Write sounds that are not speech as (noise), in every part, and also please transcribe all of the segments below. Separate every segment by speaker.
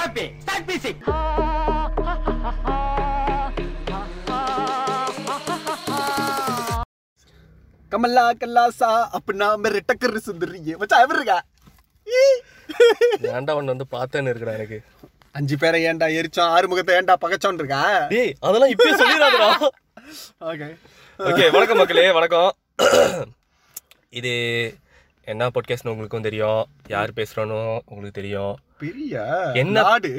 Speaker 1: Happy start music
Speaker 2: கமலா கல்லாசா அப்படின்னா மேரே டக்கர் சுந்தரியே மச்சான் எவர் இருக்கா ஈ.
Speaker 3: ஏன்டா ஒன்று வந்து பார்த்தேன்னு இருக்கிறான் எனக்கு
Speaker 2: அஞ்சு பேரை ஏன்டா எரிச்சோம் ஆறு முகத்தை ஏன்டா பகச்சோன்னு இருக்கா
Speaker 3: டேய் அதெல்லாம் இப்பயே சொல்லிடாதடா
Speaker 2: ஓகே
Speaker 3: ஓகே வணக்கம் மக்களே வணக்கம் இது என்ன பாட்காஸ்ட்னு உங்களுக்கும் தெரியும் யார் பேசுகிறோன்னு உங்களுக்கு தெரியும்
Speaker 2: பெரிய
Speaker 3: என்ன-
Speaker 2: நாடு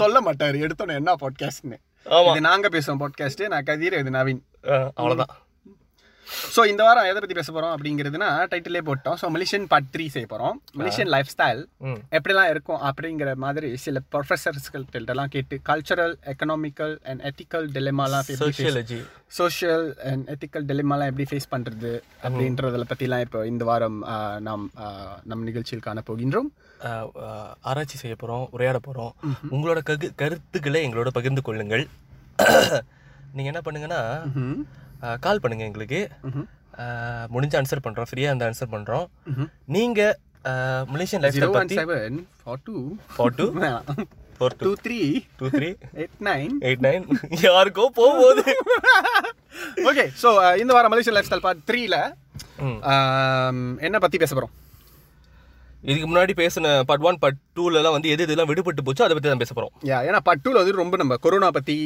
Speaker 2: சொல்ல மாட்டாரு எடுத்தோன்னே என்ன பாட்காஸ்ட்னு
Speaker 3: ஆமாம்
Speaker 2: இது நாங்க பேசுவோம் பாட்காஸ்ட் நான் கதிர் இது நவீன்
Speaker 3: அவ்வளோதான்
Speaker 2: ஸோ இந்த வாரம் எதை பத்தி பேச போறோம் அப்படிங்கிறதுனா டைட்டிலே போட்டோம் ஸோ மலேசியன் பார்ட் த்ரீ செய்ய போறோம் மலேசியன் லைஃப் ஸ்டைல்
Speaker 3: ம்.
Speaker 2: எப்படிலாம் இருக்கும் அப்படிங்கிற மாதிரி சில ப்ரொஃபஸர்ஸ்கிட்டலாம் கேட்டு கல்ச்சரல் எக்கனாமிக்கல் அண்ட் எத்திக்கல் டிலெமாலாம்
Speaker 3: சோஷியலஜி
Speaker 2: சோஷியல் அண்ட் எத்திக்கல் டிலெமாலாம் எப்படி ஃபேஸ் பண்ணுறது அப்படின்றதுல பற்றிலாம் இப்போ இந்த வாரம் ஆ, நாம் ஆ, நம் நிகழ்ச்சியில் காண போகின்றோம்
Speaker 3: ஆராய்ச்சி செய்ய போகிறோம் உரையாட போகிறோம் உங்களோட ககு கருத்துக்களை எங்களோட பகிர்ந்து கொள்ளுங்கள் நீங்கள் என்ன பண்ணுங்கன்னா
Speaker 2: ம்ஹும்.
Speaker 3: அஹ், கால் பண்ணுங்கள் எங்களுக்கு
Speaker 2: ம்ஹும்.
Speaker 3: அஹ், முடிஞ்ச ஆன்சர் பண்ணுறோம் ஃப்ரீயாக அந்த ஆன்சர் பண்ணுறோம்
Speaker 2: ம்ஹும்.
Speaker 3: நீங்கள் Malaysian life
Speaker 2: zero
Speaker 3: style
Speaker 2: one
Speaker 3: பற்றி
Speaker 2: seven four two
Speaker 3: four two four two
Speaker 2: two three
Speaker 3: two three
Speaker 2: eight nine
Speaker 3: eight nine யாருக்கோ போகும்போது
Speaker 2: ஓகே ஸோ இந்த வாரம் மலேசியன் லைஃப் ஸ்டைல் பார்ட் த்ரீல
Speaker 3: ம்.
Speaker 2: என்ன பற்றி பேச போகிறோம்
Speaker 3: இதுக்கு முன்னாடி பேசின பார்ட் ஒன் பார்ட் டூலலாம் வந்து எது எதுலாம் விடுபட்டு போச்சோ அதை பற்றி தான் பேச போகிறோம்
Speaker 2: யா ஏன்னா பார்ட் டூவில் வந்து ரொம்ப நம்ம கொரோனா பற்றி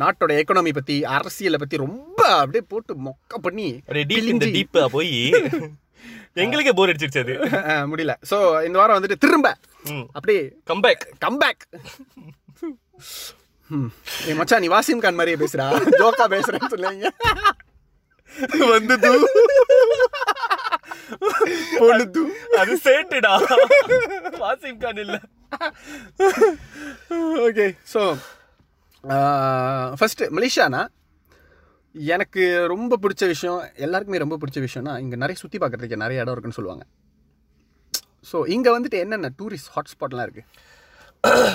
Speaker 2: நாட்டோட எக்கனாமி பற்றி அரசியலை பற்றி ரொம்ப அப்படியே போட்டு மொக்க பண்ணி
Speaker 3: அப்படியே டீப்
Speaker 2: (laughs)
Speaker 3: இந்த
Speaker 2: பிழிஞ்சு.
Speaker 3: டீப்பாக போய் எங்களுக்கே போர் அடிச்சிருச்சு அது
Speaker 2: அஹ், முடியல ஸோ இந்த வாரம் வந்துட்டு திரும்ப
Speaker 3: ம்
Speaker 2: அப்படியே
Speaker 3: கம்பேக்
Speaker 2: கம்பேக் ஏ மச்சான் நீ வாசிம் கான் மாதிரியே பேசுறா (laughs) ஜோக்கா பேசுறேன்னு சொல்லாங்க வந்து தூ பொழுது
Speaker 3: அது சேட்டுடா வாசிம் கான் இல்ல
Speaker 2: ஓகே ஸோ ஃபஸ்ட்டு uh, மலேசியானா எனக்கு ரொம்ப பிடிச்ச விஷயம் எல்லாருக்குமே ரொம்ப பிடிச்ச விஷயம்னா இங்கே நிறைய சுற்றி பார்க்குறதுக்கு நிறைய இடம் இருக்குன்னு சொல்லுவாங்க ஸோ இங்கே வந்துட்டு என்னென்ன டூரிஸ்ட் ஹாட்ஸ்பாட்லாம் இருக்குது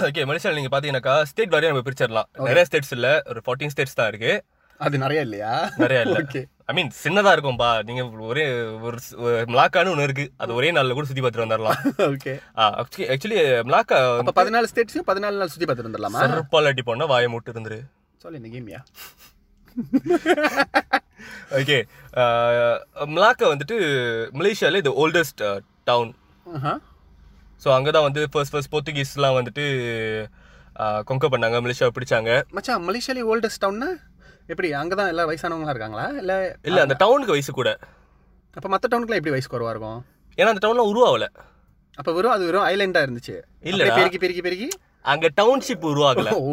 Speaker 3: ஓகே மலேசியாவில் நீங்கள் பார்த்தீங்கன்னாக்கா ஸ்டேட் வாரியாக நம்ம பிரிச்சிடலாம் நிறைய ஸ்டேட்ஸ் இல்லை ஒரு ஃபார்ட்டின் ஸ்டேட்ஸ் தான் இருக்கு
Speaker 2: அது நிறைய இல்லையா
Speaker 3: நிறைய இல்லை
Speaker 2: ஓகே
Speaker 3: ஐ மீன் சின்னதாக இருக்கும்பா நீங்கள் ஒரே ஒரு ஸ்- ஒரு மிளாக்கான்னு ஒன்று இருக்குது அது ஒரே நாளில் கூட சுற்றி பார்த்துட்டு வந்துடலாம்
Speaker 2: ஓகே
Speaker 3: ஆக்சுவலி மிளாக்கா
Speaker 2: அப்போ பதினாலு ஸ்டேட்ஸையும் பதினாலு நாள் சுற்றி பார்த்துட்டு வந்துடலாமா
Speaker 3: செருப்பால் அடி போனால் வாயை மூட்டு இருந்துரு
Speaker 2: சொல்லு இந்த கேமியா
Speaker 3: ஓகே மிலாக்கா வந்துட்டு மலேசியாவில் இது ஓல்டஸ்ட் டவுன்
Speaker 2: Uh-huh.
Speaker 3: ஸோ அங்கே தான் வந்து ஃபர்ஸ்ட் ஃபர்ஸ்ட் போர்த்துகீஸ்லாம் வந்துட்டு அஹ், கொங்க பண்ணாங்க மலேசியாவை பிடிச்சாங்க
Speaker 2: மச்சான் மலேசியாலே ஓல்டஸ்ட் டவுன்னா எப்படி அங்கே தான் எல்லாம் வயசானவங்களா இருக்காங்களா இல்லை
Speaker 3: இல்லை அந்த டவுனுக்கு வயசு கூட
Speaker 2: அப்போ மற்ற டவுனுக்குலாம் எப்படி வயசு குறவா இருக்கும்
Speaker 3: ஏன்னா அந்த டவுன்லாம் உருவாகல
Speaker 2: அப்போ வெறும் அது வெறும் ஐலண்டா இருந்துச்சு
Speaker 3: இல்லடா.
Speaker 2: அப்படியே பெருக்கி பெருக்கி பெருக்கி
Speaker 3: அங்கே டவுன்ஷிப்
Speaker 2: (laughs)
Speaker 3: உருவாகல
Speaker 2: ஓ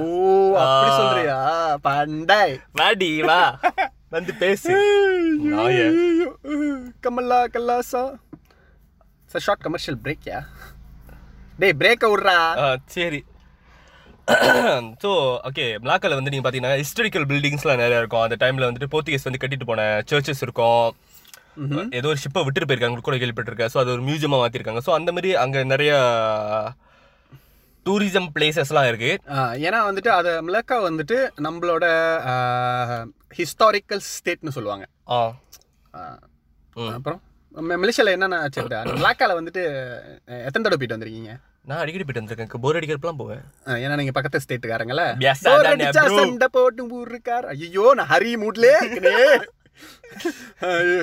Speaker 2: அப்படி சொல்றியா பண்டை
Speaker 3: வாடி வா வந்து பேசு நாய.
Speaker 2: கமல்லா கல்லாசா சார் ஷார்ட் கமர்ஷியல் பிரேக்யா டேய் பிரேக்கை விட்றா
Speaker 3: அஹ், சரி (clears throat) ஸோ ஓகே மிளாக்கில் வந்து நீங்கள் பார்த்தீங்கன்னா ஹிஸ்டாரிக்கல் பில்டிங்ஸ்லாம் நிறையா இருக்கும் அந்த டைமில் வந்துட்டு போர்த்துகீஸ் வந்து கட்டிட்டு போன சர்ச்சஸ் இருக்கும் ஏதோ ஒரு ஷிப்பை விட்டுட்டு போயிருக்காங்க கூட கேள்விப்பட்டிருக்கேன் ஸோ அது ஒரு மியூசியமாக மாற்றிருக்காங்க ஸோ அந்த மாதிரி அங்கே நிறைய டூரிசம் பிளேசஸ்லாம் இருக்கு
Speaker 2: ஆ, ஏன்னா வந்துட்டு அது மிளக்கா வந்துட்டு நம்மளோட ஹிஸ்டாரிக்கல் ஸ்டேட்னு சொல்லுவாங்க
Speaker 3: ஆ
Speaker 2: ஆ,
Speaker 3: ம்.
Speaker 2: அப்புறம் மலேசியாவில் என்னென்ன ஆச்சுடா மிளக்காவில் வந்துட்டு அஹ், எத்தனை தடவை போயிட்டு வந்திருக்கீங்க
Speaker 3: நான் அடிக்கடி போயிட்டு வந்திருக்கேன் எனக்கு போர் அடிக்கிறப்பெல்லாம் போவேன்
Speaker 2: ஆ, ஏன்னா நீங்கள் பக்கத்து ஸ்டேட்டுக்காரங்கள
Speaker 3: வியாசா
Speaker 2: Bore
Speaker 3: தானே,
Speaker 2: அடிச்சா
Speaker 3: bro.
Speaker 2: சண்டை போட்டு ஊருக்கார் ஐயோ நான் ஹரி மூட்லே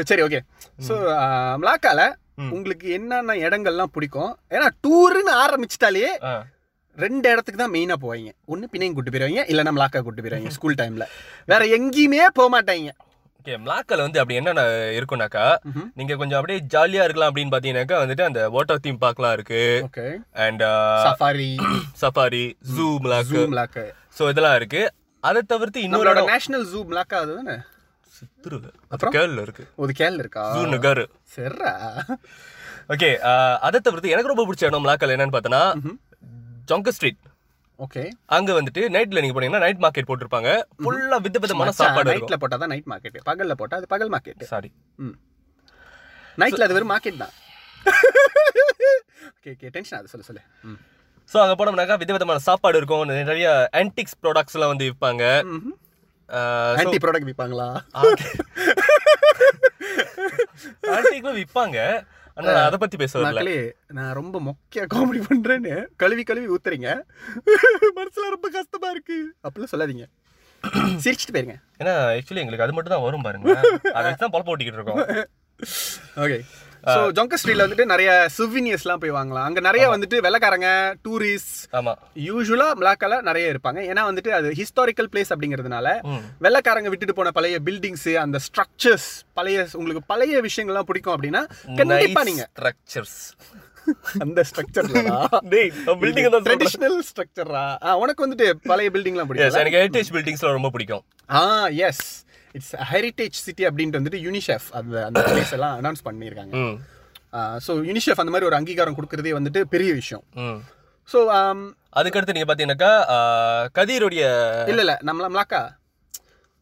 Speaker 2: சரி ஓகே ஸோ மிளாக்கால
Speaker 3: ம்.
Speaker 2: உங்களுக்கு என்னென்ன இடங்கள்லாம் பிடிக்கும் ஏன்னா டூருன்னு ஆரம்பிச்சிட்டாலே
Speaker 3: ஆ
Speaker 2: ரெண்டு இடத்துக்கு தான் மெயினாக போவாங்க ஒன்று பிணையும் கூட்டு போயிடுவாங்க இல்லைன்னா மிளாக்கா கூட்டு போயிடுவாங்க ஸ்கூல் டைமில் வேற எங்கேயுமே போக மாட்டாங்க
Speaker 3: ஓகே மிளாக்கில் வந்து அப்படி என்னென்ன இருக்கும்னாக்கா
Speaker 2: ம்ஹும்.
Speaker 3: நீங்கள் கொஞ்சம் அப்படியே ஜாலியாக இருக்கலாம் அப்படின்னு பார்த்தீங்கன்னாக்கா வந்துட்டு அந்த வாட்டர் தீம் பார்க்லாம் இருக்கு
Speaker 2: okay
Speaker 3: and (clears throat)
Speaker 2: safari
Speaker 3: safari zoo மிளாக்
Speaker 2: zoo மிளாக்கா
Speaker 3: so இதெல்லாம் இருக்கு அதை தவிர்த்து இன்னொரு
Speaker 2: நம்மளோட
Speaker 3: இடம்
Speaker 2: நேஷனல் ஜூ மிளாக்கா அது தானே
Speaker 3: சித்துரு
Speaker 2: அப்புறம்?
Speaker 3: கேர்ல இருக்கு
Speaker 2: ஒரு கேள் இருக்கா
Speaker 3: ஜூ நகர்
Speaker 2: சரிரா
Speaker 3: ஓகே அதை தவிர்த்து எனக்கு ரொம்ப பிடிச்ச இடம் மிளாக்கில் என்னன்னு பார்த்தோன்னா ஜொங்க ஸ்ட்ரீட்
Speaker 2: ஓகே
Speaker 3: அங்க வந்துட்டு நைட்ல நீங்க போனீங்கன்னா நைட் மார்க்கெட் போட்டிருப்பாங்க ஃபுல்லா வித விதமான சாப்பாடு இருக்கும்
Speaker 2: நைட்டில் போட்டால் தான் நைட் மார்க்கெட் பகலில் போட்டால் அது பகல் மார்க்கெட்
Speaker 3: சாரி
Speaker 2: ம் நைட்டில் அது வெறும் மார்க்கெட் தான் ஓகே ஓகே டென்ஷன் அது சொல்லு சொல்லு ம்
Speaker 3: ஸோ அங்க போனோம்னாக்கா வித விதமான சாப்பாடு இருக்கும் நிறைய ஆன்டிக்ஸ் ப்ராடக்ட்ஸ் எல்லாம் வந்து விற்பாங்க
Speaker 2: ஆன்டி ப்ராடக்ட் விற்பாங்களா
Speaker 3: ஆன்டிக்கும் விற்பாங்க ஆனா நான் அதை பத்தி பேச வரல
Speaker 2: மக்களே நான் ரொம்ப மொக்கையா காமெடி பண்றேன்னு கழுவி கழுவி ஊத்துறீங்க மனசுல ரொம்ப கஷ்டமா இருக்கு அப்படிலாம் சொல்லாதீங்க சிரிச்சிட்டு போயிருங்க
Speaker 3: ஏன்னா ஆக்சுவலி எங்களுக்கு அது மட்டும் தான் வரும் பாருங்க அதை வச்சு தான் பொழப்பு ஓட்டிக்கிட்டு இருக்கோம்
Speaker 2: ஓகே ஸோ ஜொங்க ஸ்ட்ரீட்ல வந்துட்டு நிறைய சுவினியர்ஸ்லாம் போய் வாங்கலாம் அங்க நிறைய வந்துட்டு வெள்ளக்காரங்க டூரிஸ்ட்
Speaker 3: ஆமா
Speaker 2: யூஸ்வலா மிளாக்கால நிறைய இருப்பாங்க ஏன்னா வந்துட்டு அது ஹிஸ்டாரிக்கல் பிளேஸ் அப்படிங்கிறதுனால
Speaker 3: ம்.
Speaker 2: வெள்ளக்காரங்க விட்டுட்டு போன பழைய பில்டிங்ஸ் அந்த ஸ்ட்ரக்சர்ஸ் பழைய உங்களுக்கு பழைய விஷயங்கள்லாம் பிடிக்கும் அப்படின்னா கண்டிப்பா நீங்க
Speaker 3: ஸ்ட்ரக்சர்ஸ்
Speaker 2: அந்த ஸ்ட்ரக்சர்
Speaker 3: (laughs) டேய் பில்டிங் தான் சொல்றேன்.
Speaker 2: ட்ரெடிஷ்னல் ஸ்ட்ரக்சரா உனக்கு வந்துட்டு பழைய பில்டிங்லாம்
Speaker 3: Yes,
Speaker 2: பிடிக்கும்
Speaker 3: எனக்கு ஹெரிட்டேஜ் பில்டிங்ஸ்ல ரொம்ப பிடிக்கும்
Speaker 2: ஆ எஸ் இட்ஸ் ஹெரிட்டேஜ் சிட்டி அப்படின்ட்டு வந்துட்டு யூனிசெஃப் அந்த அந்த பிளேஸ் எல்லாம் அனௌன்ஸ் பண்ணியிருக்காங்க
Speaker 3: ம்
Speaker 2: ஸோ யூனிசெஃப் அந்த மாதிரி ஒரு அங்கீகாரம் கொடுக்கறதே வந்துட்டு பெரிய விஷயம் um,
Speaker 3: ம்
Speaker 2: ஸோ
Speaker 3: அதுக்கடுத்து நீங்க பாத்தீங்கன்னாக்கா ஆ, கதிரோடைய
Speaker 2: இல்ல இல்ல நம்மள மிளாக்கா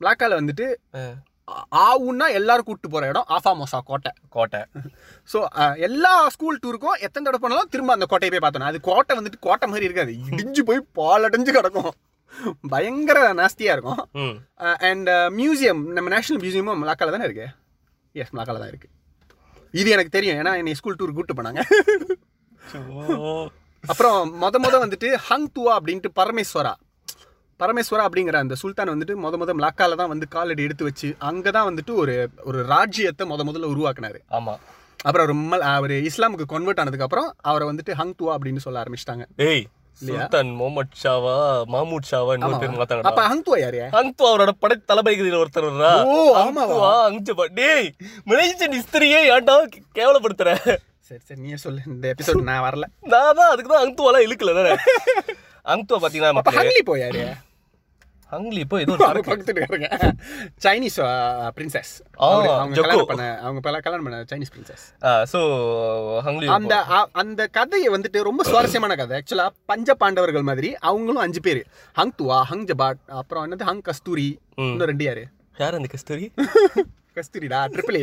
Speaker 2: மிளாக்கால வந்துட்டு
Speaker 3: ஆ,
Speaker 2: ஆ- ஆவுன்னா எல்லாரும் கூப்பிட்டு போற இடம் ஆஃபா மோசா கோட்டை
Speaker 3: கோட்டை
Speaker 2: ஸோ uh, எல்லா ஸ்கூல் டூருக்கும் எத்தனை தடவை போனாலும் திரும்ப அந்த கோட்டையை போய் பார்த்தோம் அது கோட்டை வந்துட்டு கோட்டை மாதிரி இருக்காது இடிஞ்சு போய் பாலடைஞ்சு கிடக்கும் பயங்கர நாஸ்தியா இருக்கும் Uh,
Speaker 3: ம்
Speaker 2: அண்ட் மியூசியம் நம்ம நேஷனல் மியூசியமும் மலாக்கால தானே இருக்கு எஸ் மலாக்கால தான் இருக்கு இது எனக்கு தெரியும் ஏன்னா என்னை ஸ்கூல் டூர் கூப்பிட்டு போனாங்க அப்புறம் மொத மொத வந்துட்டு ஹங் துவா அப்படின்ட்டு பரமேஸ்வரா பரமேஸ்வரா அப்படிங்கிற அந்த சுல்தான் வந்துட்டு மொத மொத மலாக்கால தான் வந்து காலடி எடுத்து வச்சு அங்கே தான் வந்துட்டு ஒரு ஒரு ராஜ்ஜியத்தை மொத முதல்ல உருவாக்குனாரு
Speaker 3: ஆமா
Speaker 2: அப்புறம் ரொம்ப அவர் இஸ்லாமுக்கு கன்வெர்ட் ஆனதுக்கப்புறம் அவரை வந்துட்டு ஹங் துவா அப்படின்னு சொல்ல ஆரம்பிச்சிட்டாங்க
Speaker 3: ஏய் சுல்தான் முகமது ஷாவா மாமூட் ஷாவா இன்னொரு பேர் மாத்தாடா
Speaker 2: அப்ப ஹங் துவா யாரு
Speaker 3: அங்கு அவரோட படை தளபதிகளில் ஒருத்தர்ரா
Speaker 2: ஓ, ஆமாவா?
Speaker 3: அங்கு டேய் மலேசியன் ஹிஸ்டரியே ஏன்டா கே- கேவலப்படுத்துற
Speaker 2: சரி சரி நீயே சொல்லு இந்த எபிசோட் நான்
Speaker 3: (laughs)
Speaker 2: வரல
Speaker 3: நான் தான் அதுக்கு தான் அங்குவாலாம் இழுக்கல
Speaker 2: (laughs)
Speaker 3: தானே அங்குவா பாத்தீங்கன்னா
Speaker 2: அப்ப
Speaker 3: மக்களே,
Speaker 2: ஹங்லி போய்
Speaker 3: (laughs)
Speaker 2: யாரு
Speaker 3: அங்குல இப்போ ஏதோ ஒரு சரக்கு.
Speaker 2: (laughs) பக்கத்துல இருக்காங்க சைனீஸ் பிரின்சஸ்
Speaker 3: ஆ,
Speaker 2: அவங்க
Speaker 3: ஜொக்கோ.
Speaker 2: கல்யாணம் பண்ண அவங்க பல கல்யாணம் பண்ண சைனீஸ் பிரின்சஸ்
Speaker 3: ஆ சோ அங்குலி
Speaker 2: அந்த அ- அந்த கதையை வந்துட்டு ரொம்ப சுவாரஸ்யமான கதை ஆக்சுவலா பஞ்ச பாண்டவர்கள் மாதிரி அவங்களும் அஞ்சு பேர் ஹங் துவா ஹங் ஜபாட் அப்புறம் என்னது ஹங் கஸ்தூரி
Speaker 3: ம்.
Speaker 2: இன்னும் ரெண்டு யாரு
Speaker 3: யார் அந்த கஸ்தூரி
Speaker 2: கஸ்தூரிடா
Speaker 3: (laughs)
Speaker 2: ட்ரிபிள்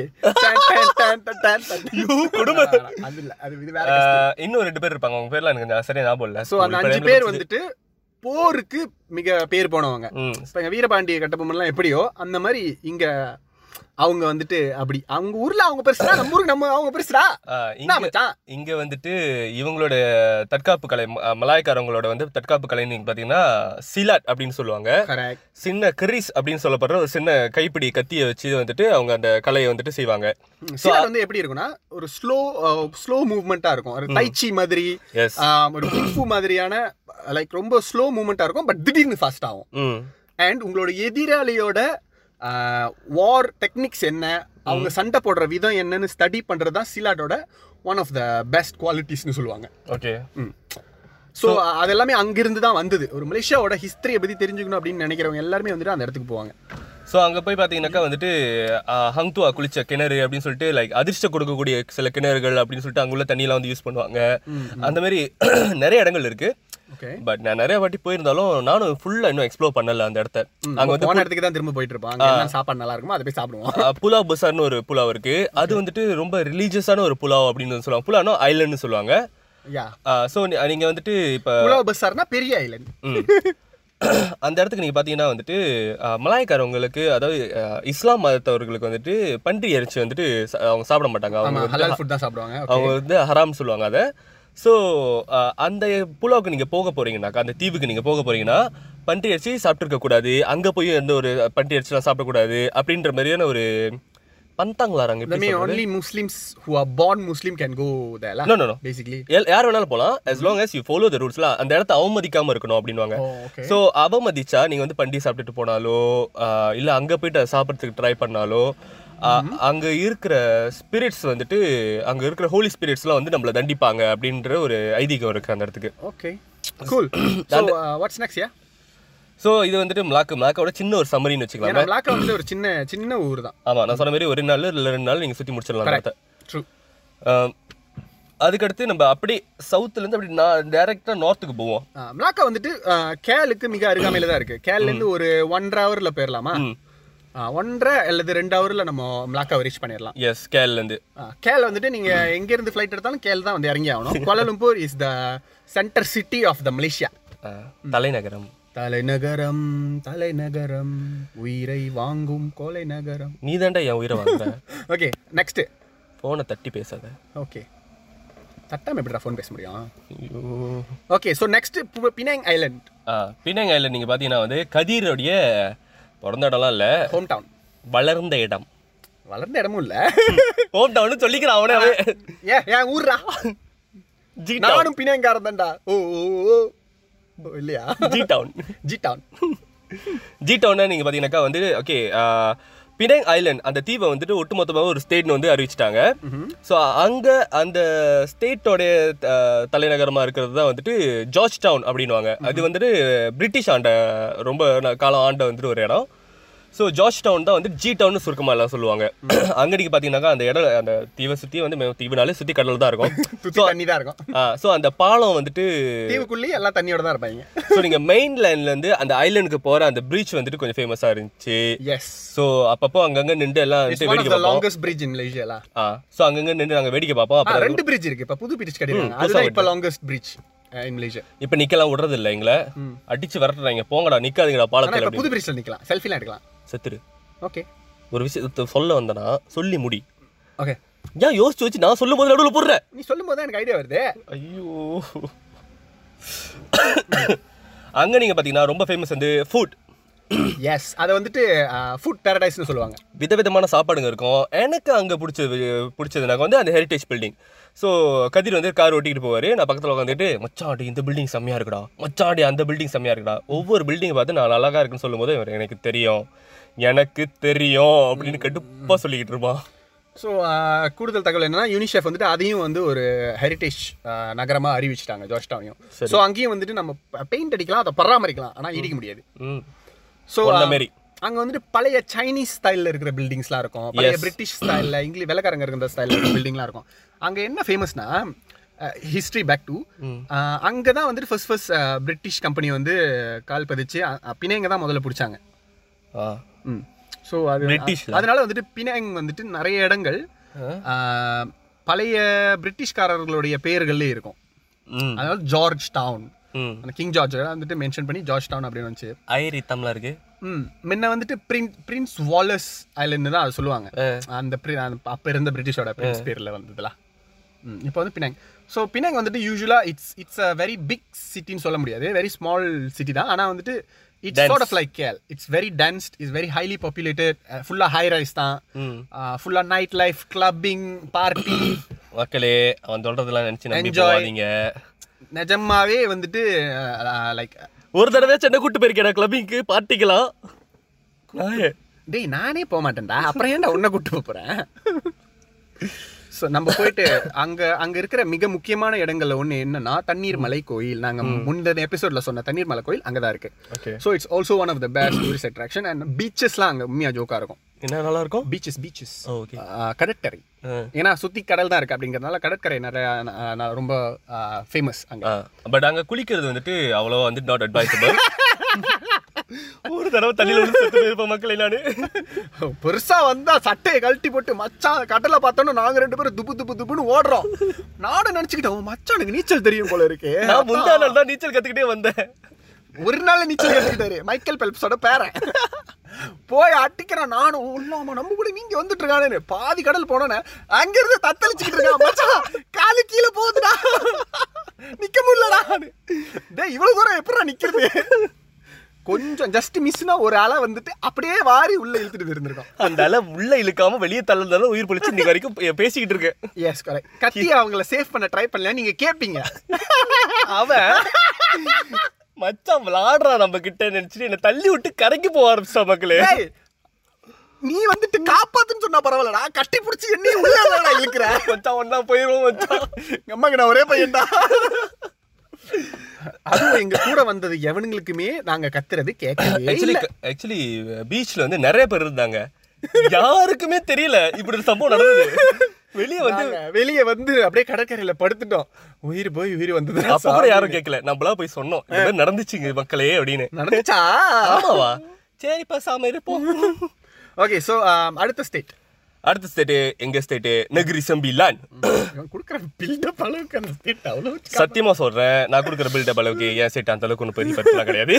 Speaker 2: அது இல்ல அது இது வேற
Speaker 3: ஆ, இன்னும் ரெண்டு பேர் இருப்பாங்க அவங்க பேர்லாம் எனக்கு கொஞ்சம் சரியா ஞாபகம் இல்ல
Speaker 2: ஸோ அந்த அஞ்சு பேர் வந்துட்டு போருக்கு மிக பேர் போனவங்க
Speaker 3: ம்
Speaker 2: இப்போ எங்கள் வீரபாண்டிய கட்டபொம்மன்லாம் எப்படியோ அந்த மாதிரி இங்கே அவங்க வந்துட்டு அப்படி அவங்க ஊரில் அவங்க பெருசுடா நம்ம ஊருக்கு நம்ம அவங்க பெருசுடா
Speaker 3: ஆ,
Speaker 2: என்ன
Speaker 3: இங்க
Speaker 2: மச்சான்
Speaker 3: இங்க வந்துட்டு இவங்களோட தற்காப்பு கலை ம- மலாய்க்காரவங்களோட வந்து தற்காப்பு கலைன்னு நீங்க பாத்தீங்கன்னா சிலாட் அப்படின்னு சொல்லுவாங்க
Speaker 2: கரெக்ட்
Speaker 3: சின்ன கிரிஸ் அப்படின்னு சொல்லப்படுற ஒரு சின்ன கைப்பிடி கத்தியை வச்சு வந்துட்டு அவங்க அந்த கலையை வந்துட்டு செய்வாங்க
Speaker 2: சிலர் வந்து எப்படி இருக்கும்னா ஒரு ஸ்லோ ஸ்லோ மூவ்மெண்ட்டாக இருக்கும் ஒரு தைச்சி மாதிரி
Speaker 3: எஸ்
Speaker 2: ஆஹ், ஒரு குஃபு மாதிரியான லைக் ரொம்ப ஸ்லோ மூவ்மெண்ட்டாக இருக்கும் பட் திடீர்னு ஃபாஸ்ட் ஆகும்
Speaker 3: ம்
Speaker 2: அண்ட் உங்களோட எதிராளியோட வார் டெக்னிக்ஸ் என்ன அவங்க சண்டை போடுற விதம் என்னன்னு ஸ்டடி பண்ணுறது தான் சிலாட்டோட ஒன் ஆஃப் த பெஸ்ட் குவாலிட்டிஸ்னு சொல்லுவாங்க
Speaker 3: ஓகே
Speaker 2: ஸோ அதெல்லாமே அங்கிருந்து தான் வந்தது ஒரு மலேசியாவோட ஹிஸ்டரியை பத்தி தெரிஞ்சுக்கணும் அப்படின்னு நினைக்கிறவங்க எல்லாருமே வந்துட்டு அந்த இடத்துக்கு போவாங்க
Speaker 3: ஸோ அங்கே போய் பார்த்தீங்கன்னாக்கா வந்துட்டு ஆஹ், ஹங்துவா குளிச்ச கிணறு அப்படின்னு சொல்லிட்டு லைக் அதிர்ஷ்டம் கொடுக்கக்கூடிய சில கிணறுகள் அப்படின்னு சொல்லிட்டு அங்குள்ள தண்ணியெல்லாம் வந்து யூஸ் பண்ணுவாங்க அந்த மாதிரி (clears throat) நிறைய இடங்கள் இருக்கு
Speaker 2: ஓகே
Speaker 3: பட் நான் நிறைய வாட்டி போயிருந்தாலும் நானும் ஃபுல்லாக இன்னும் எக்ஸ்ப்ளோர் பண்ணல அந்த இடத்த அங்கே வந்து
Speaker 2: போன இடத்துக்கு தான் திரும்ப போயிட்டு இருப்பாங்க என்ன சாப்பாடு நல்லா இருக்குமோ அதை போய் சாப்பிடுவோம்
Speaker 3: ஆஹ், புலா புசார்னு ஒரு புலாவ் இருக்கு அது வந்துட்டு ரொம்ப ரிலீஜியஸான ஒரு புலாவ் அப்படின்னு சொல்லுவாங்க புலானா ஐலண்ட்னு சொல்லுவாங்க
Speaker 2: யா
Speaker 3: ஸோ நீங்கள் வந்துட்டு இப்போ
Speaker 2: புலோ பஸ்ஸார்னா பெரிய ஐலண்ட்
Speaker 3: ம். அந்த இடத்துக்கு நீங்கள் பார்த்தீங்கன்னா வந்துட்டு அஹ், மலாய்க்காரவங்களுக்கு அதாவது அஹ், இஸ்லாம் மதத்தவர்களுக்கு வந்துட்டு பன்றி இறைச்சி வந்துட்டு ச- அவங்க சாப்பிட மாட்டாங்க அவங்க
Speaker 2: ஆமா ஹலால் ஃபுட் தான் சாப்பிடுவாங்க
Speaker 3: அவங்க வந்து ஹராம் சொல்லுவாங்க அதை ஸோ அந்த புலாவுக்கு நீங்கள் போக போகிறீங்கனாக்கா அந்த தீவுக்கு நீங்கள் போக போகிறீங்கன்னா பன்றி இறைச்சி சாப்பிட்ருக்க கூடாது அங்கே போய் எந்த ஒரு பன்றி இறைச்சிலாம் சாப்பிடக்கூடாது அப்படின்ற மாதிரியான ஒரு பந்தாங்களாராங்க
Speaker 2: இந்த me only Muslims who are born Muslim can go தேல
Speaker 3: No, no, no.
Speaker 2: பேசிக்லி
Speaker 3: எல்- யார் வேணாலும் போகலாம் as long as you follow the rules ரூல்ஸ்லாம் அந்த இடத்த அவமதிக்காமல் இருக்கணும் அப்படின்வாங்க
Speaker 2: ஓகே
Speaker 3: ஸோ அவமதிச்சா நீங்கள் வந்து பண்டி சாப்பிட்டுட்டு போனாலோ இல்லை அங்கே போயிட்டு அதை சாப்பிட்றதுக்கு ட்ரை பண்ணாலோ அங்கே இருக்கிற ஸ்பிரிட்ஸ் வந்துட்டு அங்கே இருக்கிற ஹோலி ஸ்பிரிட்ஸ்லாம் வந்து நம்மளை தண்டிப்பாங்க அப்படின்ற ஒரு ஐதீகம் இருக்குது அந்த இடத்துக்கு
Speaker 2: okay cool so what's next yeah
Speaker 3: so இது வந்துட்டு மிளாக்கு மிளாக்கோட சின்ன ஒரு சம்மரின்னு வச்சுக்கலாம்
Speaker 2: ஏன்னா பிளாக் வந்து ஒரு சின்ன சின்ன ஊர் தான்
Speaker 3: ஆமாம் நான் சொன்ன மாதிரி ஒரு நாள் இல்லை ரெண்டு நாள் நீங்கள் சுற்றி முடிச்சிடலாம் அந்த இடத்த
Speaker 2: ட்ரூ
Speaker 3: ஆஹ், அதுக்கடுத்து நம்ம அப்படியே சவுத்துலேருந்து அப்படி நான் டேரெக்டாக நார்த்துக்கு போவோம்
Speaker 2: மிளாக்கா Uh, வந்துட்டு அஹ், கேலுக்கு மிக அருகாமையில தான் இருக்கு கேல்ல இருந்து ஒரு ஒன்றரை ஹவர்ல போயிடலாமா அஹ், ஒன்றரை அல்லது ரெண்டு ஹவர்ல நம்ம மிளாக்காவை ரீச் பண்ணிடலாம்
Speaker 3: எஸ் கேல்லேருந்து
Speaker 2: அஹ், கேல் Uh, வந்துட்டு நீங்க எங்க இருந்து ஃபிளைட் எடுத்தாலும் கேல் தான் வந்து இறங்கி ஆகணும் (laughs) Kuala Lumpur is the centre city of the Malaysia
Speaker 3: தலைநகரம்
Speaker 2: தலைநகரம் தலைநகரம் உயிரை வாங்கும் கொலை நகரம்
Speaker 3: நீ தாண்டா என் உயிரை வாங்குற
Speaker 2: ஓகே நெக்ஸ்ட்
Speaker 3: ஃபோனை தட்டி பேசாத
Speaker 2: ஓகே தட்டாமல் எப்படிடா ஃபோன் பேச முடியும்
Speaker 3: ஐயோ
Speaker 2: okay so next Penang island
Speaker 3: ஆ பின்னங்க இல்லை நீங்கள் பார்த்தீங்கன்னா வந்து கதிரோடைய பிறந்த இடம்லாம் இல்லை
Speaker 2: ஹோம் டவுன்
Speaker 3: வளர்ந்த இடம்
Speaker 2: வளர்ந்த இடமும் (laughs) இல்லை
Speaker 3: ஹோம் டவுன் சொல்லிக்கிறான் அவனே அவன்.
Speaker 2: ஏ ஏன் ஊர்ரா
Speaker 3: ஜி டவுன்
Speaker 2: நானும் பினாங்காரன் தான்டா ஓ ஓ, ஓ. ஓ, இல்லையா
Speaker 3: G town
Speaker 2: G town
Speaker 3: G டவுன்னா நீங்கள் பார்த்தீங்கன்னாக்கா வந்து ஓகே பினாங் ஐலண்ட் அந்த தீவை வந்துட்டு ஒட்டுமொத்தமாக ஒரு ஸ்டேட்னு வந்து அறிவிச்சிட்டாங்க ஸோ அங்கே அந்த ஸ்டேட்டோடைய தலைநகரமாக இருக்கிறது தான் வந்துட்டு ஜார்ஜ் டவுன் அப்படின்வாங்க அது வந்துட்டு பிரிட்டிஷ் ஆண்ட ரொம்ப ந- காலம் ஆண்ட வந்துட்டு ஒரு இடம் ஸோ ஜார்ஜ் டவுன் தான் வந்து ஜி டவுன் சுருக்கமாக எல்லாம் சொல்லுவாங்க அங்கே நீங்கள் பார்த்தீங்கன்னாக்கா அந்த இடம் அந்த தீவை சுற்றி வந்து மே- தீவுனாலே சுற்றி கடல் தான் இருக்கும்
Speaker 2: சுற்றி தண்ணி தான் இருக்கும்
Speaker 3: ஸோ அந்த பாலம் வந்துட்டு
Speaker 2: தீவுக்குள்ளேயே எல்லாம் தண்ணியோட தான் இருப்பாங்க
Speaker 3: ஸோ நீங்கள் மெயின் லைன்லேருந்து அந்த ஐலண்டுக்கு போகிற அந்த பீச் வந்துட்டு கொஞ்சம் ஃபேமஸாக இருந்துச்சு
Speaker 2: எஸ்
Speaker 3: ஸோ அப்பப்போ அங்கங்கே நின்று எல்லாம் வந்துட்டு
Speaker 2: ஒன் ஆஃப்
Speaker 3: வேடிக்கை
Speaker 2: த
Speaker 3: பார்ப்போம்
Speaker 2: லாங்கஸ்ட் பிரிட்ஜ் இன் லேஷியாலா
Speaker 3: ஆ ஸோ அங்கங்கே நின்று நாங்கள் வேடிக்கை பார்ப்போம்
Speaker 2: ஆ,
Speaker 3: அப்புறம்
Speaker 2: ரெண்டு பிரிட்ஜ் இருக்கு இப்போ புது பிரிட்ஜ் கட்டிருக்காங்க அதுதான் இப்போ லாங்கஸ்ட் பிரிட்ஜ் இன் மலேசியா
Speaker 3: இப்போ நிற்கலாம் விடுறது இல்லை எங்களை அடிச்சு விரட்டுறாங்க போங்கடா நிற்காதீங்கடா
Speaker 2: ஆனா
Speaker 3: பாலத்தில்
Speaker 2: இப்போ
Speaker 3: அப்படி
Speaker 2: புது பிரிட்ஜ்ல நிக்கலாம் செல்ஃபிலாம் எடுக்கலாம்
Speaker 3: செத்துரு
Speaker 2: ஓகே
Speaker 3: ஒரு விஷயத்தை சொல்ல வந்தனா சொல்லி முடி
Speaker 2: ஓகே
Speaker 3: ஏன் யோசிச்சு வச்சு நான் சொல்லும் போது நடுவில் போடுறேன்
Speaker 2: நீ சொல்லும் போது தான் எனக்கு ஐடியா வருது
Speaker 3: ஐயோ அங்கே நீங்கள் பார்த்தீங்கன்னா ரொம்ப ஃபேமஸ் வந்து ஃபுட்
Speaker 2: எஸ் அதை வந்துட்டு ஃபுட் பேரடைஸ்னு சொல்லுவாங்க
Speaker 3: விதவிதமான சாப்பாடுங்க இருக்கும் எனக்கு அங்கே பிடிச்சது பிடிச்சதுனாக்க வந்து அந்த ஹெரிட்டேஜ் பில்டிங் ஸோ கதிர் வந்து கார் ஓட்டிக்கிட்டு போவார் நான் பக்கத்தில் உட்காந்துட்டு மச்சாடி இந்த பில்டிங் செம்மையாக இருக்குடா மச்சாடி அந்த பில்டிங் செம்மையாக இருக்குடா ஒவ்வொரு பில்டிங் பார்த்து நான் அழகாக இருக்குன்னு சொல்லும்போது இவர் எனக்கு தெரியும் எனக்கு தெரியும் அப்படின்னு கடுப்பாக சொல்லிக்கிட்டு இருப்பான்
Speaker 2: ஸோ uh, கூடுதல் தகவல் என்னன்னா யூனிசெஃப் வந்துட்டு அதையும் வந்து ஒரு ஹெரிட்டேஜ் நகரமா அறிவிச்சிட்டாங்க ஜார்ஜ் டவுனையும் ஸோ அங்கேயும் வந்துட்டு நம்ம பெயிண்ட் அடிக்கலாம் அதை பராமரிக்கலாம் ஆனா இடிக்க முடியாது
Speaker 3: ம்
Speaker 2: ஸோ
Speaker 3: அந்த மாரி
Speaker 2: அங்க வந்துட்டு பழைய சைனீஸ் ஸ்டைல்ல இருக்கிற பில்டிங்ஸ்லாம் இருக்கும் பழைய
Speaker 3: Yes.
Speaker 2: பிரிட்டிஷ் ஸ்டைல்ல இங்கிலீஷ் வெள்ளக்காரங்க இருக்கிற ஸ்டைல்ல இருக்கிற பில்டிங்லாம் இருக்கும் அங்க என்ன uh, ஃபேமஸ்னா ஹிஸ்ட்ரி பேக் டு அங்கே தான் uh, வந்துட்டு ஃபர்ஸ்ட் ஃபர்ஸ்ட் பிரிட்டிஷ் கம்பெனி வந்து கால் பதிச்சு அ- அ, பிணைங்க தான் முதல்ல பிடிச்சாங்க
Speaker 3: ஆ
Speaker 2: ம் ஸோ அது
Speaker 3: பிரிட்டிஷ்ல?
Speaker 2: அதனால வந்துட்டு பினாங் வந்துட்டு நிறைய இடங்கள் ஆ, பழைய பிரிட்டிஷ்காரர்களுடைய பெயர்கள்லேயே இருக்கும்
Speaker 3: ம்
Speaker 2: அதனால ஜார்ஜ் டவுன்
Speaker 3: ம்
Speaker 2: அந்த கிங் ஜார்ஜ் வந்துட்டு மென்ஷன் பண்ணி ஜார்ஜ் டவுன் அப்படின்னு வந்துச்சு
Speaker 3: ஐரி தமிழா இருக்கு
Speaker 2: ம் முன்ன வந்துட்டு பிரின் பிரின்ஸ் வாலஸ் ஐலண்ட் தான் அது சொல்லுவாங்க அந்த பிரி அப்போ இருந்த பிரிட்டிஷோட பிரின்ஸ் பேரில் வந்ததுல ம் இப்போ வந்து பினாங் ஸோ பினாங் வந்துட்டு யூஸ்வலாக it's it's a very big சிட்டின்னு சொல்ல முடியாது வெரி ஸ்மால் சிட்டி தான் ஆனால் வந்துட்டு it's
Speaker 3: Dense.
Speaker 2: Sort of like Khel it's very tensed it's very highly populated ஃபுல்லாக ஹை ரைஸ் தான்
Speaker 3: ம்
Speaker 2: ஃபுல்லாக நைட் லைஃப் கிளப்பிங் பார்ட்டி
Speaker 3: மக்களே அவன் சொல்கிறதெல்லாம் நினச்சி நம்பி
Speaker 2: Enjoy.
Speaker 3: போகாதீங்க
Speaker 2: நிஜமாவே வந்துட்டு uh, லைக்
Speaker 3: ஒரு தடவை சென்னை கூட்டு போயிருக்கேன் கிளப்பிங்க்கு பார்ட்டிக்கலாம் நாயே
Speaker 2: டேய் நானே போக மாட்டேன்டா அப்புறம் ஏன்டா உன்னை கூட்டு போகிறேன் ஸோ நம்ம போயிட்டு அங்க அங்க இருக்கிற மிக முக்கியமான இடங்கள்ல ஒண்ணு என்னன்னா தண்ணீர் மலை கோயில் நாங்க முந்தின எபிசோட்ல சொன்ன தண்ணீர் மலை கோயில் அங்கதான் இருக்கு
Speaker 3: okay
Speaker 2: so it's also one of the best tourist attraction and பீச்சஸ்லாம் அங்க உண்மையா ஜோக்கா இருக்கும்
Speaker 3: என்ன நல்லா இருக்கும்
Speaker 2: பீச்சஸ் பீச்சஸ்
Speaker 3: ஓகே
Speaker 2: கடற்கரை ஏன்னா சுத்தி கடல் தான் இருக்கு அப்படிங்கறதுனால கடற்கரை நிறைய ந- ந- ரொம்ப ஃபேமஸ் அங்க
Speaker 3: பட் அங்க குளிக்கிறது வந்துட்டு அவ்வளவா வந்து நாட் அட்வைசபிள் (laughs) ஒரு தடவை தண்ணியில் வந்து செத்து இருப்பேன் மக்களை நானு
Speaker 2: பெருசா வந்தா சட்டையை கழட்டி போட்டு மச்சான் கடலை பார்த்தோன்னா நாங்க ரெண்டு பேரும் துப்பு துப்பு துப்புன்னு ஓடுறோம் நானும் நினைச்சுக்கிட்டோம் மச்சானுக்கு நீச்சல் தெரியும் போல இருக்கு
Speaker 3: நான் முந்தா நாள் தான் நீச்சல் கத்துக்கிட்டே வந்தேன்
Speaker 2: ஒரு நாள் நீச்சல் கத்துக்கிட்டாரு மைக்கேல் பெல்ப்ஸோட பேரன் போய் அட்டிக்கிறேன் நானும் இல்லாம நம்ம கூட நீங்க வந்துட்டு இருக்கானு பாதி கடல் போனோன்னே அங்கிருந்து தத்தளிச்சுக்கிட்டு இருக்கான் மச்சான் காலு கீழே போகுதுடா நிக்க முடியலடா டேய் இவ்வளவு தூரம் எப்படா நிக்கிறது கொஞ்சம் ஜஸ்ட் மிஸ்னா ஒரு அலை வந்துட்டு அப்படியே வாரி உள்ள இழுத்துட்டு இருந்திருக்கோம்
Speaker 3: அந்த அலை உள்ள இழுக்காம வெளியே தள்ளதால உயிர் பிடிச்சி இன்னைக்கு வரைக்கும் பே- பேசிக்கிட்டு இருக்கேன்
Speaker 2: எஸ் கரெக்ட் கத்தி அவங்கள சேஃப் பண்ண ட்ரை பண்ணல நீங்க
Speaker 3: (laughs)
Speaker 2: கேப்பீங்க
Speaker 3: அவன் மச்சான் விளாடுறா நம்ம கிட்ட நினைச்சிட்டு என்ன தள்ளி விட்டு கரைக்கு போக ஆரம்பிச்சா மக்களே
Speaker 2: டேய், நீ வந்துட்டு காப்பாத்துன்னு சொன்னா பரவாயில்லடா கட்டி பிடிச்சி என்னையும் உள்ள இல்லடா இழுக்கிற
Speaker 3: மச்சான் ஒன்னா போயிருவோம் மச்சான்
Speaker 2: எங்க அம்மாக்கு நான் ஒரே பையன்டா அதுவும் எங்க கூட வந்தது எவனுங்களுக்குமே நாங்க கத்துறது
Speaker 3: (laughs)
Speaker 2: கேட்கவே
Speaker 3: ஆக்சுவலி ஆக்சுவலி பீச்ல வந்து நிறைய பேர் இருந்தாங்க யாருக்குமே தெரியல இப்படி ஒரு சம்பவம் நடந்தது வெளியே வந்து
Speaker 2: நாங்க வெளிய வந்து அப்படியே கடற்கரையில படுத்துட்டோம் உயிர் போய் உயிர் வந்தது
Speaker 3: அப்ப கூட யாரும் கேட்கல நம்மளா போய் சொன்னோம் இந்த மாதிரி நடந்துச்சுங்க மக்களே அப்படின்னு
Speaker 2: நடந்துச்சா
Speaker 3: ஆமாவா சரிப்பா சாம இருப்போம்
Speaker 2: ஓகே சோ um, அடுத்த ஸ்டேட்
Speaker 3: அடுத்த ஸ்டேட்டு எங்க ஸ்டேட்டு நெகிரி சம்பிலான்
Speaker 2: இவன் கொடுக்குற பில்டப் அளவுக்கு அந்த ஸ்டேட் அவ்வளவு
Speaker 3: சத்தியமா சொல்றேன் நான் கொடுக்குற பில்டப் அளவுக்கு ஏன் ஸ்டேட் அந்த அளவுக்கு ஒன்றும் பெரிய பரப்பெல்லாம் கிடையாது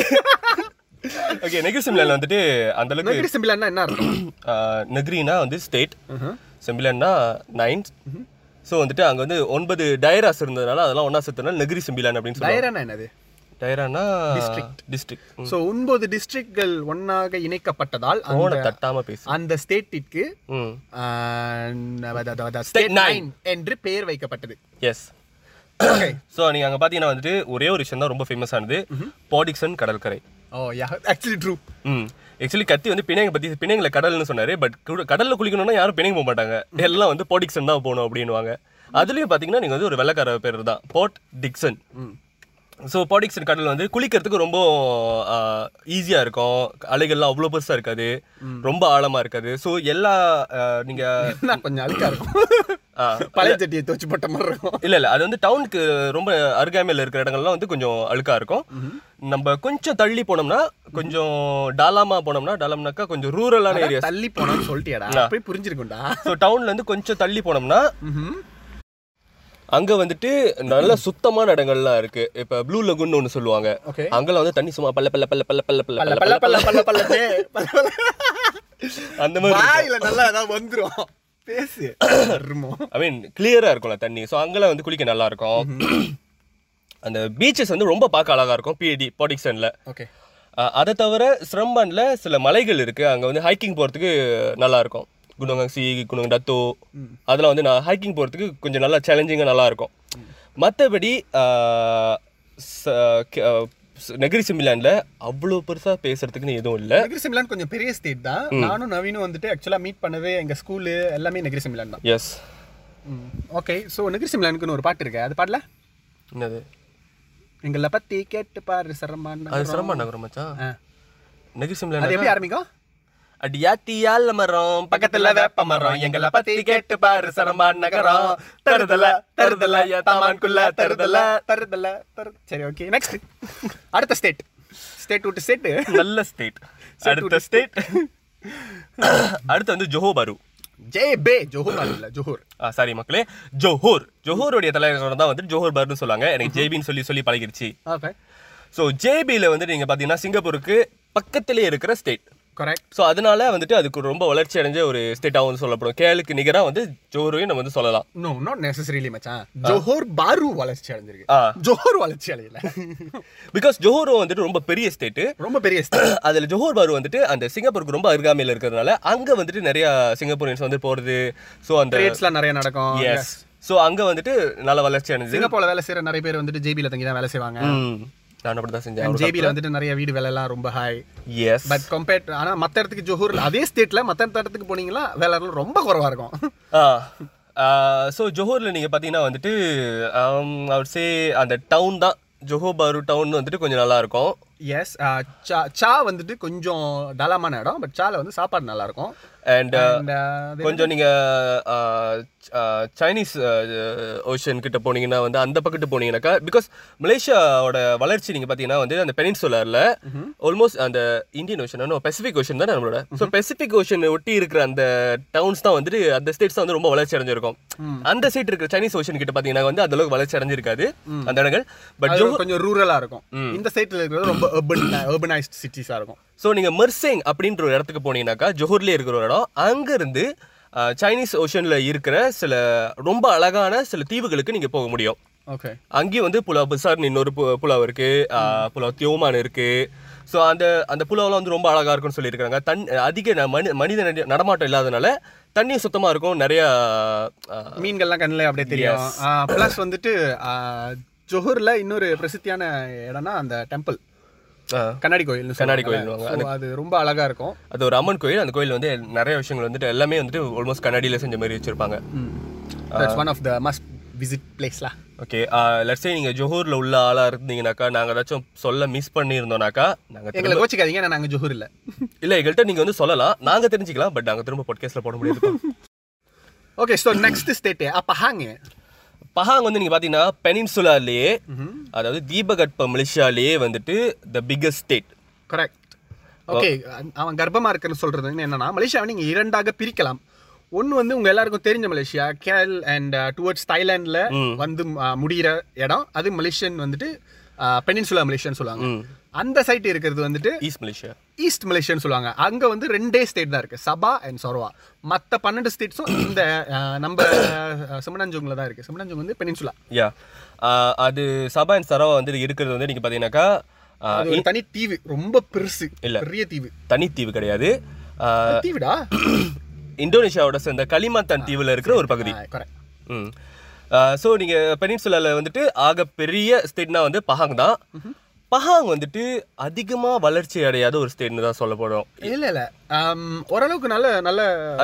Speaker 3: ஓகே நெகிரி சம்பிலான் வந்துட்டு அந்த அளவுக்கு
Speaker 2: நெகிரி சிம்பிளானா என்ன அர்த்தம்
Speaker 3: நெகிரினா வந்து ஸ்டேட் செம்பிலான்னா நைன் ஸோ வந்துட்டு அங்கே வந்து ஒன்பது டயராஸ் இருந்ததுனால அதெல்லாம் ஒன்றா சேர்த்தனால நெகிரி செம்பிலான் அப்படின்னு சொல்லுவாங்க
Speaker 2: டயரானா என்னது
Speaker 3: டயரானா
Speaker 2: District.
Speaker 3: டிஸ்ட்ரிக்ட்
Speaker 2: ஸோ ஒன்பது டிஸ்ட்ரிக்ட்கள் ஒன்றாக இணைக்கப்பட்டதால் அந்த-
Speaker 3: ஃபோனை தட்டாம பேசு
Speaker 2: அந்த ஸ்டேட்டிற்கு
Speaker 3: ம்
Speaker 2: ஸ்டேட்
Speaker 3: nine.
Speaker 2: நைன் என்று பெயர் வைக்கப்பட்டது
Speaker 3: எஸ் (coughs) ஸோ நீங்கள் அங்கே பார்த்தீங்கன்னா வந்துட்டு ஒரே ஒரு விஷயம் தான் ரொம்ப ஃபேமஸ் ஆனது பாடிக்சன் கடற்கரை
Speaker 2: ஓ யா ஆக்சுவலி ட்ரூ
Speaker 3: ம் ஆக்சுவலி கத்தி வந்து பிணைங்க பற்றி பிணைங்களை கடல்னு சொன்னார் பட் கடல்ல குளிக்கணும்னா யாரும் பிணைங்க போக மாட்டாங்க எல்லாம் வந்து போட் டிக்சன் தான் போகணும் அப்படின்னுவாங்க அதுலேயும் பார்த்தீங்கன்னா நீங்கள் வந்து ஒரு வெள்ளக்கார பேர் தான் போட் டிக்சன் ஸோ பாடிக்சன் கடல் வந்து குளிக்கிறதுக்கு ரொம்ப ஈஸியாக இருக்கும் அலைகள்லாம் அவ்வளோ பெருசாக இருக்காது ரொம்ப ஆழமாக இருக்காது ஸோ எல்லா நீங்கள்
Speaker 2: என்ன கொஞ்சம் அழுக்கா (laughs) இருக்கும் பழைய சட்டியை துவச்சு போட்ட மாதிரி இருக்கும்
Speaker 3: இல்ல இல்ல அது வந்து டவுனுக்கு ரொம்ப அருகாமையில் இருக்கிற இடங்கள்லாம் வந்து கொஞ்சம் அழுக்கா இருக்கும் நம்ம கொஞ்சம் தள்ளி போனோம்னா கொஞ்சம் டாலாமா போனோம்னா டாலாம்னாக்கா கொஞ்சம் ரூரலான ஏரியா
Speaker 2: தள்ளி போனான்னு சொல்லிட்டியாடா போய் புரிஞ்சிருக்கும்டா
Speaker 3: ஸோ டவுன்ல இருந்து கொஞ்சம் தள்ளி போனோம்னா அங்க வந்துட்டு நல்ல சுத்தமான இடங்கள்லாம் இருக்கு இப்ப ப்ளூ லகுன்னு ஒன்று சொல்லுவாங்க
Speaker 2: ஓகே
Speaker 3: அங்கெல்லாம் வந்து தண்ணி சும்மா பல்ல பல்ல பல்ல பல்ல பல்ல பல்ல
Speaker 2: பல்ல
Speaker 3: பல்ல
Speaker 2: பல்ல பல்ல பல்ல பல்ல பே, பல்ல பல்ல.
Speaker 3: அந்த மாதிரி
Speaker 2: வாயில நல்லா ஏதாவது வந்துரும் பேசு அருமம்.
Speaker 3: ஐ மீன் கிளியரா இருக்கும்ல தண்ணி ஸோ அங்கெல்லாம் வந்து குளிக்க நல்லா இருக்கும் (clears throat) அந்த பீச்சஸ் வந்து ரொம்ப பார்க்க அழகா இருக்கும் பிடி பாடிக்சன்ல
Speaker 2: ஓகே
Speaker 3: அஹ் அதை தவிர சிரம்பான்ல சில மலைகள் இருக்கு அங்க வந்து ஹைக்கிங் போறதுக்கு நல்லா இருக்கும் குணகங் சி குணகங் டத்தோ அதெல்லாம் வந்து நான் ஹைக்கிங் போறதுக்கு கொஞ்சம் நல்லா சேலஞ்சிங்காக நல்லா இருக்கும் மற்றபடி நெகிரி சிம்லாண்டில் அவ்வளோ பெருசாக பேசுறதுக்குன்னு எதுவும் இல்லை
Speaker 2: நெகிரி சிம்லான் கொஞ்சம் பெரிய ஸ்டேட் தான் நானும் நவீனும் வந்துட்டு ஆக்சுவலாக மீட் பண்ணது எங்க ஸ்கூலு எல்லாமே நெகிரி சிம்லான் தான்
Speaker 3: எஸ்
Speaker 2: ஓகே ஸோ நெகிரி சிம்லானுக்குன்னு ஒரு பாட்டு இருக்கு அது பாடல
Speaker 3: என்னது
Speaker 2: எங்களை பத்தி கேட்டு பாரு சரமான
Speaker 3: அது சிரம்பா நகரம் மச்சான்
Speaker 2: ஆ.
Speaker 3: நெகிரி
Speaker 2: அது
Speaker 3: சிம்லாண்ட்
Speaker 2: எப்படி ஆரம்பிக்கும்
Speaker 3: அடியாத்தியால் மரம் பக்கத்துல வேப்ப மரம் எங்களை பத்தி கேட்டு பாரு சரமான் நகரம் தருதல தருதல தாமான்குள்ள தருதல
Speaker 2: தருதல தரு சரி ஓகே நெக்ஸ்ட் அடுத்த ஸ்டேட் ஸ்டேட் விட்டு ஸ்டேட்
Speaker 3: நல்ல ஸ்டேட் அடுத்த ஸ்டேட் அடுத்து வந்து ஜோஹோபாரு
Speaker 2: ஜே பே ஜோஹூர் இல்ல ஜோஹூர்
Speaker 3: சாரி மக்களே ஜோஹோர் ஜோஹோருடைய தலைநகரம் தான் வந்து ஜோஹோர் பாருன்னு சொல்லுவாங்க எனக்கு ஜேபின்னு சொல்லி சொல்லி பழகிடுச்சு
Speaker 2: ஓகே
Speaker 3: ஸோ ஜேபியில் வந்து நீங்கள் பார்த்தீங்கன்னா சிங்கப்பூருக்கு பக்கத்திலே இருக்கிற ஸ்டேட்
Speaker 2: கரெக்ட்
Speaker 3: ஸோ அதனால வந்துட்டு அதுக்கு ரொம்ப வளர்ச்சி அடைஞ்ச ஒரு ஸ்டேட்டாக வந்து சொல்லப்படும் கேளுக்கு நிகராக வந்து ஜோஹோரையும் நம்ம வந்து சொல்லலாம்
Speaker 2: நோ நாட் நெசசரிலி மச்சான் ஜோஹூர் பாரு வளர்ச்சி அடைஞ்சிருக்கு
Speaker 3: ஆ.
Speaker 2: ஜோஹூர் வளர்ச்சி அடையல
Speaker 3: பிகாஸ் ஜோஹோரும் வந்துட்டு ரொம்ப பெரிய ஸ்டேட்டு
Speaker 2: ரொம்ப பெரிய state.
Speaker 3: அதில் ஜோஹோர் பாரு வந்துட்டு அந்த சிங்கப்பூருக்கு ரொம்ப அருகாமையில் இருக்கிறதுனால அங்கே வந்துட்டு நிறையா சிங்கப்பூரியன்ஸ் வந்து போகிறது ஸோ அந்த
Speaker 2: Trades-லாம் நிறைய நடக்கும்
Speaker 3: எஸ் ஸோ அங்கே வந்துட்டு நல்ல வளர்ச்சி அடைஞ்சது
Speaker 2: சிங்கப்பூர்ல வேலை செய்யற நிறைய பேர் வந்துட்டு ஜேபியில தங்கி தான் வேலை செய்வாங்க
Speaker 3: ம், நான் அப்படி தான் செஞ்சேன்
Speaker 2: ஜேபியில வந்துட்டு நிறைய வீடு வேலை எல்லாம் ரொம்ப ஹாய்
Speaker 3: எஸ்
Speaker 2: பட் கம்பேர்ட் ஆனா மத்த இடத்துக்கு ஜோஹூர் அதே ஸ்டேட்ல மத்த இடத்துக்கு போனீங்கன்னா வேலை எல்லாம் ரொம்ப குறவா இருக்கும் (laughs)
Speaker 3: ஸோ ஜோஹோரில் நீங்கள் பார்த்தீங்கன்னா வந்துட்டு um, அவர் சே அந்த டவுன் தான் ஜோஹோர் பாரு டவுன் வந்துட்டு கொஞ்சம் நல்லா இருக்கும்
Speaker 2: எஸ் சா சா வந்துட்டு கொஞ்சம் டலமான இடம் பட் சால வந்து சாப்பாடு நல்லா இருக்கும்
Speaker 3: அண்ட்
Speaker 2: And, uh, அது-
Speaker 3: கொஞ்சம் நீங்கள் சைனீஸ் ஓஷன் கிட்ட போனீங்கன்னா வந்து அந்த பக்கத்து போனீங்கன்னாக்கா பிகாஸ் மலேசியாவோட வளர்ச்சி நீங்கள் பார்த்தீங்கன்னா வந்து அந்த பெனின்சுலரில் ஆல்மோஸ்ட் அந்த இந்தியன் ஓஷன் இன்னும் பசிபிக் ஓஷன் தானே நம்மளோட ஸோ பெசிபிக் ஓஷன் ஒட்டி இருக்கிற அந்த டவுன்ஸ் தான் வந்துட்டு அந்த ஸ்டேட்ஸ் தான் வந்து ரொம்ப வளர்ச்சி அடைஞ்சிருக்கும் அந்த சைட் இருக்கிற சைனீஸ் ஓஷன் கிட்ட பார்த்தீங்கன்னா வந்து அந்த அளவுக்கு வளர்ச்சி அடைஞ்சிருக்காது அந்த இடங்கள் பட்
Speaker 2: அது கொஞ்சம் ரூரலா இருக்கும் இந்த சைட்ல இருக்கிறது ரொம்ப urban urbanized சிட்டிஸா இருக்கும்
Speaker 3: ஸோ நீங்கள் மெர்சேங் அப்படின்ற ஒரு இடத்துக்கு போனீங்கன்னாக்கா ஜோஹர்லேயே இருக்கிற ஒரு இடம் அங்கேருந்து சைனீஸ் ஓஷனில் இருக்கிற சில ரொம்ப அழகான சில தீவுகளுக்கு நீங்கள் போக முடியும்
Speaker 2: ஓகே
Speaker 3: அங்கேயும் வந்து புலாவ் பசார்னு இன்னொரு பு புலாவ் இருக்குது புலாவ் தியோமான் இருக்குது ஸோ அந்த அந்த புலாவெலாம் வந்து ரொம்ப அழகாக இருக்கும்னு சொல்லியிருக்காங்க தண் அதிக ந- மனி மனித நட- நடமாட்டம் இல்லாதனால தண்ணியும் சுத்தமாக இருக்கும் நிறையா ஆ,
Speaker 2: மீன்கள்லாம் கண்ணுல அப்படியே தெரியும் ப்ளஸ் வந்துட்டு ஆஹ், ஜொஹூர்ல இன்னொரு பிரசித்தியான இடம்னா அந்த டெம்பிள்
Speaker 3: ஆ,
Speaker 2: கண்ணாடி கோயில்
Speaker 3: கண்ணாடி கோயில்னுவாங்க.
Speaker 2: அது ரொம்ப அழகா இருக்கும்
Speaker 3: அது ஒரு அம்மன் கோயில் அந்த கோயில் வந்து நிறைய விஷயங்கள் வந்துட்டு எல்லாமே வந்துட்டு ஆல்மோஸ்ட் கண்ணாடியில் செஞ்ச மாதிரி வச்சுருப்பாங்க
Speaker 2: Mm. That's one of the must visit பிளேஸ்லா
Speaker 3: ஓகே லட்சே நீங்கள் ஜோஹூரில் உள்ள ஆளாக இருந்தீங்கனாக்கா நாங்கள் ஏதாச்சும் சொல்ல மிஸ் பண்ணியிருந்தோம்னாக்கா நாங்கள்
Speaker 2: எங்களை கோச்சிக்காதீங்க ஏன்னா நாங்க ஜொஹூர் இல்ல
Speaker 3: இல்லை எங்கள்கிட்ட நீங்கள் வந்து சொல்லலாம் நாங்கள் தெரிஞ்சுக்கலாம் பட் நாங்கள் திரும்ப பொட்கேஸில் போட முடியாது
Speaker 2: ஓகே ஸோ நெக்ஸ்ட் ஸ்டேட் அப்ப ஹாங்கு
Speaker 3: பஹாங் வந்து நீங்கள் பார்த்தீங்கன்னா பெனின்சுலாலேயே அதாவது தீபகற்ப மலேசியாலேயே வந்துட்டு the biggest state
Speaker 2: correct okay அவன் கர்ப்பமா இருக்குன்னு சொல்றது வந்து என்னன்னா மலேசியாவை நீங்க இரண்டாக பிரிக்கலாம் ஒன்னு வந்து உங்க எல்லாருக்கும் தெரிஞ்ச Malaysia uh, Khel and towards தாய்லாந்துல வந்து அஹ், முடியிற இடம் அது மலேசியன் வந்துட்டு uh, பெனின்சுலா மலேசியான்னு சொல்லுவாங்க அந்த சைட் இருக்கிறது வந்துட்டு
Speaker 3: ஈஸ்ட் மலேசியா
Speaker 2: ஈஸ்ட் மலேசியான்னு சொல்லுவாங்க அங்க வந்து ரெண்டே ஸ்டேட் தான் இருக்கு சபா அண்ட் சொரவா மத்த பன்னெண்டு ஸ்டேட்ஸும் இந்த அஹ், நம்ம சிமனாஞ்சோங்ல தான் இருக்கு சிமனாஞ்சோங் வந்து பெனின்சுலா
Speaker 3: யா Uh, அது சபா அண்ட் சரவா வந்து இருக்கிறது வந்து நீங்க பாத்தீங்கன்னாக்கா uh, ஆ,
Speaker 2: அது ஒரு தனி தீவு ரொம்ப பெருசு
Speaker 3: இல்ல.
Speaker 2: பெரிய தீவு
Speaker 3: தனித்தீவு கிடையாது ஆ,
Speaker 2: தீவிடா
Speaker 3: (coughs) இந்தோனேஷியாவோட சேர்ந்த களிமாத்தான் தீவுல இருக்கிற ஒரு பகுதி
Speaker 2: கரெக்ட்
Speaker 3: ம் ஸோ நீங்கள் பெனின்சுலாவில் வந்துட்டு ஆக பெரிய ஸ்டேட்னா வந்து பஹாங் தான் பஹாங் வந்துட்டு அதிகமாக வளர்ச்சி அடையாத ஒரு ஸ்டேட்னு தான் சொல்ல போகிறோம்
Speaker 2: இல்ல இல்ல ஆம், ஓரளவுக்கு நல்ல நல்ல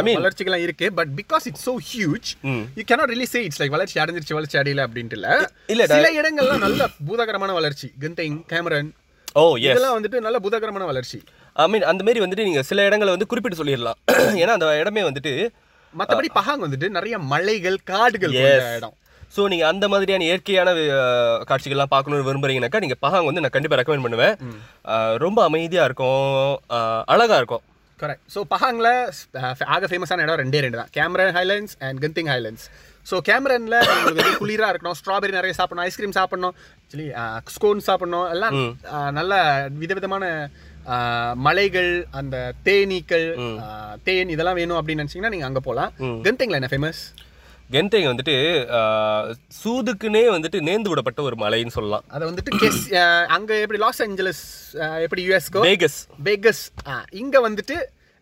Speaker 3: mean-
Speaker 2: வளர்ச்சிகள்லாம் இருக்கு but because it's so huge
Speaker 3: ம்
Speaker 2: you cannot really say it's like வளர்ச்சி அடைஞ்சிருச்சு வளர்ச்சி அடையல அப்படின்ட்டு இல்ல
Speaker 3: இல்ல,
Speaker 2: சில இடங்கள்லாம் நல்ல பூதகரமான வளர்ச்சி கென்டைங் கேமரன்
Speaker 3: ஓ எஸ்
Speaker 2: இதெல்லாம் வந்துட்டு நல்ல பூதகரமான வளர்ச்சி
Speaker 3: ஐ மீன் அந்த மாதிரி வந்துட்டு நீங்கள் சில இடங்களை வந்து குறிப்பிட்டு சொல்லிடலாம் ஏன்னா அந்த இடமே வந்துட்டு
Speaker 2: மத்தபடி பஹாங் வந்துட்டு நிறைய மலைகள் காடுகள் கொண்ட இடம்
Speaker 3: ஸோ நீங்கள் அந்த மாதிரியான இயற்கையான அஹ், காட்சிகள்லாம் பார்க்கணும்னு விரும்புறீங்கனாக்கா நீங்கள் பஹாங் வந்து நான் கண்டிப்பாக ரெக்கமெண்ட் பண்ணுவேன் அஹ், ரொம்ப அமைதியாக இருக்கும் அழகாக இருக்கும்
Speaker 2: கரெக்ட் ஸோ பஹாங்ல அஹ், ஆக ஃபேமஸான இடம் ரெண்டே ரெண்டு தான் Cameron Highlands and Genting Highlands so கேமரன்ல உங்களுக்கு வந்து குளிரா இருக்கணும் ஸ்ட்ராபெரி நிறைய சாப்பிடணும் ஐஸ்கிரீம் சாப்பிடணும் ஆக்சுவலி ஸ்கோன் சாப்பிடணும் எல்லாம் அஹ், நல்ல விதவிதமான அஹ், மலைகள் அந்த தேனீக்கள் அஹ், தேன் இதெல்லாம் வேணும் அப்படின்னு நினைச்சீங்கன்னா நீங்க அங்க போகலாம் கென்திங்ல என்ன ஃபேமஸ்
Speaker 3: கென்தேங் வந்துட்டு அஹ், சூதுக்குன்னே வந்துட்டு நேர்ந்து விடப்பட்ட ஒரு மலைன்னு சொல்லலாம்
Speaker 2: அதை வந்துட்டு கெஸ் அஹ், அங்க எப்படி லாஸ் ஏஞ்சலஸ் அஹ், எப்படி யூஎஸ்கோ
Speaker 3: வேகஸ்
Speaker 2: பெகஸ் இங்க வந்துட்டு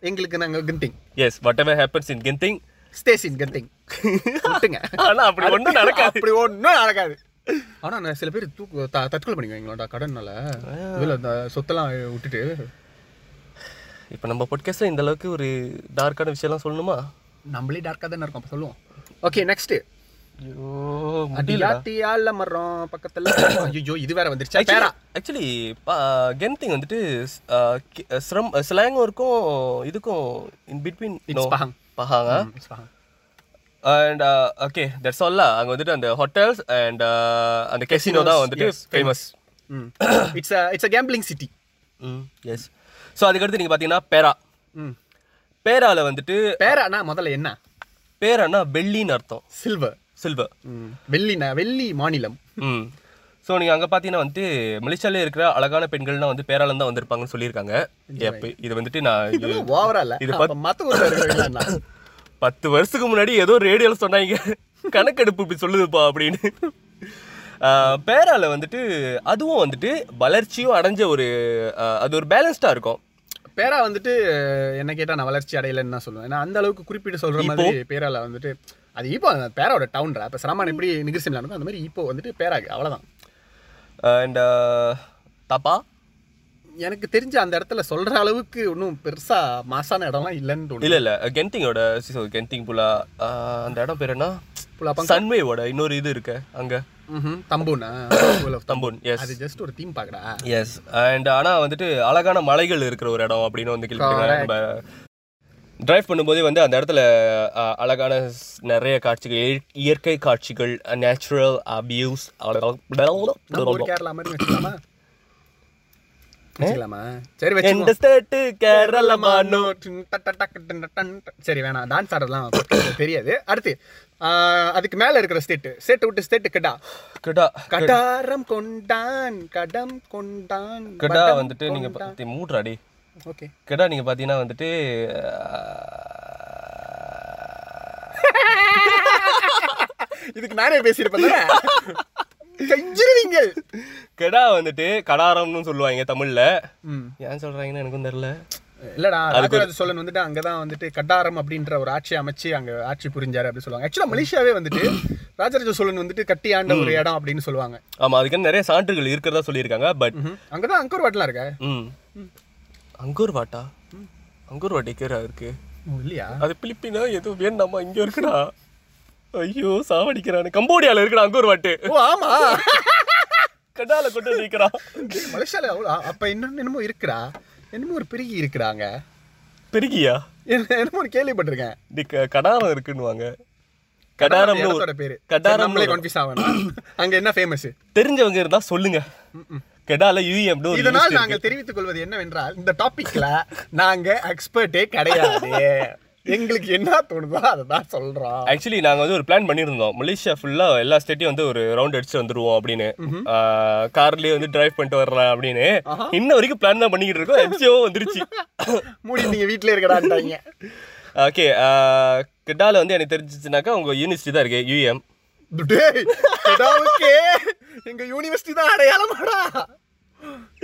Speaker 2: எங்களுக்கு நாங்க Genting
Speaker 3: yes whatever happens in Genting
Speaker 2: station Genting விட்டுங்க
Speaker 3: ஆனா அப்படி ஒண்ணும் நடக்காது
Speaker 2: அப்படி ஒன்றும் நடக்காது ஆனா நான் சில பேர் தூக்கு த- தற்கொலை பண்ணிக்குவாங்களா கடன்னால இதில் அந்த சொத்தெல்லாம் விட்டுட்டு
Speaker 3: இப்போ நம்ம பொட்காஸ்ட்ல இந்த அளவுக்கு ஒரு டார்க்கான விஷயம்லாம் சொல்லணுமா
Speaker 2: நம்மளே டார்க்காக தானே இருக்கும் அப்போ சொல்லுவோம் ஓகே நெக்ஸ்ட்
Speaker 3: ஐயோ
Speaker 2: அடியாட்டியால மரம் பக்கத்துல ஐயோ இது வேற வந்துருச்சா பேரா
Speaker 3: ஆக்சுவலி கென்திங் வந்துட்டு ஸ்- அஹ், கி- அஹ், ஸ்ரம் ஸ்லாங்கும் இருக்கும் இதுக்கும் இன் பிட்வீன்
Speaker 2: It's Pahang.
Speaker 3: பஹாங்க
Speaker 2: ம், it's fine.
Speaker 3: And okay that's ஆல்ல அங்க வந்துட்டு அந்த ஹோட்டல்ஸ் அண்ட் அந்த கெசினோ தான் வந்துட்டு ஃபேமஸ்
Speaker 2: ம் it's it's a gambling city
Speaker 3: ம் எஸ் ஸோ அதுக்கடுத்து நீங்க பாத்தீங்கன்னா பேரா
Speaker 2: ம்
Speaker 3: பேரால வந்துட்டு
Speaker 2: பேரானா முதல்ல என்ன
Speaker 3: பேரானா வெள்ளின்னு அர்த்தம்
Speaker 2: சில்வர்
Speaker 3: சில்வர்
Speaker 2: ம் வெள்ளினா வெள்ளி மாநிலம்
Speaker 3: ம் ஸோ நீங்கள் அங்கே பார்த்தீங்கன்னா வந்துட்டு மலேசியாலே இருக்கிற அழகான பெண்கள்லாம் வந்து பேராளம் தான் வந்திருப்பாங்கன்னு சொல்லியிருக்காங்க எப்ப இது வந்துட்டு நான் இது
Speaker 2: இதெல்லாம் ஓவரா இல்ல
Speaker 3: இது
Speaker 2: அப்ப மத்த ஊர்ல இருக்கிறவங்களா
Speaker 3: பத்து வருஷத்துக்கு முன்னாடி ஏதோ ரேடியோவில் சொன்னாங்க கணக்கெடுப்பு இப்படி சொல்லுதுப்பா அப்படின்னு ஆஹ், பேரால வந்துட்டு அதுவும் வந்துட்டு வளர்ச்சியும் அடைஞ்ச ஒரு ஆஹ், அது ஒரு பேலன்ஸ்டாக இருக்கும்
Speaker 2: பேரா வந்துட்டு என்ன கேட்டா நான் வளர்ச்சி அடையலைன்னு தான் சொல்லுவேன் ஏன்னா அந்த அளவுக்கு குறிப்பிட்டு சொல்ற மாதிரி பேரால வந்துட்டு அது இப்போ அந்த பேராவோட டவுன்ரா இப்போ சரமான் எப்படி நிகிரிசிம்ல இருக்கும் அந்த மாதிரி இப்போ வந்துட்டு பேராக்கு அவ்வளவுதான்
Speaker 3: அண்ட் தப்பா
Speaker 2: எனக்கு தெரிஞ்ச அந்த இடத்துல சொல்ற அளவுக்கு ஒன்றும் பெருசா மாசான இடம்லாம் இல்லைன்னு தோணுது
Speaker 3: இல்லை இல்லை கென்திங்கோட so, கென்திங் புலா ஆஹ், அந்த இடம் பேர் என்ன
Speaker 2: புலாப்பா
Speaker 3: சன்வேவோட இன்னொரு இது இருக்கு அங்கே
Speaker 2: தம்பூனா
Speaker 3: தம்பூன் எஸ்
Speaker 2: அது ஜஸ்ட் ஒரு தீம் பாக்கடா
Speaker 3: எஸ் அண்ட் ஆனா வந்துட்டு அழகான மலைகள் இருக்கிற ஒரு இடம் அப்படின்னு வந்து கேள்விப்பட்டேன் நம்ம டிரைவ் பண்ணும்போதே வந்து அந்த இடத்துல அ, அழகான ஸ்- நிறைய காட்சிகள் இயற்- இயற்கை காட்சிகள் நேச்சுரல் அபியூஸ்
Speaker 2: நம்ம ஒரு கேரளா மாதிரி வச்சுக்கலாமா வச்சுக்கலாமா சரி வச்சுக்கோ
Speaker 3: எந்த ஸ்டேட்டு
Speaker 2: கேரளமானோ
Speaker 3: கேரளமானோ
Speaker 2: டின் ட ட டக் டின் ட டன் ட. சரி வேணாம் டான்ஸ் ஆடுறதுலாம் podcast-ல தெரியாது அடுத்து ஆஹ், அதுக்கு மேல இருக்கிற ஸ்டேட் ஸ்டேட் விட்டு ஸ்டேட் கடா
Speaker 3: கடா
Speaker 2: கடாரம் கொண்டான் கடம் கொண்டான்
Speaker 3: கடா வந்துட்டு நீங்க பாத்தி மூட்ராடி
Speaker 2: ஓகே
Speaker 3: கடா நீங்க பாத்தீங்கன்னா வந்துட்டு
Speaker 2: இதுக்கு நானே பேசியிருப்பேன் கஞ்சிருவீங்க
Speaker 3: கடா வந்துட்டு கடாரம்னு சொல்லுவாங்க தமிழ்ல
Speaker 2: ம்
Speaker 3: ஏன் சொல்றாங்கன்னு எனக்கும் தெரியல
Speaker 2: இல்லடா ராஜராஜ சோழன் வந்துட்டு அங்கதான் வந்துட்டு கட்டாரம் அப்படின்ற ஒரு ஆட்சி அமைச்சு அங்க ஆட்சி புரிஞ்சாரு அப்படின்னு சொல்லுவாங்க ஆக்சுவலா மலேசியாவே வந்துட்டு ராஜராஜ சோழன் வந்துட்டு கட்டி ஆண்ட ஒரு இடம் அப்படின்னு சொல்லுவாங்க
Speaker 3: ஆமா அதுக்கு நிறைய சான்றுகள் இருக்கிறதா சொல்லியிருக்காங்க பட்
Speaker 2: ம்ஹும். அங்கதான் அங்கர் வாட்லாம் இருக்க
Speaker 3: ம் அங்கூர் வாட்டா அங்கூர் வாட்டிக்கரா இருக்கு
Speaker 2: ஓ, இல்லையா
Speaker 3: அது பிலிப்பினா எதுவும் வேண்டாமா இங்க இருக்குடா ஐயோ சாவடிக்கிறானு கம்போடியால இருக்குடா அங்கூர் வாட்டு
Speaker 2: ஓ ஆமா
Speaker 3: கடால கொண்டு நிக்கிறான்
Speaker 2: டேய், மலேசியால அவ்வளோ அப்ப இன்னும் என்னமோ இருக்குடா என்னமோ ஒரு பெருகி இருக்குடாங்க
Speaker 3: பெருகியா
Speaker 2: என்னமோ ஒரு கேள்விப்பட்டிருக்கேன்
Speaker 3: டி க- கடாரம் இருக்குன்னுவாங்க கடாரம்னு
Speaker 2: இடத்தோட
Speaker 3: ஒரு-
Speaker 2: பேரு
Speaker 3: கடாரம்
Speaker 2: நம்மளே கன்ஃபியூஸ் ஆகணும் அங்க என்ன ஃபேமஸ்
Speaker 3: தெரிஞ்சவங்க இருந்தா சொல்லுங்க கடால யூஎம்னு ஒரு
Speaker 2: இதனால் நாங்கள் தெரிவித்துக் கொள்வது என்னவென்றால் இந்த டாபிக்ல நாங்க எக்ஸ்பர்ட்டே கிடையாது எங்களுக்கு என்ன தோணுதோ அதை தான் சொல்றோம்
Speaker 3: ஆக்சுவலி நாங்கள் வந்து ஒரு பிளான் பண்ணியிருந்தோம் மலேசியா ஃபுல்லாக எல்லா ஸ்டேட்டையும் வந்து ஒரு ரவுண்ட் அடிச்சு வந்துருவோம் அப்படின்னு கார்லேயே வந்து டிரைவ் பண்ணிட்டு வரலாம் அப்படின்னு இன்ன வரைக்கும் பிளான் தான் பண்ணிக்கிட்டு இருக்கோம் எம்சிஓ வந்துருச்சு
Speaker 2: மூடி நீங்க வீட்லயே இருக்கடான்ட்டாங்க
Speaker 3: ஓகே கிட்டால வந்து எனக்கு தெரிஞ்சிச்சுனாக்கா உங்கள் யூனிவர்சிட்டி தான் இருக்கு யூஎம்
Speaker 2: டேய், கெடாவுக்கே எங்க யூனிவர்சிட்டி தான் அடையாளமாடா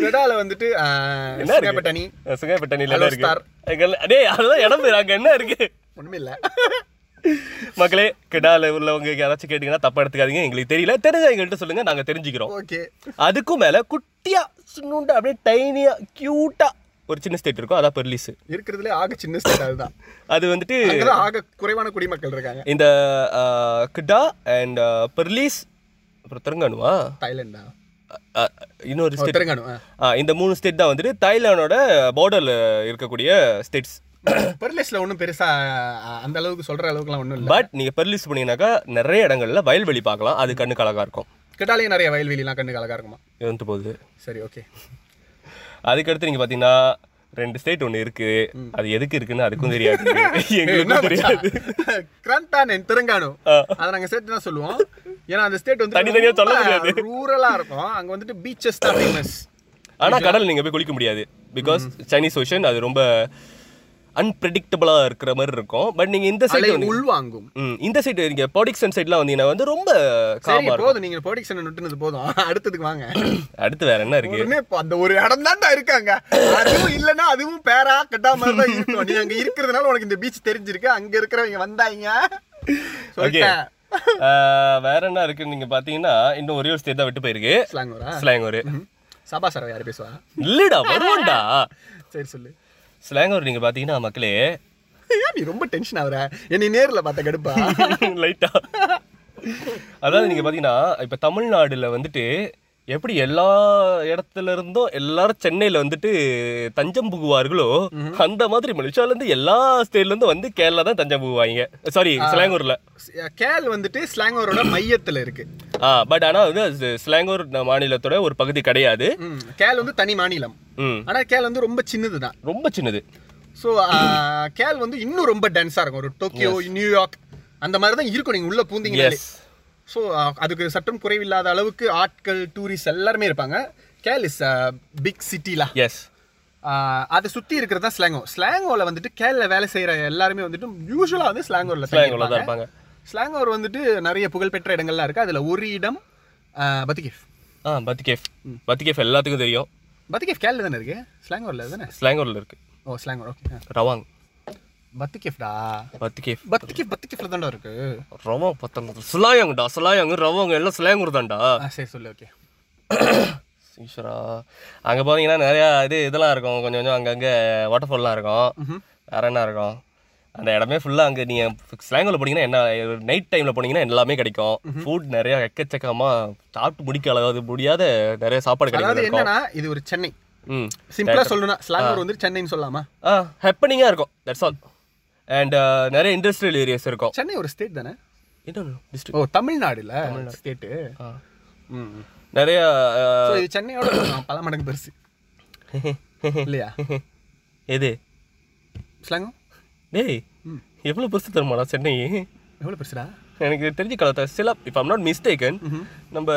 Speaker 2: கெடால வந்துட்டு ஆ,
Speaker 3: என்ன
Speaker 2: சிங்கப்பட்டணி.
Speaker 3: இருக்கு சிங்கப்பட்டணியில்
Speaker 2: Hello,
Speaker 3: என்ன
Speaker 2: star.
Speaker 3: இருக்கு எங்கெல்லாம்- டேய் அதுதான் இடம் பேர் அங்கே என்ன இருக்கு
Speaker 2: ஒண்ணுமே இல்ல
Speaker 3: மக்களே கிடால உள்ளவங்க யாராச்சும் கேட்டிங்கன்னா தப்பா எடுத்துக்காதீங்க எங்களுக்கு தெரியல தெரிஞ்சா எங்கள்கிட்ட சொல்லுங்க நாங்க தெரிஞ்சுக்கிறோம்
Speaker 2: ஓகே
Speaker 3: அதுக்கும் மேல குட்டியா சின்னூண்டு அப்படியே டைனியா கியூட்டா ஒரு சின்ன ஸ்டேட் இருக்கும் அதான் பெர்லிஸ்
Speaker 2: இருக்கிறதுலே ஆக சின்ன ஸ்டேட் அதுதான்
Speaker 3: அது வந்துட்டு
Speaker 2: அங்கதான் ஆக குறைவான குடிமக்கள் இருக்காங்க
Speaker 3: இந்த ஆஹ், கிடா அண்ட் பெர்லிஸ் அப்புறம் தெலுங்கானுவா
Speaker 2: தாய்லாண்டா
Speaker 3: ஆஹ், இன்னொரு
Speaker 2: ஓ,
Speaker 3: ஸ்டேட்
Speaker 2: தெலுங்கானு
Speaker 3: இந்த மூணு ஸ்டேட் தான் வந்துட்டு தாய்லாண்டோட பார்டர்ல இருக்கக்கூடிய ஸ்டேட்ஸ்
Speaker 2: பெர்லிஸ்ல ஒண்ணும் பெருசா ஆ, அந்த அளவுக்கு சொல்ற அளவுக்குலாம் ஒண்ணும் இல்ல
Speaker 3: பட் நீங்க பெர்லிஸ் போனீங்கன்னாக்கா நிறைய இடங்கள்ல வயல்வெளி பார்க்கலாம் அது கண்ணுக்கு அழகா இருக்கும்
Speaker 2: கிட்டாலேயே நிறைய வயல்வெளிலாம் கண்ணுக்கு அழகா இருக்குமா
Speaker 3: வந்துட்டு போகுது
Speaker 2: சரி ஓகே
Speaker 3: அதுக்கடுத்து நீங்க பாத்தீங்கன்னா ரெண்டு ஸ்டேட் ஒண்ணு இருக்கு அது எதுக்கு இருக்குன்னு அதுக்கும் தெரியாது
Speaker 2: என்ன
Speaker 3: எங்களுக்கும் தெரியாது
Speaker 2: கிரந்தானே தெலுங்கானு
Speaker 3: ஆ.
Speaker 2: அதை நாங்க ஸ்டேட் தான் சொல்லுவோம் ஏன்னா அந்த ஸ்டேட்
Speaker 3: தனித்தனியா சொல்ல முடியாது.
Speaker 2: வந்து ரூரலா இருக்கும் அங்க வந்துட்டு பீச்சஸ் தான் ஃபேமஸ்
Speaker 3: ஆனா கடல் நீங்க போய் குளிக்க முடியாது பிகாஸ்
Speaker 2: Mm-hmm.
Speaker 3: சைனீஸ் ஓஷன் அது ரொம்ப அன்பிரடிக்டபிளா இருக்கிற மாதிரி இருக்கும் பட் நீங்க இந்த
Speaker 2: அலை
Speaker 3: சைடு வந்து
Speaker 2: உள்வாங்கும்
Speaker 3: ம், இந்த சைடு நீங்க பாடிக்சன் சைட்லாம் வந்தீங்கன்னா வந்து ரொம்ப
Speaker 2: சரி
Speaker 3: காமா இருக்கும்
Speaker 2: போதும் நீங்க ப்ரொடக்ஷன் விட்டுனது போதும் அடுத்ததுக்கு வாங்க
Speaker 3: (clears throat) அடுத்து வேற என்ன இருக்கு
Speaker 2: ஒண்ணுமே இப்ப அந்த ஒரு இடம் தான்டா இருக்காங்க அதுவும் இல்லனா அதுவும் பேரா கட்டா மாதிரி தான் இருக்கும் நீ அங்க இருக்கிறதுனால உனக்கு இந்த பீச் தெரிஞ்சிருக்கு அங்க இருக்கிறவங்க வந்தாங்க
Speaker 3: ஓகே
Speaker 2: சொல்லிட்டேன்
Speaker 3: வேற என்ன இருக்குன்னு நீங்க பாத்தீங்கன்னா இன்னும் ஒரே ஒரு ஸ்டேட் தான் விட்டு போயிருக்கு
Speaker 2: ஸ்லாங் வரா
Speaker 3: ஸ்லாங் ஒரு
Speaker 2: சபா சார் யார் பேசுவா
Speaker 3: இல்லடா வருவோம்டா
Speaker 2: சரி சொல்லு
Speaker 3: ஸ்லாங் ஒரு நீங்க பாத்தீங்கன்னா மக்களே
Speaker 2: ஏன் நீ ரொம்ப டென்ஷன் ஆகுற என்னை நேர்ல பார்த்த கடுப்பா
Speaker 3: (laughs) லைட்டா அதாவது நீங்க பாத்தீங்கன்னா இப்ப தமிழ்நாடுல வந்துட்டு எப்படி எல்லா இடத்துல இருந்தும் எல்லாரும் சென்னையில வந்துட்டு தஞ்சம் புகுவார்களோ அந்த மாதிரி மலேசியால இருந்து எல்லா ஸ்டேட்ல இருந்து வந்து கேரளா தான் தஞ்சம் புகுவாங்க சாரி சிலாங்கூர்ல
Speaker 2: கேல் வந்துட்டு ஸ்லாங்கோரோட மையத்துல இருக்கு
Speaker 3: ஆ பட் ஆனா வந்து அது சிலாங்கூர் மாநிலத்தோட ஒரு பகுதி கிடையாது
Speaker 2: ம், கேல் வந்து தனி மாநிலம்
Speaker 3: ம்
Speaker 2: ஆனா கேல் வந்து ரொம்ப சின்னதுதான்
Speaker 3: ரொம்ப சின்னது
Speaker 2: ஸோ கேல் வந்து இன்னும் ரொம்ப டென்ஸா இருக்கும் ஒரு டோக்கியோ நியூயார்க் அந்த மாதிரி தான் இருக்கும் நீங்க உள்ள பூந்தீங்கனாலே
Speaker 3: எஸ்
Speaker 2: ஸோ uh, அதுக்கு சற்றும் குறைவில்லாத அளவுக்கு ஆட்கள் டூரிஸ்ட் எல்லாருமே இருப்பாங்க கேல் இஸ் பிக் சிட்டிலா
Speaker 3: எஸ்
Speaker 2: Uh, அதை சுற்றி இருக்கிறது தான் ஸ்லாங்கோ ஸ்லாங்கோவில் வந்துட்டு கேலில் வேலை செய்கிற எல்லாருமே வந்துட்டு யூஸ்வலாக வந்து ஸ்லாங்கோவில்
Speaker 3: சிலாங்கூர்ல தான் இருப்பாங்க
Speaker 2: ஸ்லாங்கோர் வந்துட்டு நிறைய புகழ்பெற்ற இடங்கள்லாம் இருக்குது அதில் ஒரு இடம் uh, பத்திகேஃப்
Speaker 3: ஆ பத்திகேஃப் பத்திகேஃப் எல்லாத்துக்கும் தெரியும்
Speaker 2: பத்திகேஃப் கேலில் தானே இருக்கு ஸ்லாங்கோரில் தானே
Speaker 3: சிலாங்கூர்ல இருக்கு
Speaker 2: ஓ ஸ்லாங்கோர் ஓகே
Speaker 3: ரவாங்
Speaker 2: பத்திகேஃப்டா
Speaker 3: பத்திகேஃப்
Speaker 2: பத்திகேஃப் பத்திகேஃப்ல தான்டா இருக்கு
Speaker 3: ரவா பத்தங்க சிலாயங்கடா சிலாயங்க ரவங்க எல்லாம் சிலாயங்கூர் தான்டா
Speaker 2: ஆ சரி சொல்லு ஓகே
Speaker 3: ஈஸ்வரா அங்கே பார்த்தீங்கன்னா நிறையா இது இதெல்லாம் இருக்கும் கொஞ்சம் கொஞ்சம் அங்கங்கே வாட்டர் ஃபால்லாம் இருக்கும் வேற என்ன இருக்கும் அந்த இடமே ஃபுல்லாக அங்கே நீங்கள் ஸ்லாங்கில் போனீங்கன்னா என்ன நைட் டைமில் போனீங்கன்னா எல்லாமே கிடைக்கும் ஃபுட் நிறையா எக்கச்சக்கமாக சாப்பிட்டு முடிக்க அளவு முடியாத நிறைய சாப்பாடு
Speaker 2: அதாவது
Speaker 3: கிடைக்கும்
Speaker 2: என்னன்னா இது ஒரு சென்னை
Speaker 3: ம்
Speaker 2: சிம்பிளா சொல்லணும்னா ஸ்லாங்கோர் வந்துட்டு சென்னைன்னு சொல்லலாமா
Speaker 3: ஆ ஹெப்பனிங்காக இருக்கும் தட்ஸ் ஆல் அண்ட் uh, நிறைய இண்டஸ்ட்ரியல் ஏரியாஸ் இருக்கும்
Speaker 2: சென்னை ஒரு ஸ்டேட் தானே
Speaker 3: இன்னொன்று டிஸ்ட்ரிக்
Speaker 2: ஓ தமிழ்நாடுல ஸ்டேட்டு
Speaker 3: நிறையா
Speaker 2: ஸோ இது சென்னையோட (coughs) கொஞ்சம் பல மடங்கு பெருசு இல்லையா
Speaker 3: எது
Speaker 2: ஸ்லாங்கோ
Speaker 3: டேய் எவ்வளோ பெருசு தருமாடா சென்னை
Speaker 2: எவ்வளோ பெருசுடா
Speaker 3: எனக்கு தெரிஞ்ச கலத்தை சில இஃப் ஐம் நாட் மிஸ்டேக்கன் நம்ம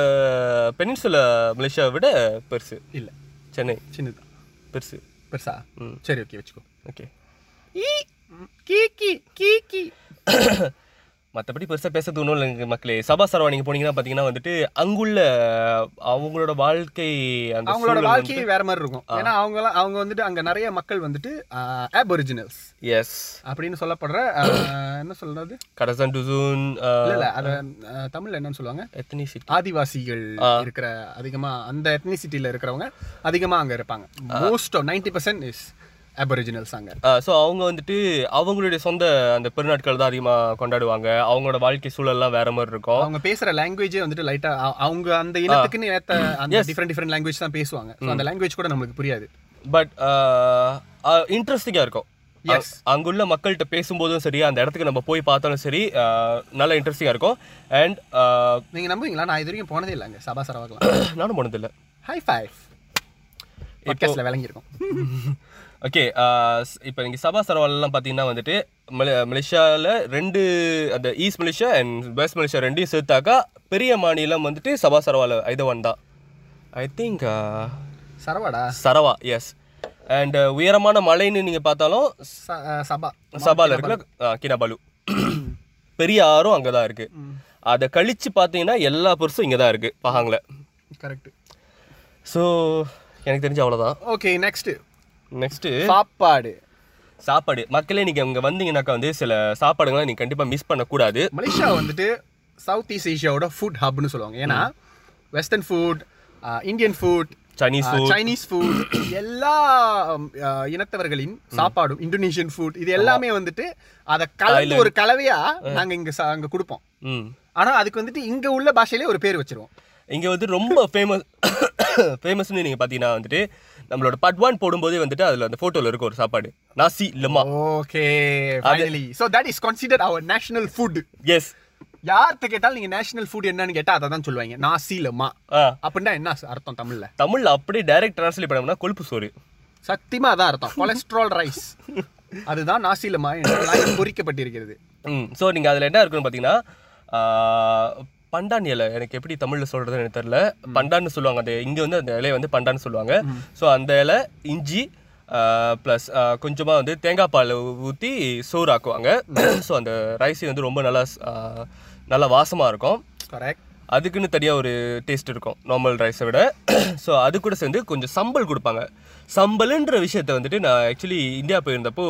Speaker 3: பெனின்சுலா மலேசியாவை விட பெருசு
Speaker 2: இல்ல
Speaker 3: சென்னை
Speaker 2: சின்னதுதான்
Speaker 3: பெருசு
Speaker 2: பெருசா சரி ஓகே வச்சுக்கோ
Speaker 3: (coughs) ஓகே
Speaker 2: கீக்கி கீக்கி
Speaker 3: மற்றபடி பெருசாக பேச தோணும் இல்லைங்க மக்களே சபா சரவா நீங்கள் போனீங்கன்னா பார்த்தீங்கன்னா வந்துட்டு அங்குள்ள அவங்களோட வாழ்க்கை அந்த
Speaker 2: அவங்களோட வாழ்க்கையே வேற மாதிரி இருக்கும் ஏன்னா அவங்க அவங்க வந்துட்டு அங்க நிறைய மக்கள் வந்துட்டு ஆபொரிஜினல்ஸ்
Speaker 3: எஸ்
Speaker 2: அப்படின்னு சொல்லப்படுற ஆ, என்ன சொல்றது
Speaker 3: கடசன் டுசூன்
Speaker 2: இல்ல இல்ல அத ஆ, தமிழ்ல என்னன்னு சொல்லுவாங்க
Speaker 3: எத்தனிசிட்டி
Speaker 2: ஆதிவாசிகள் இருக்கிற அதிகமா அந்த எத்னிசிட்டியில இருக்கிறவங்க அதிகமா அங்க இருப்பாங்க most of ninety percent is aboriginals அங்க
Speaker 3: ஸோ Uh, அவங்க வந்துட்டு அவங்களுடைய சொந்த அந்த பெருநாட்கள் தான் அதிகமாக கொண்டாடுவாங்க அவங்களோட வாழ்க்கை சூழல்லாம் வேற மாதிரி இருக்கும்
Speaker 2: அவங்க பேசுற லாங்குவேஜே வந்துட்டு லைட்டா அவங்க அந்த இனத்துக்குன்னு ஏத்த அந்த டிஃப்ரெண்ட் டிஃப்ரெண்ட் லாங்குவேஜ் தான் பேசுவாங்க So, அந்த லாங்குவேஜ் கூட நம்மளுக்கு புரியாது
Speaker 3: பட் இன்ட்ரெஸ்டிங்காக uh, இருக்கும் அங்- அங்குள்ள மக்கள்கிட்ட பேசும்போதும் சரி அந்த இடத்துக்கு நம்ம போய் பார்த்தாலும் சரி ஆஹ், நல்லா இன்ட்ரெஸ்டிங்காக இருக்கும் அண்ட் (coughs)
Speaker 2: நீங்க நம்புவீங்களா நான் இது வரைக்கும் போனதே இல்லைங்க சபா சரவாக்கலாம்
Speaker 3: (laughs) நானும் போனதில்லை
Speaker 2: ஹை ஃபைவ் பாட்காஸ்ட்ல விளங்கியிருக்கோம்
Speaker 3: ஓகே இப்போ நீங்கள் சபா சரவாலெலாம் பார்த்தீங்கன்னா வந்துட்டு மலே மலேசியாவில் ரெண்டு அந்த east Malaysia and west Malaysia ரெண்டையும் சேர்த்தாக்கா பெரிய மாநிலம் வந்துட்டு சபா சரவால ஐதவான் தான் ஐ திங்க்
Speaker 2: சரவாடா
Speaker 3: சரவா எஸ் அண்ட் உயரமான மலைன்னு நீங்கள் பார்த்தாலும்
Speaker 2: ச- அஹ் சபா
Speaker 3: சபால இருக்கிற ஆ, கினபாலு பெரிய ஆறும் அங்கே தான் இருக்குது அதை கழித்து பார்த்தீங்கன்னா எல்லா பொருசும் இங்கே தான் இருக்குது பஹாங்கில்
Speaker 2: கரெக்ட்
Speaker 3: ஸோ எனக்கு தெரிஞ்சு அவ்வளோதான்
Speaker 2: ஓகே நெக்ஸ்ட்
Speaker 3: நெக்ஸ்ட்டு
Speaker 2: சாப்பாடு
Speaker 3: சாப்பாடு மக்களே நீங்கள் இங்கே வந்தீங்கன்னாக்கா வந்து சில சாப்பாடுங்களை நீங்கள் கண்டிப்பாக மிஸ் பண்ணக்கூடாது
Speaker 2: மலேசியா வந்துட்டு சவுத் ஈஸ்ட் ஏஷியாவோட ஃபுட் ஹப்னு சொல்லுவாங்க ஏன்னா western food Indian food
Speaker 3: Chinese food
Speaker 2: Chinese food எல்லா ஹம், அஹ், இனத்தவர்களின் சாப்பாடும் இந்தோனேஷியன் ஃபுட் இது எல்லாமே வந்துட்டு அதை கலந்து ஒரு கலவையா நாங்க இங்க ச- அங்க கொடுப்போம்
Speaker 3: ம்
Speaker 2: ஆனா அதுக்கு வந்துட்டு இங்க உள்ள பாஷையிலே ஒரு பேர் வச்சிருவோம்
Speaker 3: இங்கே வந்து ரொம்ப (coughs) ஃபேமஸ் ஃபேமஸ்னு நீங்கள் பார்த்தீங்கன்னா வந்துட்டு நம்மளோட பட்வான் போடும்போதே வந்துட்டு அதில் அந்த ஃபோட்டோவில் இருக்க ஒரு சாப்பாடு nasi lemak
Speaker 2: okay finally so that is considered our national food
Speaker 3: yes
Speaker 2: யார்கிட்ட கேட்டாலும் நீங்க நேஷனல் ஃபுட் என்னன்னு கேட்டா அதை தான் சொல்லுவாங்க நான் சீலம்மா
Speaker 3: ஆ
Speaker 2: அப்படின்னா என்ன அர்த்தம் தமிழ்ல
Speaker 3: தமிழில் அப்படியே டைரக்ட் ட்ரான்ஸ்லேட் பண்ணோம்னா கொழுப்பு சோறு
Speaker 2: சத்தியமா அதான் அர்த்தம் கொலஸ்ட்ரால் ரைஸ் அதுதான் நாசிலமா பொறிக்கப்பட்டிருக்கிறது
Speaker 3: ம் ஸோ நீங்கள் அதில் என்ன இருக்குன்னு பார்த்தீங்கன்னா ஆ, பண்டான் இலை எனக்கு எப்படி தமிழில் சொல்கிறதுன்னு எனக்கு தெரில பண்டான்னு சொல்லுவாங்க அந்த இங்கே வந்து அந்த இலையை வந்து பண்டான்னு சொல்லுவாங்க ஸோ அந்த இலை இஞ்சி ப்ளஸ் கொஞ்சமாக வந்து தேங்காய் பால் ஊற்றி சோறு ஆக்குவாங்க ஸோ அந்த ரைஸ் வந்து ரொம்ப நல்லா ஸ்- ஆ, நல்லா வாசமாக இருக்கும்
Speaker 2: கரெக்ட்
Speaker 3: அதுக்குன்னு தனியாக ஒரு டேஸ்ட் இருக்கும் நார்மல் ரைஸை விட ஸோ அது கூட சேர்ந்து கொஞ்சம் சம்பல் கொடுப்பாங்க சம்பல்ன்ற விஷயத்தை வந்துட்டு நான் ஆக்சுவலி இந்தியா போயிருந்தப்போ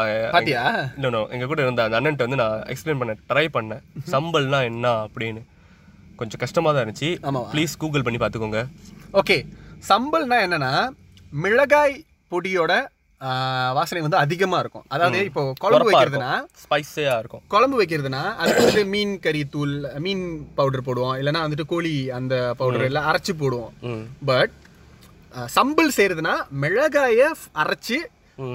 Speaker 3: ஆ,
Speaker 2: பாத்தியா
Speaker 3: இல்லை நோ எங்கள் கூட இருந்த அந்த அண்ணன்ட்ட வந்து நான் எக்ஸ்பிளைன் பண்ண ட்ரை பண்ணேன் சம்பல்னா என்ன அப்படின்னு கொஞ்சம் கஷ்டமாக தான் இருந்துச்சு
Speaker 2: ஆமாவா?
Speaker 3: ப்ளீஸ் கூகுள் பண்ணி பார்த்துக்கோங்க
Speaker 2: ஓகே சம்பல்னா என்னன்னா மிளகாய் பொடியோட ஆ, வாசனை வந்து அதிகமா இருக்கும் அதாவது இப்போ குழம்பு
Speaker 3: குழப்பா இருக்கும்
Speaker 2: வைக்கிறதுனா
Speaker 3: ஸ்பைஸியாக இருக்கும்
Speaker 2: குழம்பு வைக்கிறதுனா அதுக்கு வந்து மீன் கறி தூள் மீன் பவுடர் போடுவோம் இல்லைன்னா வந்துட்டு கோழி அந்த பவுடர் எல்லாம் அரைச்சு போடுவோம்
Speaker 3: ம்
Speaker 2: பட் சம்பல் செய்யறதுன்னா மிளகாய அரைச்சு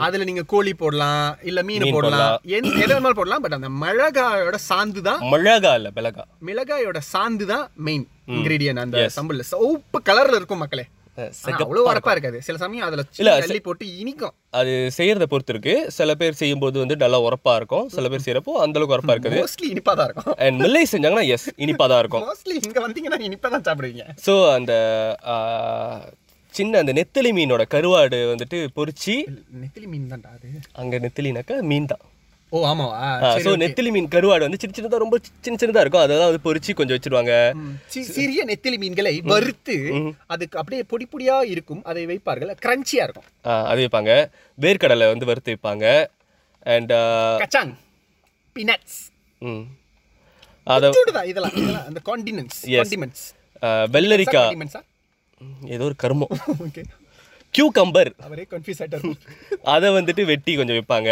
Speaker 2: அதுல நீங்க கோழி போடலாம் இல்ல மீன் போடலாம் எந்த எதை வேணாலும் போடலாம் பட் அந்த மிளகாயோட சாந்து தான்
Speaker 3: மிளகா இல்லை மிளகா
Speaker 2: மிளகாயோட சாந்து தான் மெயின் இன்கிரீடியன் அந்த சம்பல்ல சோப்பு கலர்ல இருக்கும் மக்களே
Speaker 3: அஹ்
Speaker 2: ஆனா, அவ்வளவு வரப்பா இருக்காது சில சமயம் அதுல சின்ன அள்ளி போட்டு இனிக்கும்
Speaker 3: அது செய்கிறத பொறுத்து இருக்கு சில பேர் செய்யும்போது வந்து நல்லா உரப்பாக இருக்கும் சில பேர் செய்கிறப்போ அந்தளவுக்கு உரப்பாக இருக்குது
Speaker 2: மோஸ்ட்லி இனிப்பா தான் இருக்கும்
Speaker 3: அண்ட் மில்லை செஞ்சாங்கன்னா எஸ் இனிப்பாக தான் இருக்கும்
Speaker 2: மோஸ்ட்லி இங்க வந்தீங்கன்னா இனிப்பா தான் சாப்பிடுவீங்க
Speaker 3: ஸோ அந்த ஆ, சின்ன அந்த நெத்திலி மீனோட கருவாடு வந்துட்டு பொரிச்சு
Speaker 2: நெத்திலி மீன் தான்டா அது
Speaker 3: அங்கே நெத்திலினாக்கா மீன் தான்
Speaker 2: ஓ ஆமாவா சரி,
Speaker 3: ஸோ நெத்திலி மீன் கருவாடு வந்து சின்ன சின்னதாக ரொம்ப சின்ன சின்னதாக இருக்கும் அதெல்லாம் வந்து பொரிச்சு கொஞ்சம் வச்சிருவாங்க
Speaker 2: ம். சி- சிறிய நெத்திலி மீன்களை வறுத்து அதுக்கு அப்படியே பொடி பொடியா இருக்கும் அதை வைப்பார்கள் கிரன்ச்சியா இருக்கும்
Speaker 3: ஆ, அது வைப்பாங்க வேர்க்கடலை வந்து வறுத்து வைப்பாங்க அண்ட்
Speaker 2: கச்சாங் பினட்ஸ்
Speaker 3: அதை
Speaker 2: சூடுதான் இதெல்லாம் இதெல்லாம் அந்த காண்டிமெண்ட்ஸ் காண்டிமெண்ட்ஸ்
Speaker 3: வெள்ளரிக்கா
Speaker 2: (laughs) காண்டிமெண்ட்ஸா
Speaker 3: ஏதோ ஒரு கருமம்
Speaker 2: ஓகே
Speaker 3: கியூ கம்பர்
Speaker 2: அவரே கன்ஃபியூஸ்
Speaker 3: (laughs)
Speaker 2: ஆயிட்டாரு
Speaker 3: அதை வந்துட்டு வெட்டி கொஞ்சம் வைப்பாங்க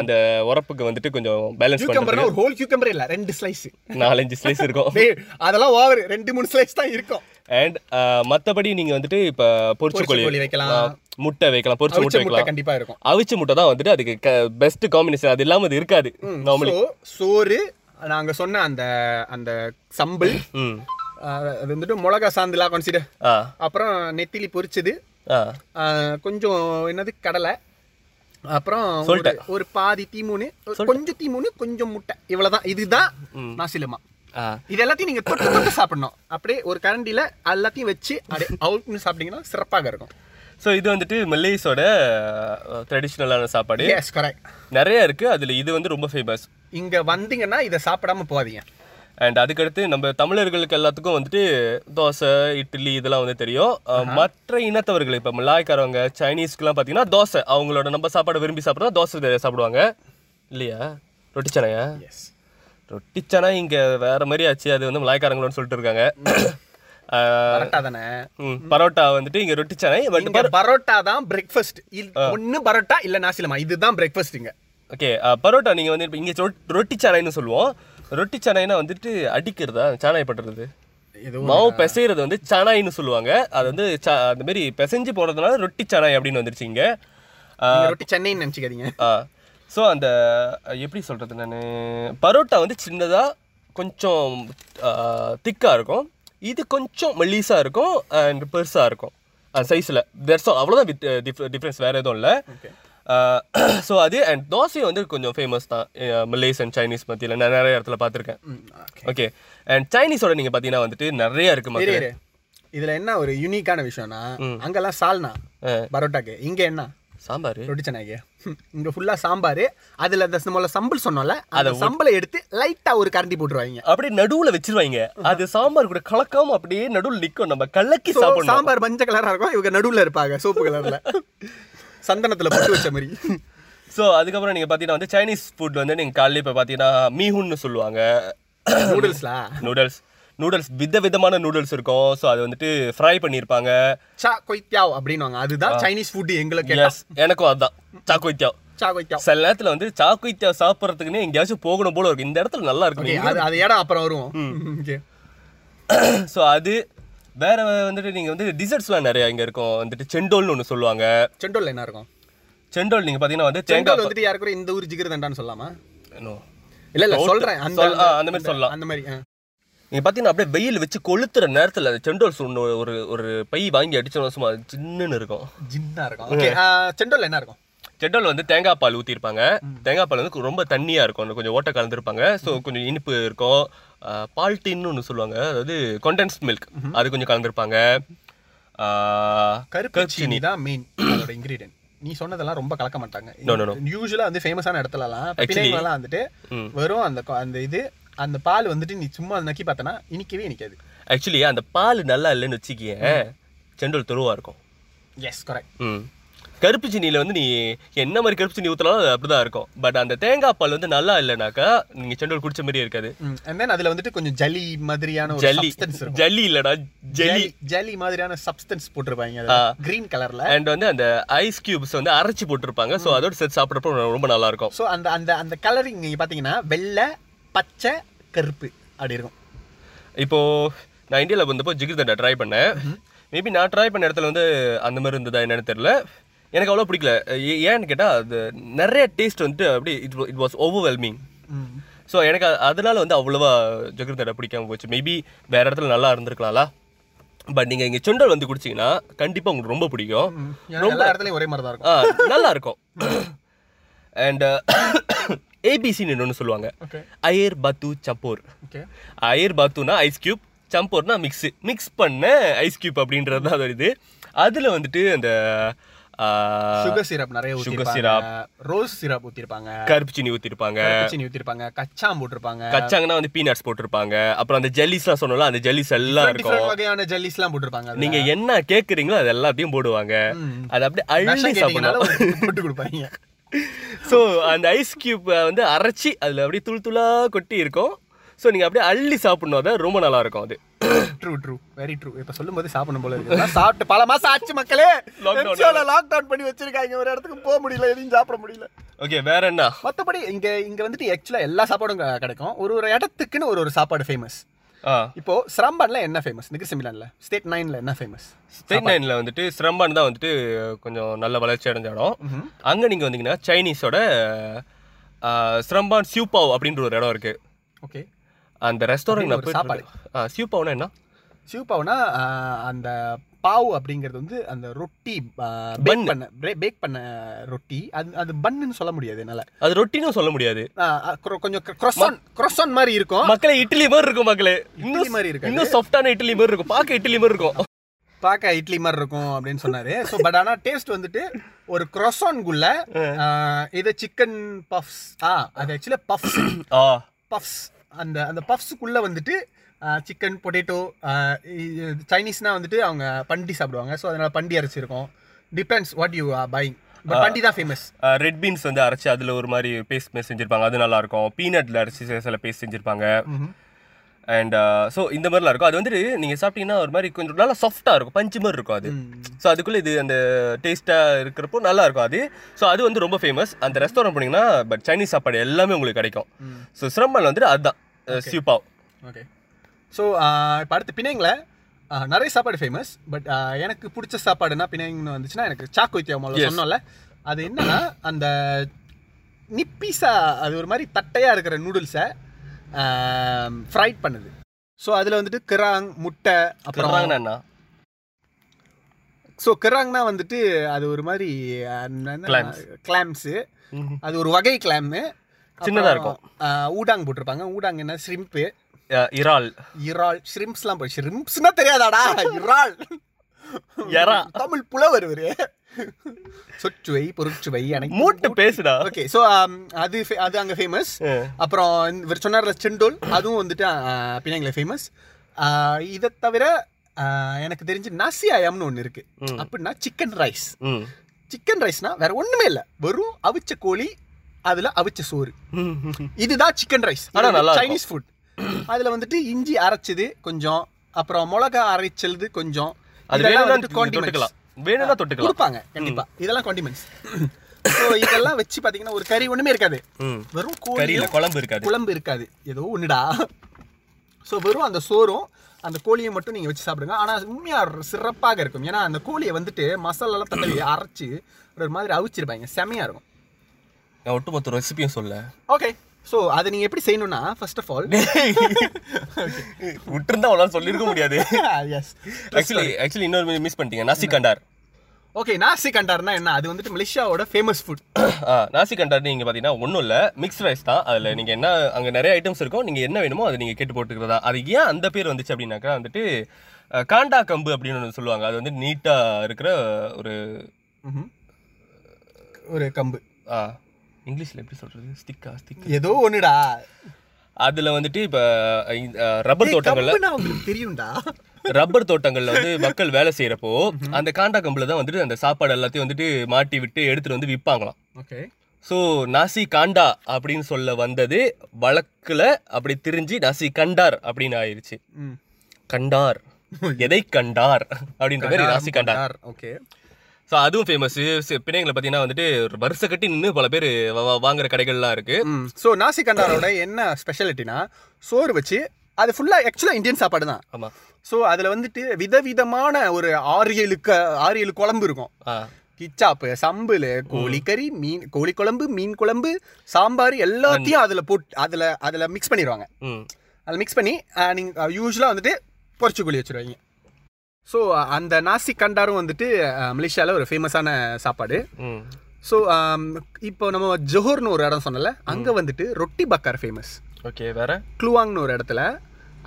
Speaker 3: அந்த உரப்புக்கு வந்துட்டு கொஞ்சம் பேலன்ஸ் பண்ணுறது
Speaker 2: கியூக்கம்பர்னா ஒரு ஹோல் கியூக்கம்பர் இல்ல ரெண்டு ஸ்லைஸ்
Speaker 3: நாலஞ்சு ஸ்லைஸ் இருக்கும்
Speaker 2: டேய் அதெல்லாம் ஓவர் ரெண்டு மூணு ஸ்லைஸ் தான் இருக்கும்
Speaker 3: அண்ட் மற்றபடி நீங்கள் வந்துட்டு இப்போ பொரிச்சு
Speaker 2: பொரிச்ச
Speaker 3: கோழி
Speaker 2: கோழி வைக்கலாம்.
Speaker 3: ஆ, முட்டை வைக்கலாம் பொரிச்சு முட்டை
Speaker 2: அவிச்ச முட்டை
Speaker 3: வைக்கலாம்
Speaker 2: கண்டிப்பா இருக்கும்
Speaker 3: அவிச்ச முட்டை தான் வந்துட்டு அதுக்கு பெஸ்ட் காம்பினேஷன் அது இல்லாமல் அது இருக்காது நார்மலி
Speaker 2: சோ சோறு நாங்க சொன்ன அந்த அந்த சம்பல்
Speaker 3: ம்
Speaker 2: ஆ, அது வந்துட்டு மிளகா சாந்துலாம் கன்சிடர்
Speaker 3: ஆ
Speaker 2: அப்புறம் நெத்திலி பொரிச்சது
Speaker 3: ஆ
Speaker 2: ஆ, கொஞ்சம் என்னது கடலை அப்புறம் ஒரு-
Speaker 3: சொல்லிட்டேன்.
Speaker 2: ஒரு பாதி தீமூனு ஒரு கொஞ்சம் தீமூனு கொஞ்சம் முட்டை இவ்வளவுதான் இதுதான் நாசிலமா
Speaker 3: ஆ
Speaker 2: இது எல்லாத்தையும் நீங்க தொட்டு தொட்டு சாப்பிடணும் அப்படியே ஒரு கரண்டில எல்லாத்தையும் வச்சு அப்படியே அவுட்னு சாப்பிட்டீங்கன்னா சிறப்பாக இருக்கும்
Speaker 3: ஸோ இது வந்துட்டு மில்லேஸோட ட்ரெடிஷ்னலான சாப்பாடு
Speaker 2: எஸ் கரெக்ட்
Speaker 3: நிறைய இருக்கு அதுல இது வந்து ரொம்ப ஃபேமஸ்
Speaker 2: இங்க வந்தீங்கன்னா இதை சாப்பிடாம போகாதீங்க
Speaker 3: அண்ட் அதுக்கடுத்து நம்ம தமிழர்களுக்கு எல்லாத்துக்கும் வந்துட்டு தோசை இட்லி இதெல்லாம் வந்து தெரியும் அஹ், மற்ற இனத்தவர்கள் இப்போ மலாய்க்காரவங்க சைனீஸ்க்குலாம் பார்த்தீங்கன்னா தோசை அவங்களோட நம்ம சாப்பாடை விரும்பி சாப்பிட்றா தோசை நிறைய சாப்பிடுவாங்க இல்லையா ரொட்டி சனையா
Speaker 2: எஸ்
Speaker 3: ரொட்டி சனை இங்கே வேற மாதிரி ஆச்சு அது வந்து மலாய்க்காரங்களோட சொல்லிட்டு இருக்காங்க அஹ்,
Speaker 2: பரோட்டா தானே
Speaker 3: ம், பரோட்டா வந்துட்டு இங்கே ரொட்டி சனை பட்
Speaker 2: இங்க பரோட்டா தான் பிரேக்ஃபாஸ்ட் ஒன்னு பரோட்டா இல்ல நாசிலமா இதுதான் பிரேக்ஃபாஸ்ட் இங்க
Speaker 3: ஓகே uh, பரோட்டா நீங்கள் வந்து இப்போ இங்கே ரொட்டி சானைன்னு சொல்லுவோம் ரொட்டி சானைனா வந்துட்டு அடிக்கிறதா சாணாய் பட்டுறது
Speaker 2: இது
Speaker 3: மாவு பிசைறது வந்து சானாயின்னு சொல்லுவாங்க அது வந்து சா- அந்த மாதிரி பிசைஞ்சு போனதுனால ரொட்டி சானாய் அப்படின்னு வந்துருச்சு இங்கே
Speaker 2: நீங்க ரொட்டி சென்னைன்னு நினைச்சுக்காதீங்க
Speaker 3: ஸோ அந்த எப்படி சொல்கிறது நான் பரோட்டா வந்து சின்னதாக கொஞ்சம் திக்காக இருக்கும் இது கொஞ்சம் மெல்லிஸாக இருக்கும் அண்ட் பெருசாக இருக்கும் சைஸில் தட்ஸ் அவ்வளோதான் டிஃப்ரென்ஸ் வேறு எதுவும் இல்லை (clears throat) ஸோ அது அண்ட் தோசை வந்து கொஞ்சம் ஃபேமஸ் தான் மலேஸ் அண்ட் சைனீஸ் மத்தியில் நான் நிறைய இடத்துல பார்த்துருக்கேன் ஓகே அண்ட் சைனீஸோட நீங்கள் பார்த்தீங்கன்னா வந்துட்டு நிறைய இருக்கு
Speaker 2: இரு,
Speaker 3: மக்கள்
Speaker 2: இரு. இதுல என்ன ஒரு யூனிக்கான விஷயம்னா அங்கெல்லாம் சால்னா பரோட்டாக்கு இங்க என்ன
Speaker 3: சாம்பார்
Speaker 2: ரொட்டி சென்னாக்கு இங்க ஃபுல்லா சாம்பார் அதுல அந்த முதல்ல சம்பல் சொன்னோம்ல அந்த சம்பளை எடுத்து லைட்டா ஒரு கரண்டி போட்டுருவாங்க
Speaker 3: அப்படியே நடுவுல வச்சிருவாங்க அது சாம்பார் கூட கலக்காம அப்படியே நடுவுல நிக்கும் நம்ம கலக்கி
Speaker 2: So,
Speaker 3: சாப்பிடணும்
Speaker 2: சாம்பார் மஞ்சள் கலரா இருக்கும் இவங்க நடுவுல இருப்பாங்க சோப்பு கலர்ல சந்தனத்துல போட்டு வச்ச மாதிரி
Speaker 3: ஸோ அதுக்கப்புறம் நீங்க பாத்தீங்கன்னா வந்து சைனீஸ் ஃபுட் வந்து நீங்க காலையில இப்ப பாத்தீங்கன்னா மீஹுன்னு சொல்லுவாங்க
Speaker 2: நூடுல்ஸ்லா
Speaker 3: நூடுல்ஸ் நூடுல்ஸ் வித விதமான நூடுல்ஸ் இருக்கும் ஸோ அது வந்துட்டு ஃப்ரை பண்ணியிருப்பாங்க
Speaker 2: சா கொய்த்தியாவ் அப்படின்னுவாங்க அதுதான் சைனீஸ் ஃபுட் எங்களுக்கு கேட்டா.
Speaker 3: எஸ் எனக்கும் அதுதான் சாக்குவித்தியா
Speaker 2: சா கொய்த்தியாவ்
Speaker 3: சில நேரத்துல வந்து சாக்குவித்தியா சாப்பிட்றதுக்குன்னு எங்கேயாச்சும் போகணும் போல இருக்கும் இந்த இடத்துல நல்லா
Speaker 2: Okay,
Speaker 3: இருக்கும்
Speaker 2: அது அது இடம் அப்புறம் வருவோம் (laughs) Okay.
Speaker 3: ஸோ அது வேற வந்துட்டு நீங்க வந்து டிசர்ட்ஸ்லாம் நிறைய இங்க இருக்கும் வந்துட்டு செண்டோல்னு ஒன்று சொல்லுவாங்க
Speaker 2: செண்டோல்ல என்ன இருக்கும்
Speaker 3: செண்டோல் நீங்க பாத்தீங்கன்னா வந்து
Speaker 2: செண்டோல்
Speaker 3: தேங்காய்
Speaker 2: வந்துட்டு யாருக்கும் இந்த ஊர் ஜிகிருதண்டான்னு சொல்லலாமா
Speaker 3: No.
Speaker 2: இல்ல இல்ல சொல்றேன் அந்த
Speaker 3: சொல்- ஆ, அந்த மாதிரி சொல்லலாம்
Speaker 2: அந்த மாதிரி ஆ.
Speaker 3: நீங்க பாத்தீங்கன்னா அப்படியே வெயில் வச்சு கொளுத்துற நேரத்துல அந்த செண்டோல் சுண்ணு ஒரு ஒரு பை வாங்கி அடிச்சோம்னா சும்மா சின்னுன்னு இருக்கும்
Speaker 2: ஜின்னா இருக்கும் ஓகே செண்டோல்ல என்ன இருக்கும்
Speaker 3: செண்டோல் வந்து தேங்காய் பால் ஊற்றிருப்பாங்க தேங்காய் பால் வந்து ரொம்ப தண்ணியா இருக்கும் அதுல கொஞ்சம் ஓட்டை கலந்துருப்பாங்க ஸோ கொஞ்சம் இனிப்பு இருக்கும் பால் டின்னு ஒன்று சொல்லுவாங்க அதாவது கண்டென்ஸ்ட் மில்க் அது கொஞ்சம் கலந்துருப்பாங்க ஆ,
Speaker 2: கருப்பு சீனி தான் மெயின் அதோட இன்கிரீடியன்ட் நீ சொன்னதெல்லாம் ரொம்ப கலக்க மாட்டாங்க
Speaker 3: No, no, no.
Speaker 2: யூஸ்வலா வந்து ஃபேமஸான இடத்துலலாம்
Speaker 3: Actually-
Speaker 2: பிள்ளைங்களாம் வந்துட்டு
Speaker 3: ம்.
Speaker 2: வரும் அந்த கொ- அந்த இது அந்த பால் வந்துட்டு நீ சும்மா அதை நக்கி பார்த்தனா இனிக்கவே இனிக்காது
Speaker 3: ஆக்சுவலி அந்த பால் நல்லா இல்லைன்னு வச்சுக்கியேன் செண்டோல் துருவா இருக்கும்
Speaker 2: எஸ் கரெக்ட்
Speaker 3: ம் கருப்பு சீனியில் வந்து நீ என்ன மாதிரி கருப்பு சீனி ஊற்றினாலும் அது அப்படிதான் இருக்கும் பட் அந்த தேங்காய் பால் வந்து நல்லா இல்லைனாக்கா நீங்கள் செண்டல் குடிச்ச மாதிரி இருக்காது
Speaker 2: அண்ட் தென் அதுல வந்துட்டு கொஞ்சம் ஜலி மாதிரியான ஒரு
Speaker 3: ஜல்லி
Speaker 2: சப்ஸ்டன்ஸ் இருக்கும்
Speaker 3: ஜல்லி இல்லைடா (laughs) ஜெல்லி
Speaker 2: ஜலி ஜலி மாதிரியான சப்ஸ்டன்ஸ் போட்டிருப்பாங்க
Speaker 3: ஆ.
Speaker 2: கிரீன் கலர்ல
Speaker 3: அண்ட் வந்து அந்த ஐஸ் கியூப்ஸ் வந்து அரைச்சி போட்டிருப்பாங்க ஸோ அதோட சேர்த்து சாப்பிட்றப்ப ரொம்ப நல்லா இருக்கும்
Speaker 2: ஸோ அந்த அந்த அந்த கலரிங் நீங்க பாத்தீங்கன்னா வெள்ளை பச்சை கருப்பு அப்படி இருக்கும்
Speaker 3: இப்போ நான் இந்தியாவில் வந்தப்போ ஜிகிர்தண்டா ட்ரை பண்ணேன் மேபி நான் ட்ரை பண்ண இடத்துல வந்து அந்த மாதிரி இருந்ததா என்னன்னு தெரியல எனக்கு அவ்வளோ பிடிக்கல ஏ- ஏன்னு கேட்டால் அது நிறைய டேஸ்ட் வந்துட்டு அப்படி இட் இட் வாஸ் ஓவர்வெல்மிங்
Speaker 2: ம்.
Speaker 3: ஸோ எனக்கு அ- அதனால வந்து அவ்வளோவா ஜகிர்தண்டா பிடிக்காம போச்சு மேபி வேற இடத்துல நல்லா இருந்திருக்கலாம்ல பட் நீங்கள் இங்கே சுண்டல் வந்து குடிச்சிங்கன்னா கண்டிப்பாக உங்களுக்கு ரொம்ப பிடிக்கும்
Speaker 2: ஏன்னா எல்லா இடத்துலயும் ஒரே மாதிரி தான் இருக்கும்
Speaker 3: ஆ, நல்லா இருக்கும் (coughs) அண்ட் ஏபிசின்னு ஒன்று சொல்லுவாங்க
Speaker 2: ஓகே
Speaker 3: அயர் பத்து சப்போர்
Speaker 2: ஓகே
Speaker 3: அயர் பாத்துனா ஐஸ் கியூப் சம்போர்னா மிக்ஸ் மிக்ஸ் பண்ண ஐஸ் கியூப் அப்படின்றது தான் அது இது அதில் வந்துட்டு அந்த ஆ,
Speaker 2: சுகர் சிரப் நிறைய ஊத்திருப்பாங்க ரோஸ் சிரப் ஊத்திருப்பாங்க
Speaker 3: கருப்பு சீனி ஊற்றிருப்பாங்க
Speaker 2: கருப்பு சீனி ஊத்திருப்பாங்க கச்சாம் போட்டிருப்பாங்க
Speaker 3: கச்சாங்கன்னா வந்து பீனட்ஸ் போட்டிருப்பாங்க அப்புறம் அந்த ஜெல்லிஸ்லாம் சொன்னோம்ல அந்த ஜெல்லிஸ் எல்லாம் இருக்கும்
Speaker 2: டிஃப்ரெண்ட் வகையான ஜெல்லிஸ் எல்லாம் போட்டிருப்பாங்க அதுல.
Speaker 3: நீங்கள் என்ன கேட்குறீங்களோ அது எல்லாத்தையும் போடுவாங்க
Speaker 2: ம்.
Speaker 3: அது அப்படியே
Speaker 2: விஷம்
Speaker 3: அள்ளி
Speaker 2: கேட்டீங்கனால
Speaker 3: சாப்பிடலாம்
Speaker 2: ஒரு போட்டு கொடுப்பாங்க
Speaker 3: ஸோ அந்த ஐஸ் கியூப் வந்து அரைச்சி அதில் அப்படியே துள் துளா கொட்டி இருக்கும் ஸோ நீங்கள் அப்படியே அள்ளி சாப்பிடணும் அதை ரொம்ப நல்லா இருக்கும் அது
Speaker 2: ட்ரூ ட்ரூ வெரி ட்ரூ இப்ப சொல்லும் போது சாப்பிடும் போல இருக்கு இதெல்லாம் சாப்பிட்டு பல மாசம் ஆச்சு மக்களே
Speaker 3: Lockdown.
Speaker 2: லாக் டவுன் பண்ணி வச்சிருக்காங்க ஒரு இடத்துக்கு போக முடியல எதையும் சாப்பிட முடியல
Speaker 3: ஓகே வேற என்ன
Speaker 2: மத்தபடி இங்க இங்க வந்துட்டு ஆக்சுவலா எல்லா சாப்பாடும் க- கிடைக்கும் ஒரு ஒரு இடத்துக்குன்னு ஒரு ஒரு சாப்பாடு ஃபேமஸ்
Speaker 3: ஆ
Speaker 2: இப்போ சிரம்பான்ல என்ன ஃபேமஸ் நிகிரிசமிலான்ல ஸ்டேட் நைன்ல என்ன ஃபேமஸ்
Speaker 3: ஸ்டேட் நைன்ல வந்துட்டு சிரம்பான் தான் வந்துட்டு கொஞ்சம் நல்ல வளர்ச்சி அடைஞ்ச இடம் அங்க நீங்க வந்தீங்கன்னா சைனீஸோட ஆ, சிரம்பான் சியூபாவ் அப்படின்ற ஒரு இடம் இருக்கு
Speaker 2: ஓகே
Speaker 3: அந்த ரெஸ்டாரண்ட்
Speaker 2: ஒரு சாப்பாடு.
Speaker 3: சியூபாவ்னா என்ன
Speaker 2: சிவப்பாவுனா அந்த பாவ் அப்படிங்கிறது வந்து அந்த ரொட்டி
Speaker 3: Bun.
Speaker 2: பேக் பண்ண பேக் பண்ண ரொட்டி அது அது பன்னு சொல்ல முடியாது என்னால
Speaker 3: அது ரொட்டினும் சொல்ல முடியாது
Speaker 2: ஆ, ஆ, கொ- கொஞ்சம் croissant croissant மாதிரி இருக்கும்
Speaker 3: மக்களே இட்லி மாதிரி இருக்கும் மக்களே
Speaker 2: இட்லி மாதிரி இருக்காது.
Speaker 3: இன்னும் சாஃப்டான இட்லி மாதிரி இருக்கும் பார்க்க இட்லி மாதிரி இருக்கும்
Speaker 2: பார்க்க இட்லி மாதிரி இருக்கும் அப்படின்னு சொன்னாரு ஸோ பட் ஆனா டேஸ்ட் வந்துட்டு ஒரு குரொசான்குள்ள இது சிக்கன் பஃப்ஸ் ஆ அது ஆக்சுவலாக பஃப்ஸ்
Speaker 3: ஆ
Speaker 2: பஃப்ஸ் அந்த அந்த பஃப்ஸுக்குள்ள வந்துட்டு சிக்கன் பொட்டேட்டோ சைனீஸ்னா வந்துட்டு அவங்க பண்டி சாப்பிடுவாங்க ஸோ அதனால பண்டி அரைச்சி இருக்கும் depends what you buying but பண்டி தான் ஃபேமஸ்
Speaker 3: ரெட் பீன்ஸ் வந்து அரைச்சி அதுல ஒரு மாதிரி பேஸ்ட் மாதிரி செஞ்சிருப்பாங்க அது நல்லா இருக்கும் பீனட்ல அரைச்சி சில- சில பேஸ்ட் செஞ்சிருப்பாங்க அண்ட் ஸோ இந்த மாதிரிலாம் இருக்கும் அது வந்துட்டு நீங்க சாப்பிட்டீங்கன்னா ஒரு மாதிரி கொஞ்சம் நல்லா சாஃப்டா இருக்கும் பஞ்சு மாதிரி இருக்கும் அது ஸோ அதுக்குள்ளே இது அந்த டேஸ்ட்டாக இருக்கிறப்போ நல்லா இருக்கும் அது ஸோ அது வந்து ரொம்ப ஃபேமஸ் அந்த ரெஸ்டாரண்ட் போனீங்கன்னா பட் சைனீஸ் சாப்பாடு எல்லாமே உங்களுக்கு கிடைக்கும் ஸோ சிரம்பல் வந்துட்டு அதுதான் சியூபாவ்
Speaker 2: ஓகே ஸோ இப்போ அடுத்து பிணைங்கள நிறைய சாப்பாடு ஃபேமஸ் பட் எனக்கு பிடிச்ச சாப்பாடுனா பிணைங்கன்னு வந்துச்சுன்னா எனக்கு சாக்கோ தியாமல
Speaker 3: Yes.
Speaker 2: சொன்னோம்ல அது என்னன்னா அந்த நிப்பீஸா அது ஒரு மாதிரி தட்டையாக இருக்கிற நூடுல்ஸை ஃப்ரைட் பண்ணுது ஸோ அதில் வந்துட்டு கிராங் முட்டை அப்புறம்
Speaker 3: கிராங்னா என்ன
Speaker 2: ஸோ கெராங்னா வந்துட்டு அது ஒரு மாதிரி
Speaker 3: Clams.
Speaker 2: கிளாம்ஸு அது ஒரு வகை கிளாமு
Speaker 3: சின்னதா இருக்கும்.
Speaker 2: ஊடாங் போட்டிருப்பாங்க ஊடாங் என்ன ஷ்ரிம்ப்பு
Speaker 3: அஹ், இறால்
Speaker 2: இறால் ஷ்ரிம்ப்ஸ்லாம் போய் ஷ்ரிம்ப்ஸ்னா தெரியாதாடா இறால்
Speaker 3: எறா.
Speaker 2: தமிழ் புலவர் இவரு சொச்சுவை பொருட்சுவை அனைத்து
Speaker 3: மூட்டு பேசுடா
Speaker 2: ஓகே ஸோ um, அது fa- அது அங்கே ஃபேமஸ் அப்புறம் இந்த- இவர் சொன்னார்ல செண்டோல் அதுவும் வந்துட்டு பினாங்கில் ஃபேமஸ் இதை தவிர ஆ, எனக்கு தெரிஞ்சு நசியாயம்னு ஒன்று இருக்கு
Speaker 3: ம்.
Speaker 2: அப்படின்னா சிக்கன் ரைஸ்
Speaker 3: ம்.
Speaker 2: சிக்கன் ரைஸ்னா வேற ஒண்ணுமே இல்லை வெறும் அவிச்ச கோழி அதுல அவிச்ச சோறு இதுதான் சிக்கன் ரைஸ்
Speaker 3: ஆனா நல்லா இருக்கும்.
Speaker 2: சைனீஸ் ஃபுட் அதுல வந்துட்டு இஞ்சி அரைச்சது கொஞ்சம் அப்புறம் மிளகா அரைச்சது கொஞ்சம்
Speaker 3: அது
Speaker 2: இதெல்லாம்
Speaker 3: வேணும்னா
Speaker 2: வந்துட்டு
Speaker 3: நீங்க
Speaker 2: condiments.
Speaker 3: தொட்டுக்கலாம் வேணும்னா தொட்டுக்கலாம்
Speaker 2: கொடுப்பாங்க கண்டிப்பா இதெல்லாம் காண்டிமெண்ட்ஸ் ஸோ இதெல்லாம் வச்சு பாத்தீங்கன்னா ஒரு கறி ஒண்ணுமே இருக்காது
Speaker 3: ம்.
Speaker 2: வெறும்
Speaker 3: கறியில
Speaker 2: கோழியும்
Speaker 3: குழம்பு இருக்காது
Speaker 2: குழம்பு இருக்காது ஏதோ ஒண்ணுடா ஸோ வெறும் அந்த சோறும் அந்த கோழியை மட்டும் நீங்க வச்சு சாப்பிடுங்க ஆனா உண்மையா சிறப்பாக இருக்கும் ஏன்னா அந்த கோழியை வந்துட்டு மசாலாலாம் தடவி அரைச்சு ஒரு மாதிரி அவிச்சிருப்பாங்க செமையா இருக்கும்
Speaker 3: நான் ஒட்டுமொத்த ரெசிபியும் சொல்ல
Speaker 2: ஓகே ஸோ அதை நீங்க எப்படி செய்யணும்னா ஃபர்ஸ்ட் (laughs) ஆஃப் ஆல்
Speaker 3: விட்டுருந்தா அவளால் சொல்லியிருக்க முடியாது
Speaker 2: எஸ்
Speaker 3: ஆக்சுவலி ஆக்சுவலி இன்னொரு மிஸ் பண்ணிட்டீங்க நாசி கண்டார்
Speaker 2: ஓகே நாசி கண்டார்னா என்ன அது வந்துட்டு மலேசியாவோட ஃபேமஸ் ஃபுட்
Speaker 3: ஆ, நாசி கண்டார் நீங்கள் பார்த்தீங்கன்னா ஒன்றும் இல்லை மிக்ஸ் ரைஸ் தான் அதில் நீங்கள் என்ன அங்கே நிறைய ஐட்டம்ஸ் இருக்கும் நீங்கள் என்ன வேணுமோ அதை நீங்கள் கேட்டு போட்டுக்கிறதா அது ஏன் அந்த பேர் வந்துச்சு அப்படின்னாக்கா வந்துட்டு அஹ், காண்டா கம்பு அப்படின்னு ஒன்று சொல்லுவாங்க அது வந்து நீட்டாக இருக்கிற ஒரு
Speaker 2: ஒரு கம்பு
Speaker 3: ஆ, இங்கிலீஷில் எப்படி சொல்கிறது ஸ்டிக்கா ஸ்டிக்
Speaker 2: ஏதோ ஒண்ணுடா
Speaker 3: அதில் வந்துட்டு இப்போ ரப்பர் தோட்டங்களில்
Speaker 2: கம்புனா உங்களுக்கு தெரியும்டா
Speaker 3: ரப்பர் தோட்டங்கள்ல வந்து மக்கள் வேலை செய்யறப்போ அந்த காண்டா கம்புல தான் வந்துட்டு அந்த சாப்பாடு எல்லாத்தையும் வந்துட்டு மாட்டி விட்டு எடுத்துட்டு வந்து விற்பாங்களாம்
Speaker 2: ஓகே
Speaker 3: ஸோ நாசி காண்டா அப்படின்னு சொல்ல வந்தது வழக்குல அப்படி திரிஞ்சு நாசி கண்டார் அப்படின்னு ஆயிருச்சு
Speaker 2: ம்
Speaker 3: கண்டார் எதை கண்டார் அப்படின்ற மாதிரி நாசி கண்டார்
Speaker 2: ஓகே
Speaker 3: ஸோ அதுவும் ஃபேமஸ் பிள்ளைங்களை பார்த்தீங்கன்னா வந்துட்டு ஒரு வருஷ கட்டி நின்று பல பேர் வா- வா- வாங்குற கடைகள்லாம் இருக்கு
Speaker 2: ஸோ நாசிகண்டாரோட என்ன ஸ்பெஷாலிட்டினா சோறு வச்சு அது ஃபுல்லாக ஆக்சுவலாக இந்தியன் சாப்பாடு தான்
Speaker 3: ஆமா
Speaker 2: ஸோ அதில் வந்துட்டு விதவிதமான ஒரு ஆறு ஏழு க ஆறு ஏழு குழம்பு இருக்கும்
Speaker 3: ஆ
Speaker 2: கிச்சாப்பு சம்புல கோழிக்கறி மீன் கோழி குழம்பு மீன் குழம்பு சாம்பார் எல்லாத்தையும் அதில் போட்டு அதில் அதில் மிக்ஸ் பண்ணிடுவாங்க
Speaker 3: ம்
Speaker 2: அதில் மிக்ஸ் பண்ணி நீங்கள் யூஸ்வலாக வந்துட்டு பொரிச்சு கோழி வச்சுருவாங்க ஸோ அந்த நாசி கண்டாரும் வந்துட்டு மலேசியாவில் ஒரு ஃபேமஸான சாப்பாடு
Speaker 3: ம்
Speaker 2: ஸோ um, இப்போ நம்ம ஜொஹர்னு ஒரு இடம் சொன்னல அங்கே வந்துட்டு ரொட்டி பக்கார் ஃபேமஸ்
Speaker 3: ஓகே வேற
Speaker 2: க்ளூவாங்னு ஒரு இடத்துல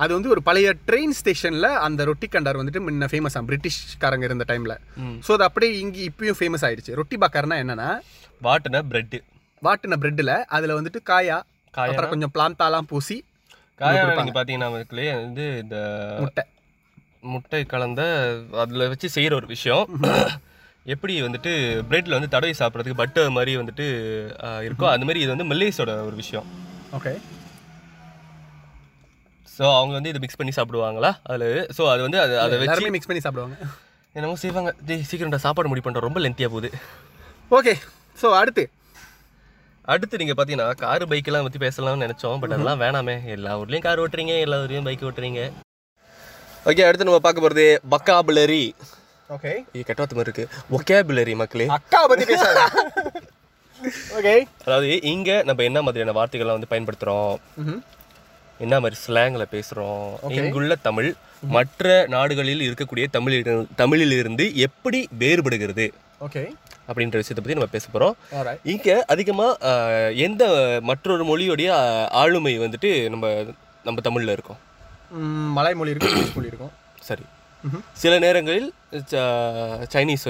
Speaker 2: அது வந்து ஒரு பழைய ட்ரெயின் ஸ்டேஷனில் அந்த ரொட்டி கண்டார் வந்துட்டு முன்ன ஃபேமஸ் ஆகும் பிரிட்டிஷ்காரங்க இருந்த டைமில்
Speaker 3: ம்.
Speaker 2: ஸோ அது அப்படியே இங்கே இப்பயும் ஃபேமஸ் ஆயிடுச்சு ரொட்டி பக்கார்னா என்னன்னா
Speaker 3: வாட்டுன பிரெட்டு
Speaker 2: வாட்டின பிரெட்டில் அதில் வந்துட்டு காயா அப்புறம் கொஞ்சம் பிளாந்தாலாம் பூசி
Speaker 3: காயம் நீங்கள் பார்த்தீங்கன்னா வந்து வந்து இந்த
Speaker 2: முட்டை
Speaker 3: முட்டை கலந்த அதில் வச்சு செய்கிற ஒரு விஷயம் எப்படி வந்துட்டு பிரெட்டில் வந்து தடவை சாப்பிட்றதுக்கு பட்டர் மாதிரி வந்துட்டு ஆஹ், இருக்கோ அந்த மாதிரி இது வந்து மல்லேஸோட ஒரு விஷயம்
Speaker 2: ஓகே
Speaker 3: ஸோ அவங்க வந்து இதை மிக்ஸ் பண்ணி சாப்பிடுவாங்களா அதில் ஸோ அது வந்து அது அதை வச்சு
Speaker 2: எல்லாருமே மிக்ஸ் பண்ணி சாப்பிடுவாங்க
Speaker 3: என்னமோ செய்வாங்க டேய் சீக்கிரம்டா சாப்பாடு முடி பண்ணுறோம் ரொம்ப லென்த்தியாக போகுது
Speaker 2: ஓகே ஸோ அடுத்து
Speaker 3: அடுத்து நீங்கள் பார்த்தீங்கன்னா கார் பைக்கெல்லாம் பற்றி பேசலாம்னு நினச்சோம் பட் அதெல்லாம் வேணாமே எல்லா ஊர்லேயும் கார் ஓட்டுறீங்க எல்லா ஊர்லேயும் பைக் ஓட்டுறீங்க ஓகே அடுத்து நம்ம பார்க்க போகிறது பக்காபுலரி
Speaker 2: ஓகே
Speaker 3: கெட்டவாத்த மாதிரி இருக்கு ஒகேபுலரி மக்களே
Speaker 2: அக்கா பற்றி பேசுகிறேன் (laughs) ஓகே
Speaker 3: அதாவது இங்கே நம்ம என்ன மாதிரியான வார்த்தைகள்லாம் வந்து பயன்படுத்துகிறோம்
Speaker 2: ம்
Speaker 3: என்ன மாதிரி ஸ்லாங்கில் பேசுகிறோம் இங்குள்ள தமிழ் மற்ற நாடுகளில் இருக்கக்கூடிய தமிழில் தமிழிலிருந்து எப்படி வேறுபடுகிறது
Speaker 2: ஓகே
Speaker 3: அப்படின்ற விஷயத்தை பற்றி நம்ம பேச போகிறோம்
Speaker 2: ஆல்ரைட்
Speaker 3: இங்கே அதிகமாக எந்த மற்றொரு மொழியோடைய ஆஹ், ஆளுமை வந்துட்டு நம்ம நம்ம தமிழில் இருக்கும்
Speaker 2: ம், மலாய் மொழி இருக்கும் இங்கிலீஷ் மொழி இருக்கும்
Speaker 3: சரி
Speaker 2: ம்ஹும்.
Speaker 3: சில நேரங்களில் ச- சைனீஸ்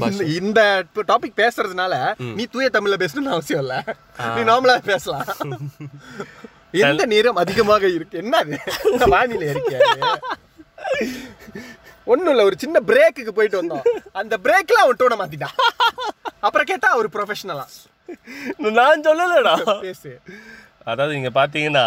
Speaker 3: பாஷை
Speaker 2: இந்த- இந்த டாபிக் பேசுறதுனால நீ தூய தமிழ்ல பேசணும்னு அவசியம் இல்ல நீ நார்மலா பேசலாம் எந்த நேரம் அதிகமாக இருக்கு என்ன அது என்ன வானிலை இருக்கியா ஒண்ணும் இல்ல ஒரு சின்ன பிரேக்குக்கு போயிட்டு வந்தோம் அந்த பிரேக்ல அவன் டோன மாத்திட்டான் அப்புறம் கேட்டா அவர் ப்ரொஃபஷனலா
Speaker 3: நான் சொல்லலடா
Speaker 2: பேசு
Speaker 3: அதாவது இங்க பாத்தீங்கன்னா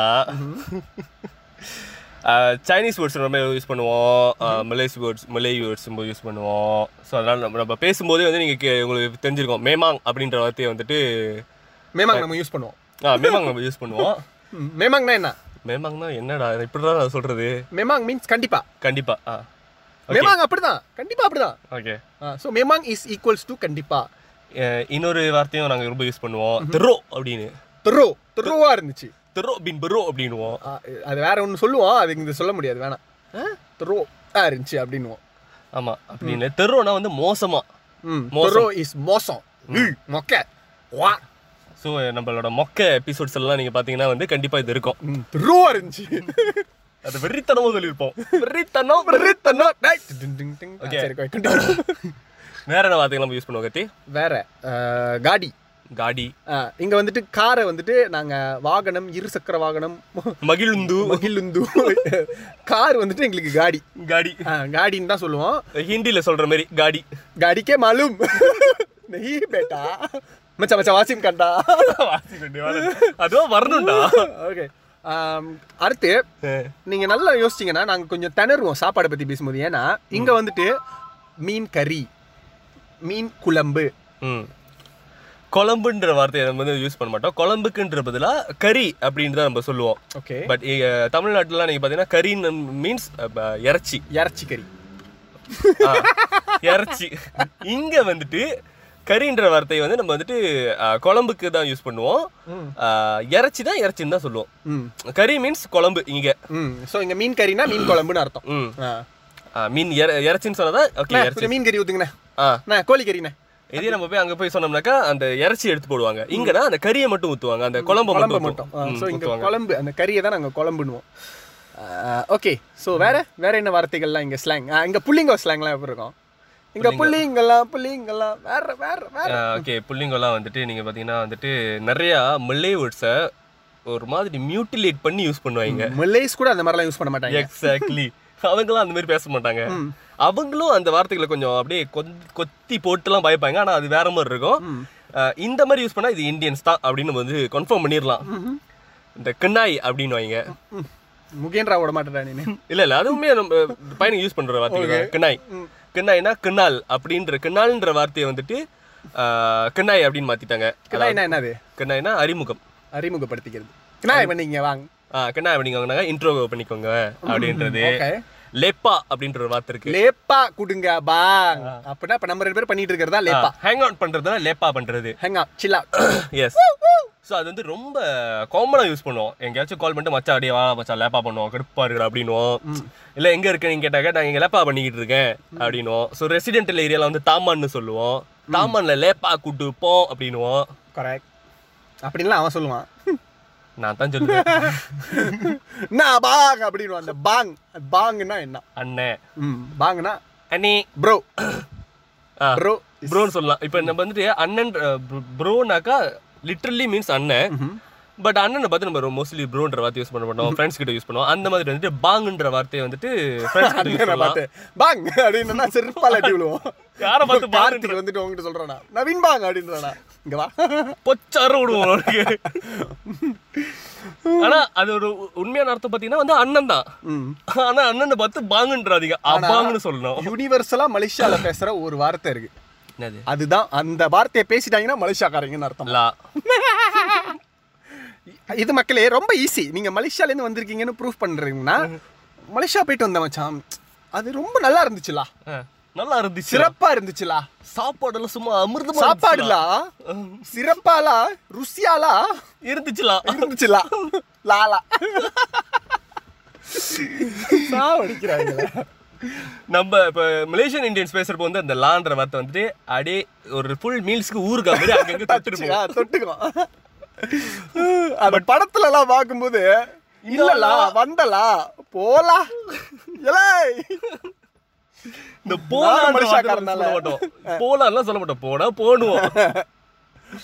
Speaker 3: அஹ், சைனீஸ் வேர்ட்ஸ் ரொம்ப யூஸ் பண்ணுவோம் அஹ், மலேஸ் வேர்ட்ஸ் மலே வேர்ட்ஸ் ரொம்ப யூஸ் பண்ணுவோம் ஸோ அதனால நம்ம நம்ம பேசும்போதே வந்து நீங்க கே- உங்களுக்கு தெரிஞ்சிருக்கும் மேமாங் அப்படின்ற வார்த்தையை வந்துட்டு
Speaker 2: மேமாங் நம்ம யூஸ் பண்ணுவோம்
Speaker 3: ஆ, மேமாங் நம்ம யூஸ் பண்ணுவோம்
Speaker 2: ம், மேமாங்னா என்ன
Speaker 3: மேமாங்னா என்னடா இப்படிதான் நான் சொல்றது
Speaker 2: மேமாங் மீன்ஸ் கண்டிப்பா
Speaker 3: கண்டிப்பா ஆ
Speaker 2: மேமாங் அப்படிதான் கண்டிப்பா அப்படிதான்
Speaker 3: ஓகே
Speaker 2: ஸோ மேமாங் இஸ் ஈக்குவல்ஸ் டு கண்டிப்பா
Speaker 3: இன்னொரு வார்த்தையும் நாங்க ரொம்ப யூஸ் பண்ணுவோம் தெரோ அப்படின்னு
Speaker 2: துரு துருவா இருந்துச்சு
Speaker 3: தெரோ பின் பெரோ அப்படின்னுவோம்
Speaker 2: ஆ, அது வேற ஒன்று சொல்லுவோம் அது இங்கே சொல்ல முடியாது வேணாம் துரோ ஆ இருந்துச்சு அப்படின்னுவோம்
Speaker 3: ஆமா அப்படின்னு தெருனா வந்து மோசமா
Speaker 2: ம்
Speaker 3: மோசம்.
Speaker 2: மோசம் இஸ் மோசம் ம், மொக்க வா
Speaker 3: ஸோ நம்மளோட மொக்க எபிசோட்ஸ் எல்லாம் நீங்க பாத்தீங்கன்னா வந்து கண்டிப்பா இது இருக்கும்
Speaker 2: ம், தெருவா இருந்துச்சு
Speaker 3: அது வெறித்தனமா சொல்லியிருப்போம் வெறித்தனம் வெறித்தனம்
Speaker 2: Right. டிங், டிங், டிங். ஆ,
Speaker 3: Okay.
Speaker 2: சரி go ahead, continue.
Speaker 3: வேற என்ன வார்த்தைகள் நம்ம யூஸ் பண்ணுவோம் கத்தி
Speaker 2: வேற அஹ், காடி
Speaker 3: காடி
Speaker 2: அஹ், இங்க வந்துட்டு காரை வந்துட்டு நாங்க வாகனம் இருசக்கர வாகனம்
Speaker 3: மகிழுந்து
Speaker 2: மகிழுந்து (laughs) கார் வந்துட்டு எங்களுக்கு காடி
Speaker 3: காடி
Speaker 2: அஹ், காடின்னு தான் சொல்லுவோம்
Speaker 3: ஹிந்தியில சொல்ற மாதிரி காடி
Speaker 2: गाड़ी के (laughs) मालूम नहीं बेटा மச்சா மச்சா வாசிம் கண்டா
Speaker 3: அதுவும் வரணும்டா
Speaker 2: (laughs) ஓகே Um, அடுத்து நீங்க நல்லா யோசிச்சீங்கன்னா நாங்க கொஞ்சம் திணறுவோம் சாப்பாடை பத்தி பேசும்போது ஏன்னா இங்க வந்துட்டு மீன் கறி மீன் குழம்பு
Speaker 3: ம் குழம்புன்ற வார்த்தையை நம்ம வந்து யூஸ் பண்ண மாட்டோம் குழம்புக்குன்ற பதிலா கறி அப்படின்னு தான் நம்ம சொல்லுவோம்
Speaker 2: ஓகே
Speaker 3: பட் தமிழ்நாட்டுல நீங்க பாத்தீங்கன்னா கறின்னு மீன்ஸ் இறைச்சி
Speaker 2: இறைச்சி கறி
Speaker 3: ஆ, இறைச்சி இங்க வந்துட்டு கறின்ற வார்த்தையை வந்து நம்ம வந்துட்டு ஆ, குழம்புக்கு தான் யூஸ் பண்ணுவோம் ஆ, இறைச்சி தான் இறைச்சின்னு தான் சொல்லுவோம்
Speaker 2: ம்
Speaker 3: கறி மீன்ஸ் குழம்பு இங்க
Speaker 2: ம் ஸோ இங்க மீன் கறினா மீன் குழம்புன்னு அர்த்தம்
Speaker 3: ம்
Speaker 2: ஆ.
Speaker 3: ஆ, மீன் இற- இறைச்சின்னு சொன்னதா ஓகே
Speaker 2: அண்ணா,
Speaker 3: இறைச்சி
Speaker 2: கொஞ்சம் மீன் கறி ஊத்துங்கண்ணே
Speaker 3: ஆ
Speaker 2: அண்ணா கோழி கறிண்ணே
Speaker 3: இதே நம்ம போய் அங்க போய் சொன்னோம்னாக்கா அந்த இறைச்சி எடுத்து போடுவாங்க இங்கன்னா அந்த கறியை மட்டும் ஊத்துவாங்க அந்த குழம்பு
Speaker 2: குழம்பு மட்டும்
Speaker 3: மட்டும் ஊத்துவோம்.
Speaker 2: ஸோ
Speaker 3: ம்,
Speaker 2: இங்க
Speaker 3: ஊத்துவாங்க
Speaker 2: குழம்பு அந்த கறியை தான் நாங்க குழம்புனுவோம் ஓகே ஸோ வேற வேற என்ன வார்த்தைகள்லாம் இங்க ஸ்லாங் இங்க புள்ளிங்கோ ஸ்லாங்லாம் எப்படி இருக்கும் இங்க புள்ளிங்கெல்லாம் புள்ளிங்கெல்லாம் வேற வேற வேற
Speaker 3: ஓகே புள்ளிங்கெல்லாம் வந்துட்டு நீங்க பாத்தீங்கன்னா வந்துட்டு நிறைய மில்லே வேர்ட்ஸை ஒரு மாதிரி மியூட்டிலேட் பண்ணி யூஸ் பண்ணுவாங்க
Speaker 2: மில்லேஸ் கூட அந்த மாதிரிலாம் யூஸ் பண்ண மாட்டாங்க
Speaker 3: எக்ஸாக்ட்லி அவங்களாம் அந்த மாதிரி பேச மாட்டாங்க அவங்களும் அந்த வார்த்தைகளை கொஞ்சம் அப்படியே கொத்- கொத்தி போட்டுலாம் பயப்பாங்க ஆனா அது வேற மாதிரி இருக்கும் அஹ் இந்த மாதிரி யூஸ் பண்ணா இது இந்தியன்ஸ் தான் அப்படின்னு நம்ம வந்து கன்ஃபார்ம் பண்ணிடலாம் இந்த கிண்ணாய் அப்படின்னு வாங்க
Speaker 2: ம். முகேந்திரா விட மாட்டேடா
Speaker 3: (laughs)
Speaker 2: நீ (laughs)
Speaker 3: இல்ல இல்ல அதுவுமே நம்ம பையனுக்கு யூஸ் பண்ற வார்த்தை கிண்ணாய் கிண்ணாய்னா கிண்ணால் அப்படின்ற கிண்ணால்ன்ற வார்த்தையை வந்துட்டு அஹ், கிண்ணாய் அப்படின்னு மாத்திட்டாங்க
Speaker 2: கிளாய்னா என்னது
Speaker 3: கிண்ணாய்னா அறிமுகம்
Speaker 2: அறிமுகப்படுத்திக்கிறது கிளாய் பண்ணிக்கங்க வாங்க
Speaker 3: ஆ கிண்ணாய் அப்படிங்கனாங்க இன்ட்ரோ பண்ணிக்கோங்க அப்படின்றது
Speaker 2: ஓகே
Speaker 3: லெப்பா அப்படின்ற ஒரு வார்த்தை இருக்கு
Speaker 2: லேப்பா குடுங்க பாங் அப்படின்னா இப்ப நம்ம ரெண்டு பேரும் பண்ணிட்டு இருக்கிறதா லேப்பா
Speaker 3: ஹேங் அவுட் பண்றதுனா லேப்பா பண்றது
Speaker 2: ஹெங்கா சில்லா (clears throat)
Speaker 3: எஸ் ஸோ அது வந்து ரொம்ப காமனாக யூஸ் பண்ணுவோம் எங்கேயாச்சும் கால் பண்ணிட்டு மச்சா அப்படியே வா மச்சா லேப்பா பண்ணுவோம் கடுப்பா இருக்கா அப்படின்னுவோம் இல்லை எங்கே இருக்கேன்னு கேட்டாக்க நான் இங்கே லேப்பா பண்ணிக்கிட்டு இருக்கேன் அப்படின்னுவோம் ஸோ ரெசிடென்டல் ஏரியாவில் வந்து தாமான்னு சொல்லுவோம் தாமான்ல லேப்பா கூட்டு போ அப்படின்னுவோம்
Speaker 2: கரெக்ட் அப்படின்லாம் அவன் சொல்லுவான் (laughs)
Speaker 3: நான் தான் சொல்லுவேன்
Speaker 2: நான் பாங் அப்படின்னு அந்த பாங் பாங்னா என்ன
Speaker 3: அண்ணே
Speaker 2: ம் பாங்னா
Speaker 3: அண்ணே
Speaker 2: ப்ரோ
Speaker 3: ஆ
Speaker 2: ப்ரோ (laughs)
Speaker 3: ப்ரோன்னு சொல்லலாம் இப்போ நம்ம வந்துட்டு அண்ணன் ப்ரோனாக்கா லிட்ரலி மீன்ஸ் அண்ணன் பட் அண்ணனை பார்த்து நம்ம மோஸ்ட்லி ப்ரோன்ற வார்த்தை யூஸ் பண்ண மாட்டோம் ஃப்ரெண்ட்ஸ் கிட்ட யூஸ் பண்ணுவோம் அந்த மாதிரி வந்துட்டு பாங்குன்ற வார்த்தையை வந்துட்டு ஃப்ரெண்ட்ஸ் கிட்ட யூஸ் பண்ணலாம்
Speaker 2: பார்த்து பாங் அப்படின்னா செருப்பால் அடி விழுவோம்
Speaker 3: யாரை
Speaker 2: (laughs)
Speaker 3: பார்த்து பாருன்னு
Speaker 2: கார்த்திக் வந்துட்டு உங்ககிட்ட சொல்றானா நவீன் பாங் அப்படின்றானா இங்க வா (laughs)
Speaker 3: பொச்சார விடுவோம் உனக்கு ஆனா அது ஒரு உண்மையான அர்த்தம் பார்த்தீங்கன்னா வந்து அண்ணன் தான்
Speaker 2: ம்
Speaker 3: ஆனா அண்ணனை பார்த்து பாங்குன்றாதீங்க அப்பாங்கன்னு சொல்லணும்
Speaker 2: யூனிவர்சலா மலேசியால பேசுற ஒரு வார்த்தை இருக்கு
Speaker 3: என்னது
Speaker 2: அதுதான் அந்த வார்த்தையை பேசிட்டாங்கன்னா மலேசியாக்காரங்கன்னு அர்த்தம்
Speaker 3: லா
Speaker 2: இது மக்களே ரொம்ப ஈஸி நீங்க மலேசியால இருந்து வந்திருக்கீங்கன்னு ப்ரூஃப் பண்றீங்கன்னா மலேசியா போயிட்டு வந்த மச்சான் அது ரொம்ப நல்லா இருந்துச்சுலா
Speaker 3: ஆ, நல்லா இருந்துச்சு
Speaker 2: சிறப்பா இருந்துச்சுலா
Speaker 3: சாப்பாடுலாம் சும்மா அமிர்தமா
Speaker 2: சாப்பாடுலா சிறப்பாலா ருசியாலா
Speaker 3: இருந்துச்சுலாம்
Speaker 2: இருந்துச்சுலா லாலா சாவடிக்கிறாங்களே
Speaker 3: நம்ம இப்போ மலேசியன் இந்தியன்ஸ் பேசுறப்போ வந்து அந்த லான்ற வார்த்தை வந்துட்டு அடே ஒரு ஃபுல் மீல்ஸ்க்கு ஊருக்கு மாதிரி அங்கங்க தட்டுருப்போம்
Speaker 2: தொட்டுக்கோ அந்த படத்துல எல்லாம் பார்க்கும்போது இல்லலா வந்தலா போலா ஏய்
Speaker 3: இந்த போலான்ற
Speaker 2: மனுஷா
Speaker 3: வார்த்தை
Speaker 2: காரனால.
Speaker 3: நம்ம சொல்ல மாட்டோம் போலான்லாம் சொல்ல மாட்டோம் போனா போடுவோம்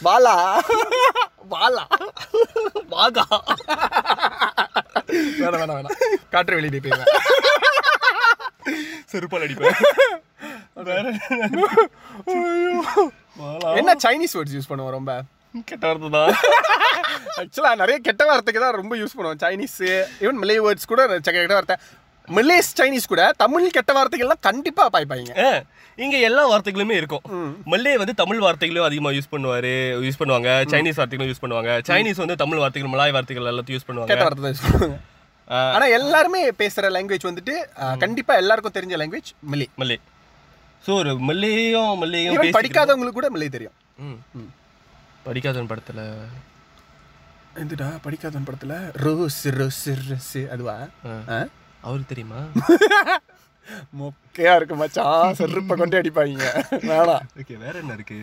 Speaker 2: வாலா வாலா
Speaker 3: வாகா
Speaker 2: வேணாம் வேணாம் வேணாம் காற்று வெளியிட்டு போயிருவேன்
Speaker 3: செருப்பால் அடிப்பேன் வேற என்ன? போலா.
Speaker 2: என்ன சைனீஸ் வேர்ட்ஸ் யூஸ் பண்ணுவோம் ரொம்ப
Speaker 3: கெட்ட வார்த்தை தான்
Speaker 2: ஆக்சுவலா நிறைய கெட்ட வார்த்தைக்கு தான் ரொம்ப யூஸ் பண்ணுவோம் சைனீஸ் ஈவன் மிலே வேர்ட்ஸ் கூட நிறைய கெட்ட வார்த்தை மிலேஸ் சைனீஸ் கூட தமிழ் கெட்ட வார்த்தைகள்லாம் கண்டிப்பா பாய்ப்பாங்க
Speaker 3: ஆ, இங்க எல்லா வார்த்தைகளுமே இருக்கும் மல்லே வந்து தமிழ் வார்த்தைகளும் அதிகமா யூஸ் பண்ணுவாரு யூஸ் பண்ணுவாங்க சைனீஸ் வார்த்தைகளும் யூஸ் பண்ணுவாங்க சைனீஸ் வந்து தமிழ் வார்த்தைகள் மலாய் வார்த்தைகள் எல்லாத்தையும் யூஸ் பண்ணுவாங்க
Speaker 2: கெட்ட வார்த்தை தான் யூஸ் பண்ணுவாங்க
Speaker 3: ஆ,
Speaker 2: ஆனா எல்லாருமே பேசுற லாங்குவேஜ் வந்துட்டு அஹ், கண்டிப்பா எல்லாருக்கும் தெரிஞ்ச லாங்குவேஜ் மிலே
Speaker 3: மல்லே ஸோ ஒரு மல்லேயும் மல்லேயும்
Speaker 2: ஈவன்
Speaker 3: பேசி-
Speaker 2: படிக்காதவங்களுக்கு கூட மிலே தெரியும்
Speaker 3: ம்.
Speaker 2: ம்.
Speaker 3: படிக்காதவன் படத்துல
Speaker 2: இதுடா படிக்காதவன் படத்துல ரோஸ் ரோஸ் ரோஸ் அதுவா
Speaker 3: ஆ. அவருக்கு தெரியுமா
Speaker 2: (laughs) மொக்கையா இருக்கு மச்சான் செருப்பை கொண்டு அடிப்பாங்க வேணாம்
Speaker 3: ஓகே வேற என்ன இருக்கு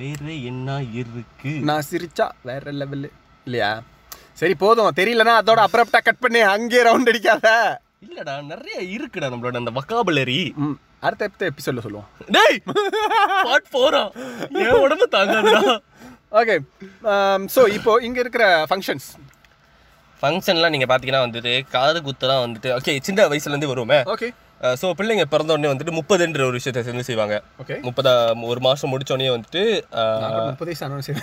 Speaker 3: வேற என்ன இருக்கு
Speaker 2: நான் சிரிச்சா வேற லெவல் இல்லையா சரி போதும் தெரியலனா அதோட அப்ரப்டா கட் பண்ணி அங்கேயே ரவுண்ட் அடிக்காத
Speaker 3: இல்லடா நிறைய இருக்குடா நம்மளோட அந்த வக்காபுலரி
Speaker 2: ம் அடுத்த எப்த எபிசோட்ல சொல்லுவோம்
Speaker 3: டேய் பாட் போறா என் உடம்பு தாங்காதுடா
Speaker 2: ஓகே ஸோ இப்போ இங்க இருக்கிற ஃபங்க்ஷன்ஸ்
Speaker 3: ஃபங்க்ஷன்லாம் நீங்கள் பார்த்தீங்கன்னா வந்துட்டு காது குத்துலாம் வந்துட்டு ஓகே சின்ன வயசுலேருந்து வருவோமே
Speaker 2: ஓகே
Speaker 3: ஸோ பிள்ளைங்க பிறந்த உடனே வந்துட்டு முப்பதுன்ற ஒரு விஷயத்தை செஞ்சு செய்வாங்க
Speaker 2: ஓகே
Speaker 3: முப்பதா ஒரு மாதம் உடனே வந்துட்டு அஹ்,
Speaker 2: முப்பதே சாணம் சரி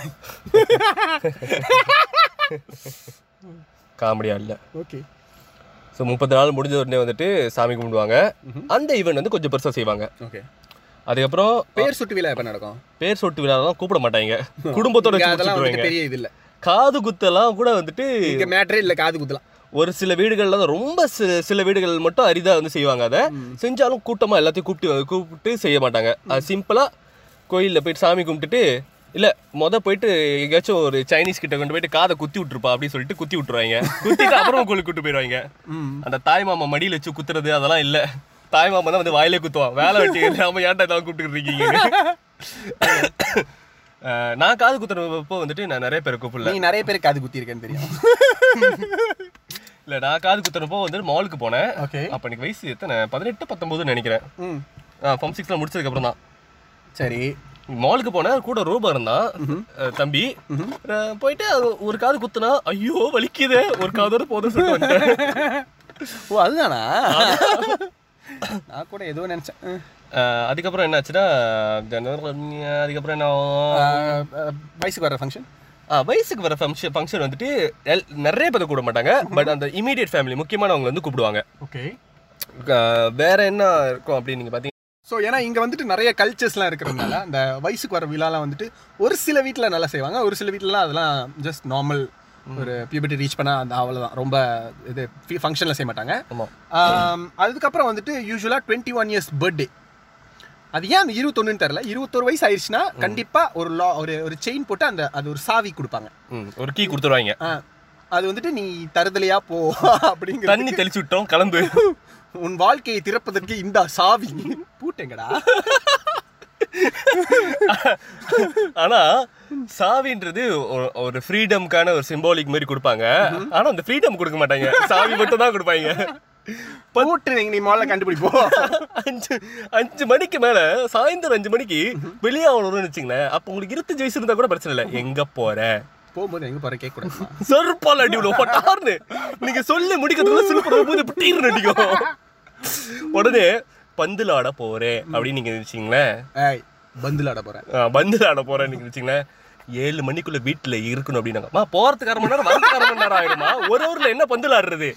Speaker 3: காமெடியா இல்லை
Speaker 2: ஓகே
Speaker 3: ஸோ முப்பது நாள் முடிஞ்ச உடனே வந்துட்டு சாமி கும்பிடுவாங்க அந்த ஈவெண்ட் வந்து கொஞ்சம் பெருசாக செய்வாங்க
Speaker 2: ஓகே
Speaker 3: அதுக்கப்புறம்
Speaker 2: பேர் சுட்டு விழா எப்போ நடக்கும்
Speaker 3: பேர் சொட்டு விழாலாம் கூப்பிட
Speaker 2: (laughs)
Speaker 3: மாட்டாங்க குடும்பத்தோட
Speaker 2: இங்க
Speaker 3: வச்சு
Speaker 2: அதெல்லாம்
Speaker 3: முடிச்சுடுவாங்க
Speaker 2: வந்துட்டு பெரிய இது இல்ல
Speaker 3: காது குத்தெல்லாம் கூட வந்துட்டு
Speaker 2: இங்க மேட்டரே இல்ல காது குத்தலாம்
Speaker 3: ஒரு சில வீடுகள்ல தான் ரொம்ப சில சில வீடுகள் மட்டும் அரிதா வந்து செய்வாங்க அதை செஞ்சாலும் கூட்டமா எல்லாத்தையும் கூப்பிட்டு கூப்பிட்டு செய்ய மாட்டாங்க அது சிம்பிளா கோயில்ல போயிட்டு சாமி கும்பிட்டுட்டு இல்ல மொத போயிட்டு எங்கேயாச்சும் ஒரு சைனீஸ் கிட்ட கொண்டு போயிட்டு காதை குத்தி விட்டுருப்பா அப்படின்னு சொல்லிட்டு குத்தி விட்டுருவாங்க குத்திட்டு அப்புறம் கோயிலுக்கு கூட்டு போயிடுவாங்க அந்த தாய் மாமா மடியில வச்சு குத்துறது அதெல்லாம் இல்ல தாய் மாமா தான் வந்து வாயிலே குத்துவான் வேலை வெட்டி இல்லாம ஏன்டா தான் கூப்பிட்டு இருக்கீங்க அஹ் நான் காது குத்துறப்போ வந்துட்டு நான் நிறைய பேர் கூப்பிடல
Speaker 2: நீ நிறைய பேர் காது குத்தி இருக்கேன்னு தெரியும்
Speaker 3: இல்ல நான் காது குத்துறப்போ வந்து மாலுக்கு போனேன்
Speaker 2: ஓகே
Speaker 3: அப்போ எனக்கு வயசு எத்தனை பதினெட்டு பத்தொம்போதுன்னு நினைக்கிறேன்
Speaker 2: ம்
Speaker 3: ஃபார்ம் சிக்ஸில் முடிச்சதுக்கப்புறம் தான்
Speaker 2: சரி
Speaker 3: மாலுக்கு போனேன் கூட ரூபா இருந்தான் அஹ் தம்பி அஹ் போயிட்டு அது ஒரு காது குத்துனா ஐயோ வலிக்குது ஒரு காதோட போதும் சொல்லிட்டு வந்துட்டேன்.
Speaker 2: ஓ அதுதானா நான் கூட ஏதோ நினைச்சேன் ம்.
Speaker 3: அஹ் அதுக்கப்புறம் என்னாச்சுன்னா ஜனவரி- அதுக்கப்புறம் என்ன ஆகும்?
Speaker 2: ஆஹ், ஆஹ், வயசுக்கு வர ஃபங்க்ஷன்
Speaker 3: அஹ் வயசுக்கு வர ஃபங்க்ஷன் ஃபங்க்ஷன் வந்துட்டு எல்- நிறைய பேர் கூப்பிட மாட்டாங்க பட் அந்த இமீடியட் ஃபேமிலி முக்கியமானவங்க வந்து கூப்பிடுவாங்க
Speaker 2: ஓகே
Speaker 3: அஹ் வேற என்ன இருக்கும் அப்படின்னு நீங்க பார்த்தீங்க
Speaker 2: ஸோ ஏன்னா இங்கே வந்துட்டு நிறைய கல்ச்சர்ஸ்லாம் இருக்கிறதுனால அந்த வயசுக்கு வர விழாலாம் வந்துட்டு ஒரு சில வீட்டில் நல்லா செய்வாங்க ஒரு சில வீட்டிலலாம் அதெல்லாம் ஜஸ்ட் நார்மல் ஒரு பியூபர்ட்டி ரீச் பண்ணால் அந்த அவ்வளோதான் ரொம்ப இது ஃபங்க்ஷனில் செய்ய மாட்டாங்க
Speaker 3: ஆமா
Speaker 2: ஆம், அதுக்கப்புறம் வந்துட்டு யூஸ்வலாக டுவெண்ட்டி ஒன் இயர்ஸ் பர்த்டே அது ஏன் அந்த இருபத்தொன்னு தெரில இருபத்தொரு வயசு ஆயிடுச்சுன்னா கண்டிப்பாக ஒரு லா ஒரு ஒரு செயின் போட்டு அந்த அது ஒரு சாவி கொடுப்பாங்க
Speaker 3: ம், ஒரு கீ கொடுத்துருவாங்க
Speaker 2: ஆ, அது வந்துட்டு நீ தருதலையா போ (laughs) அப்படிங்கிற
Speaker 3: தண்ணி தெளிச்சு விட்டோம் கலந்து
Speaker 2: உன் வாழ்க்கையை திறப்பதற்கு இந்த சாவி பூட்டேங்கடா
Speaker 3: ஆனா சாவின்றது ஒரு- ஒரு ஃப்ரீடம்க்கான ஒரு சிம்பாலிக் மாதிரி கொடுப்பாங்க ஆனா அந்த ஃப்ரீடம் கொடுக்க மாட்டாங்க சாவி மட்டும் தான் கொடுப்பாங்க
Speaker 2: பூட்டு நீங்க நீ முதல்ல கண்டுபிடிப்போம்
Speaker 3: அஞ்சு அஞ்சு மணிக்கு மேல சாயந்தரம் அஞ்சு மணிக்கு வெளியே ஆகணும்னு வச்சுங்களேன் அப்ப உங்களுக்கு இருபத்தஞ்சு வயசு இருந்தா கூட பிரச்சனை இல்லை எங்க போற
Speaker 2: (laughs) போகும்போது எங்க போற கேட்க கூடாது
Speaker 3: செருப்பால் அடி விடும் பட்டார்னு நீங்க சொல்லி முடிக்கிறதுக்குள்ள சிலுப்புறது போது பட்டீர்னு அடிக்கும் உடனே பந்துல ஆட போறேன் அப்படின்னு நீங்க வச்சுங்களேன்
Speaker 2: ஏய் பந்துல ஆட போறேன்
Speaker 3: பந்தில் ஆட போறேன்னு வச்சுங்களேன் ஏழு மணிக்குள்ள வீட்டுல இருக்கணும் அப்படின்னாங்கம்மா போறதுக்கு அரை மணி நேரம் வரதுக்கு அரை மணி நேரம் ஆயிடுமா ஒரு ஊர்ல என்ன பந்தில் ஆடுறது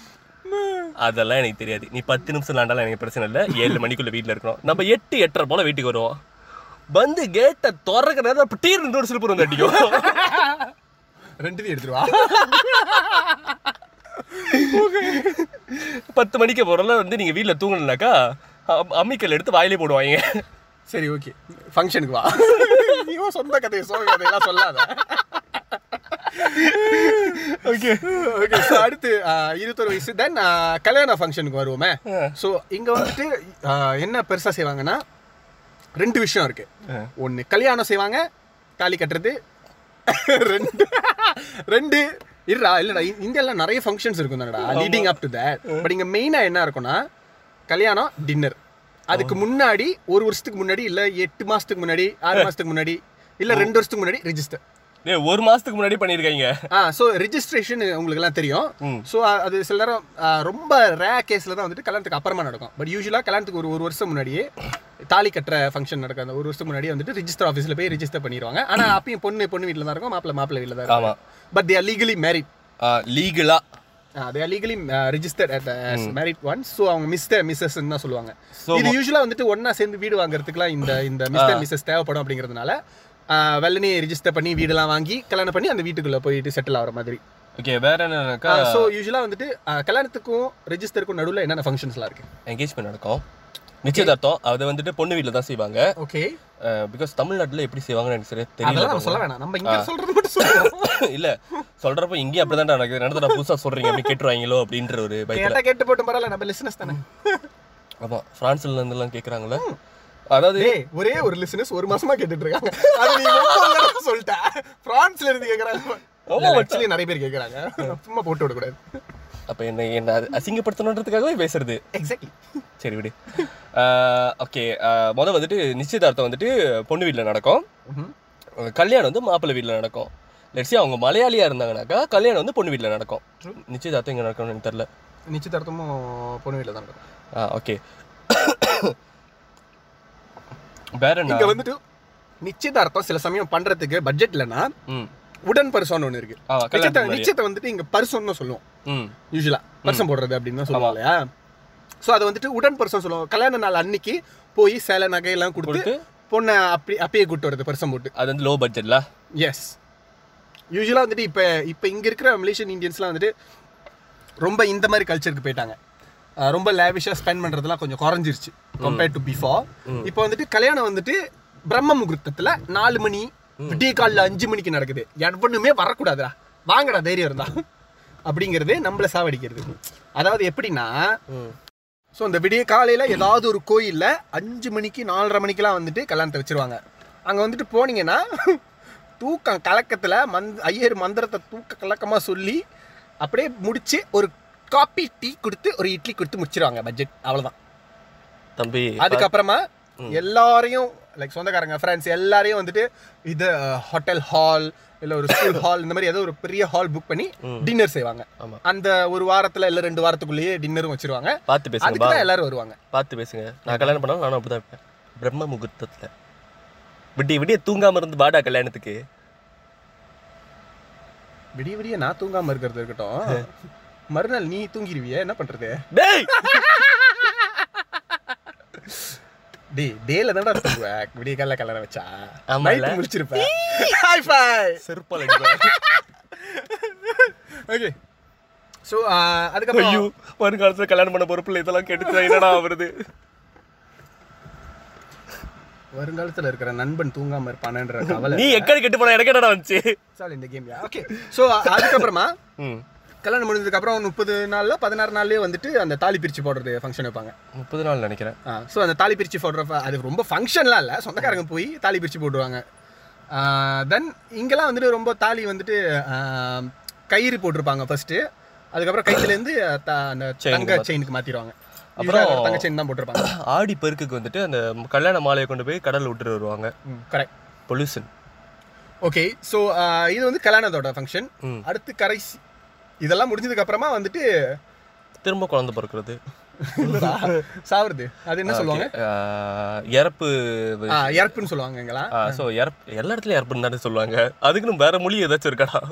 Speaker 3: அதெல்லாம் எனக்கு தெரியாது நீ பத்து நிமிஷம் விளாண்டாலும் எனக்கு பிரச்சனை இல்லை ஏழு மணிக்குள்ள வீட்டுல இருக்கணும் நம்ம எட்டு எட்டரை போல வீட்டுக்கு வருவோம் வந்து கேட்டை திறக்கிற நேரம் அப்ப டீர் ரெண்டு ஒரு சிலுப்பு வந்து அடிக்கும்
Speaker 2: ரெண்டுத்தையும் எடுத்துருவா
Speaker 3: பத்து மணிக்கு போறல வந்து நீங்க வீட்டுல தூங்கணும்னாக்கா அம்- அம்மிக்கல் எடுத்து வாயிலே போடுவாங்க
Speaker 2: (laughs) சரி ஓகே (laughs) ஃபங்க்ஷனுக்கு வா நீயோ சொந்த கதையை சோக கதையெல்லாம் சொல்லாத ஓகே ஓகே ஸோ அடுத்து ஆஹ், இருபத்தொரு வயசு தென் கல்யாண ஃபங்க்ஷனுக்கு வருவோமே ஸோ இங்கே வந்துட்டு ஆஹ், என்ன பெருசாக செய்வாங்கன்னா ரெண்டு விஷயம் இருக்கு ஒன்று கல்யாணம் செய்வாங்க தாலி கட்டுறது ரெண்டு ரெண்டு இருடா இல்லடா இ- இந்தியால நிறைய ஃபங்க்ஷன்ஸ் இருக்கும் தானடா leading up to that but இங்க மெயினா என்ன இருக்கும்னா கல்யாணம் டின்னர் அதுக்கு முன்னாடி ஒரு வருஷத்துக்கு முன்னாடி இல்ல எட்டு மாசத்துக்கு முன்னாடி ஆறு மாசத்துக்கு முன்னாடி இல்ல ரெண்டு வருஷத்துக்கு முன்னாடி ரெஜிஸ்டர்
Speaker 3: டேய், ஒரு மாசத்துக்கு முன்னாடி பண்ணிருக்காங்க
Speaker 2: ஆ ஸோ ரெஜிஸ்ட்ரேஷன் உங்களுக்குலாம் தெரியும்
Speaker 3: ம்.
Speaker 2: ஸோ அது சில நேரம் ஆ, ரொம்ப ரே கேஸில் தான் வந்துட்டு கல்யாணத்துக்கு அப்புறமா நடக்கும் பட் யூஸ்வலாக கல்யாணத்துக்கு ஒரு ஒரு வருஷம் முன்னாடியே தாலி கட்டுற ஃபங்க்ஷன் நடக்கும் அந்த ஒரு வருஷம் முன்னாடியே வந்துட்டு ரிஜிஸ்டர் ஆஃபீஸில் போய் ரெஜிஸ்டர் பண்ணிடுவாங்க ஆனால் அப்பயும் பொண்ணு பொண்ணு வீட்டில் தான் இருக்கும் மாப்பிள்ளை மாப்பிள்ளை வீட்டில் தான்
Speaker 3: ஆமா.
Speaker 2: இருக்கும் but they are legally married
Speaker 3: லீகலா
Speaker 2: they are legally registered at married one so அவங்க மிஸ்டர் மிஸ்ஸஸ்ன்னு தான் சொல்லுவாங்க
Speaker 3: So-
Speaker 2: இது யூஸ்வலாக வந்துட்டு ஒன்றா சேர்ந்து வீடு வாங்குறதுக்குலாம் இந்த இந்த மிஸ்டர் மிஸ்ஸஸ் தேவைப்படும் அப்படிங்கிறதுனால ஆ, வெள்ளனே ரெஜிஸ்டர் பண்ணி வீடெல்லாம் வாங்கி கல்யாணம் பண்ணி அந்த வீட்டுக்குள்ளே போயிட்டு செட்டில் ஆகிற மாதிரி
Speaker 3: ஓகே வேற என்னன்னாக்கா
Speaker 2: ஸோ யூஸ்வலாக வந்துட்டு அஹ், கல்யாணத்துக்கும் ரெஜிஸ்டருக்கும் நடுவில் என்னென்ன ஃபங்க்ஷன்ஸ்லாம் இருக்கு
Speaker 3: என்கேஜ்மெண்ட் நடக்கும் நிச்சயதார்த்தம் அதை வந்துட்டு பொண்ணு வீட்டில் தான் செய்வாங்க
Speaker 2: ஓகே
Speaker 3: பிகாஸ் தமிழ்நாட்டில் எப்படி செய்வாங்கன்னு எனக்கு சரியா தெரியல
Speaker 2: அதெல்லாம் நம்ம சொல்ல வேணாம் நம்ம இங்க சொல்றது மட்டும் சொல்லுவோம்
Speaker 3: (laughs) இல்ல சொல்றப்போ இங்கேயும் அப்படிதான் நடக்குது நடந்தா புதுசா சொல்றீங்க அப்படி கேட்டுருவாங்களோ அப்படின்ற ஒரு பயத்துல
Speaker 2: கேட்டா கேட்டு போட்டு பரவாயில்ல நம்ம லிசனஸ் தானே
Speaker 3: ஆமா பிரான்ஸ்ல இருந்தெல்லாம் கேக்குறாங்கல்ல அதாவது
Speaker 2: டேய் ஒரே ஒரு லிசனஸ் ஒரு மாசமா கேட்டுட்டு இருக்காங்க அது நீ ஒவ்வொரு தடவை சொல்லிட்ட பிரான்ஸ்ல இருந்து கேக்குறாங்க ஆக்சுவலி நிறைய பேர் கேக்குறாங்க சும்மா போட்டு விடக்கூடாது
Speaker 3: அப்ப என்ன என்ன அது அசிங்கப்படுத்தணுன்றதுக்காகவே பேசுறது
Speaker 2: எக்ஸாக்ட்லி
Speaker 3: சரி விடு ஓகே முத வந்துட்டு நிச்சயதார்த்தம் வந்துட்டு பொண்ணு வீட்டில் நடக்கும் கல்யாணம் வந்து மாப்பிள்ளை வீட்டில் நடக்கும் லெட்ஸி அவங்க மலையாளியா இருந்தாங்கனாக்கா கல்யாணம் வந்து பொண்ணு வீட்டில் நடக்கும்
Speaker 2: True.
Speaker 3: நிச்சயதார்த்தம் இங்கே நடக்கணும்னு எனக்கு தெரில
Speaker 2: நிச்சயதார்த்தமும் பொண்ணு வீட்டில் தான் நடக்கும்
Speaker 3: (coughs) ஓகே வேற என்ன
Speaker 2: இங்க வந்துட்டு நிச்சயதார்த்தம் சில சமயம் பண்றதுக்கு பட்ஜெட் இல்லைன்னா
Speaker 3: ம்
Speaker 2: உடன் பர்சன் ஒன்று இருக்கு
Speaker 3: ஆ
Speaker 2: நிச்சயத்தை
Speaker 3: கல்யாணம்
Speaker 2: நிச்சயத்தை வந்துட்டு இங்க பர்சன்னு சொல்லுவோம்
Speaker 3: ம்
Speaker 2: யூஸ்வலா பர்சன் போடுறது அப்படின்னு சொல்லுவோம் இல்லையா ஸோ அது வந்துட்டு உடன் பர்சன் சொல்லுவோம் கல்யாண நாள் அன்னைக்கு போய் சேலை நகையெல்லாம் கொடுத்து
Speaker 3: கொடுத்து
Speaker 2: பொண்ணை அப்படி அப்பயே கூட்டு வருது பர்சன் போட்டு
Speaker 3: அது வந்து லோ பட்ஜெட்ல
Speaker 2: எஸ் யூஸ்வலாக வந்துட்டு இப்போ இப்போ இங்கே இருக்கிற மலேசியன் இந்தியன்ஸ்லாம் வந்துட்டு ரொம்ப இந்த மாதிரி கல்ச்சருக்கு போயிட்டாங்க அஹ் ரொம்ப லேவிஷாக ஸ்பெண்ட் பண்ணுறதுலாம் கொஞ்சம் குறைஞ்சிருச்சு கம்பேர்ட் டு பிஃபோர் இப்போ வந்துட்டு கல்யாணம் வந்துட்டு பிரம்ம முகூர்த்தத்தில் நாலு மணி விடிய காலில் அஞ்சு மணிக்கு நடக்குது எவனுமே வரக்கூடாதுடா வாங்கடா தைரியம் இருந்தா அப்படிங்கிறது நம்மளை சாவடிக்கிறது அதாவது எப்படின்னா ஸோ இந்த விடிய காலையில் ஏதாவது ஒரு கோயிலில் அஞ்சு மணிக்கு நாலரை மணிக்கெலாம் வந்துட்டு கல்யாணத்தை வச்சிருவாங்க அங்கே வந்துட்டு போனீங்கன்னா தூக்கம் கலக்கத்தில் மந்த் ஐயர் மந்திரத்தை தூக்க கலக்கமாக சொல்லி அப்படியே முடிச்சு ஒரு காப்பி டீ கொடுத்து ஒரு இட்லி கொடுத்து முடிச்சிருவாங்க பட்ஜெட் அவ்வளோதான்
Speaker 3: தம்பி
Speaker 2: அதுக்கப்புறமா எல்லாரையும் லைக் சொந்தக்காரங்க ஃப்ரெண்ட்ஸ் எல்லாரையும் வந்துட்டு இது ஹோட்டல் ஹால் இல்லை ஒரு ஸ்கூல் ஹால் இந்த மாதிரி ஏதோ ஒரு பெரிய ஹால் புக் பண்ணி டின்னர் செய்வாங்க
Speaker 3: ஆமா.
Speaker 2: அந்த ஒரு வாரத்தில் இல்லை ரெண்டு வாரத்துக்குள்ளேயே டின்னரும் வச்சிருவாங்க
Speaker 3: பார்த்து பேசுங்க
Speaker 2: அதுக்கு
Speaker 3: பா
Speaker 2: தான் எல்லாரும் வருவாங்க
Speaker 3: பார்த்து பேசுங்க நான் கல்யாணம் பண்ணாலும் நானும் அப்படிதான் இருப்பேன் பிரம்ம முகூர்த்தத்துல விடிய விடிய தூங்காம இருந்து பாடா கல்யாணத்துக்கு
Speaker 2: விடிய விடிய நான் தூங்காம இருக்கிறது இருக்கட்டும் மறுநாள் நீ தூங்கிடுவிய என்ன பண்றது
Speaker 3: டேய்
Speaker 2: டே டேல தான்டா தூங்குவ விடிய கால கல்யாணம் வச்சா
Speaker 3: ஆமால்ல?
Speaker 2: நைட் முடிச்சிருப்ப ஹாய் ஃபைவ்
Speaker 3: செருப்பால்
Speaker 2: ஓகே ஸோ
Speaker 3: ஐயோ
Speaker 2: uh, அதுக்கப்புறம்
Speaker 3: வருங்காலத்துல கல்யாணம் பண்ண பொறுப்புல இதெல்லாம் கெடுத்து என்னடா வருது
Speaker 2: வருங்காலத்துல இருக்கிற நண்பன் தூங்காம இருப்பானன்ற கவலை
Speaker 3: நீ எக்கடி கெட்டு போனா எனக்கு என்னடா வந்துச்சு
Speaker 2: சால் இந்த கேம் ஓகே ஸோ அதுக்கப்புறமா
Speaker 3: ம்
Speaker 2: கல்யாணம் முடிஞ்சதுக்கு அப்புறம் முப்பது நாள்ல பதினாறு நாள்லயே வந்துட்டு அந்த தாலி பிரிச்சு போடுறது ஃபங்க்ஷன் வைப்பாங்க
Speaker 3: முப்பது நாள் நினைக்கிறேன்
Speaker 2: ஸோ அந்த தாலி பிரிச்சு போடுறப்ப அது ரொம்ப ஃபங்க்ஷன்லாம் இல்லை சொந்தக்காரங்க போய் தாலி பிரிச்சு போடுவாங்க தென் இங்கெல்லாம் வந்துட்டு ரொம்ப தாலி வந்துட்டு ஆஹ், கயிறு போட்டிருப்பாங்க ஃபர்ஸ்ட் அதுக்கப்புறம் கயிற்றுலேருந்து அந்த
Speaker 3: Chain
Speaker 2: தங்க செயினுக்கு மாத்திடுவாங்க
Speaker 3: அப்புறம்
Speaker 2: அப்புறம் தங்க செயின் தான் போட்டிருப்பாங்க
Speaker 3: ஆடி பெருக்குக்கு வந்துட்டு அந்த கல்யாண மாலையை கொண்டு போய் கடல்ல விட்டுட்டு வருவாங்க
Speaker 2: கரெக்ட்
Speaker 3: பொல்யூஷன்
Speaker 2: ஓகே ஸோ இது வந்து கல்யாணத்தோட ஃபங்க்ஷன்
Speaker 3: ம்.
Speaker 2: அடுத்து கரைசி இதெல்லாம் முடிஞ்சதுக்கு அப்புறமா வந்துட்டு
Speaker 3: திரும்ப குழந்தை பிறக்கிறது
Speaker 2: இல்லடா, சாவுறது அது என்ன சொல்லுவாங்க
Speaker 3: ஆஹ், இறப்பு
Speaker 2: ஆ, இறப்புன்னு சொல்லுவாங்க இங்கெல்லாம்
Speaker 3: ஸோ இறப்பு எல்லா இடத்துலயும் இறப்புன்னு தானே சொல்லுவாங்க அதுக்குன்னு வேற மொழி ஏதாச்சும் இருக்காடா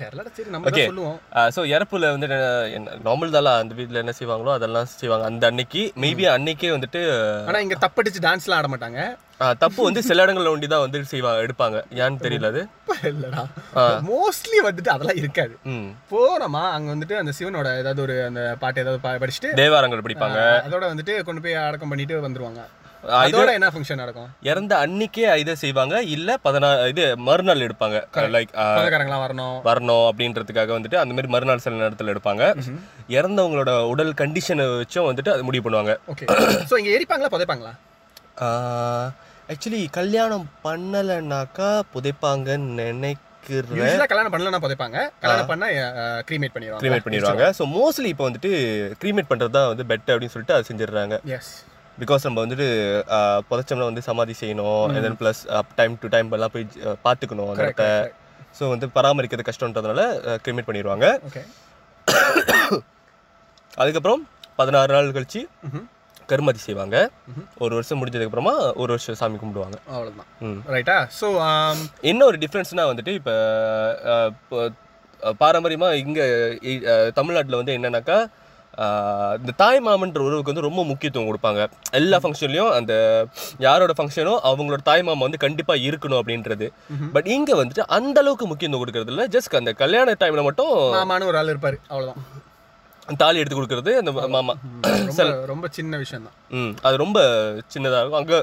Speaker 2: தெரியலடா சரி நம்ம தான் சொல்லுவோம்
Speaker 3: ஸோ இறப்புல வந்து நார்மல் தாலா அந்த வீட்டில் என்ன செய்வாங்களோ அதெல்லாம் செய்வாங்க அந்த அன்னைக்கு மேபி அன்னைக்கே வந்துட்டு
Speaker 2: ஆனா இங்க தப்படிச்சு டான்ஸ்லாம் ஆட மாட்டாங்க
Speaker 3: ஆஹ், தப்பு வந்து சில இடங்கள்ல ஒண்டி தான் வந்து செய்வாங்க எடுப்பாங்க ஏன்னு தெரியல அது
Speaker 2: அப்ப இல்லடா மோஸ்ட்லி வந்துட்டு அதெல்லாம் இருக்காது
Speaker 3: ம்
Speaker 2: போனோமா அங்க வந்துட்டு அந்த சிவனோட ஏதாவது ஒரு அந்த பாட்டு ஏதாவது பா- படிச்சுட்டு
Speaker 3: தேவாரங்கள் பிடிப்பாங்க
Speaker 2: அஹ், அதோட வந்துட்டு கொண்டு போய் அடக்கம் பண்ணிட்டு வந்துருவாங்க அதோட என்ன ஃபங்க்ஷன் நடக்கும்
Speaker 3: இறந்த அன்னைக்கே இதை செய்வாங்க இல்ல பதினா இது மறுநாள் எடுப்பாங்க லைக்
Speaker 2: சொந்தக்காரங்களாம் வரணும்
Speaker 3: வரணும் அப்படின்றதுக்காக வந்துட்டு அந்த மாதிரி மறுநாள் சில நேரத்தில் எடுப்பாங்க இறந்தவங்களோட உடல் கண்டிஷனை வச்சும் வந்துட்டு அது முடிவு பண்ணுவாங்க
Speaker 2: ஓகே சோ இங்க எரிப்பாங்களா புதைப்பாங்களா
Speaker 3: ஆக்சுவலி கல்யாணம் பண்ணலைனாக்கா புதைப்பாங்கன்னு நினைக்கிறேன்
Speaker 2: யூஸ்வலா கல்யாணம் பண்ணலன்னா புதைப்பாங்க கல்யாணம் பண்ணா கிரீமேட் பண்ணிடுவாங்க
Speaker 3: கிரீமேட் பண்ணிடுவாங்க ஸோ மோஸ்ட்லி இப்போ வந்துட்டு கிரீமேட் பண்ணுறது தான் வந்து பெட் அப்படின்னு சொல்லிட்டு அது செஞ்சிடுறாங்க
Speaker 2: எஸ்
Speaker 3: பிகாஸ் நம்ம வந்துட்டு ஆ, புதைச்சோம்னா வந்து சமாதி செய்யணும் then plus time to time எல்லாம் போய் ஆ, பார்த்துக்கணும் அந்த இடத்த ஸோ வந்து பராமரிக்கிறது கஷ்டன்றதுனால கிரிமேட் பண்ணிடுவாங்க
Speaker 2: ஓகே
Speaker 3: அதுக்கப்புறம் பதினாறு நாள் கழிச்சு
Speaker 2: ம்ஹும்.
Speaker 3: கருமாதி செய்வாங்க ஒரு வருஷம் முடிஞ்சதுக்கப்புறமா ஒரு வருஷம் சாமி கும்பிடுவாங்க
Speaker 2: அவ்வளவுதான் um,
Speaker 3: ம்.
Speaker 2: ரைட்டா சோ
Speaker 3: என்ன ஒரு டிஃப்ரென்ஸ்னால் வந்துட்டு இப்போ பாரம்பரியமாக இங்கே தமிழ்நாட்டில் வந்து என்னன்னாக்கா ஆஹ், இந்த தாய் மாமன்ற உறவுக்கு வந்து ரொம்ப முக்கியத்துவம் கொடுப்பாங்க எல்லா ஃபங்க்ஷன்லையும் அந்த யாரோட ஃபங்க்ஷனோ அவங்களோட தாய் மாமா வந்து கண்டிப்பாக இருக்கணும் அப்படின்றது பட் இங்கே வந்துட்டு அந்த அளவுக்கு முக்கியத்துவம் கொடுக்கறது இல்லை ஜஸ்ட் அந்த கல்யாண டைமில் மட்டும்
Speaker 2: மாமான்னு ஒரு ஆள் இருப்பாரு
Speaker 3: (clears throat)
Speaker 2: அவ்வளவுதான்
Speaker 3: தாலி எடுத்து கொடுக்கறது அந்த மாமா
Speaker 2: ரொம்ப ரொம்ப சின்ன விஷயம் தான்
Speaker 3: ம் அது ரொம்ப சின்னதாக இருக்கும் அங்கே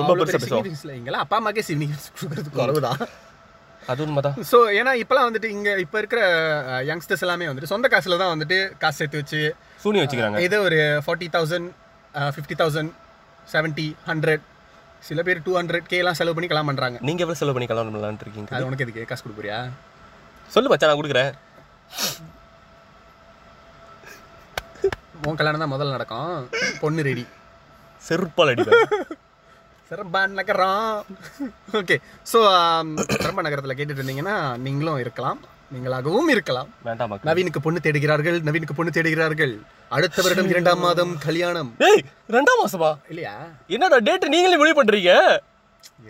Speaker 3: ரொம்ப பெருசாக பேசுவோம்
Speaker 2: இங்கெல்லாம் அப்பா அம்மாக்கே சிவினிங்ஸ் கொடுக்கறதுக்கு குறவுதான்
Speaker 3: அது உண்மைதான்
Speaker 2: ஸோ ஏன்னா இப்போலாம் வந்துட்டு இங்கே இப்போ இருக்கிற யங்ஸ்டர்ஸ் எல்லாமே வந்துட்டு சொந்த காசில் தான் வந்துட்டு காசு சேர்த்து வச்சு
Speaker 3: சூனியம் வச்சுக்கிறாங்க
Speaker 2: ஏதோ ஒரு forty thousand fifty thousand seventy hundred சில பேர் டூ ஹண்ட்ரட் கேலாம் செலவு பண்ணி கல்யாணம் பண்ணுறாங்க
Speaker 3: நீங்க எவ்வளவு செலவு பண்ணி கல்யாணம் பண்ணலாம்னு இருக்கீங்க
Speaker 2: அது உனக்கு எதுக்கு காசு கொடுக்குறியா
Speaker 3: சொல்லு மச்சான் நான் கொடுக்குறேன்
Speaker 2: உன் கல்யாணம் தான் முதல்ல நடக்கும் பொண்ணு ரெடி
Speaker 3: செருப்பால் அடிப்பேன்
Speaker 2: சிறப்பா நகரம் ஓகே ஸோ சிறப்பா நகரத்தில் கேட்டுட்டு இருந்தீங்கன்னா நீங்களும் இருக்கலாம் நீங்களாகவும் இருக்கலாம்
Speaker 3: வேண்டாம் மக்கள்
Speaker 2: நவீனுக்கு பொண்ணு தேடுகிறார்கள் நவீனுக்கு பொண்ணு தேடுகிறார்கள் அடுத்த வருடம் இரண்டாம் மாதம் கல்யாணம்
Speaker 3: ஏய் ரெண்டாம் மாசமா
Speaker 2: இல்லையா
Speaker 3: என்னடா டேட் நீங்களே முடிவு பண்றீங்க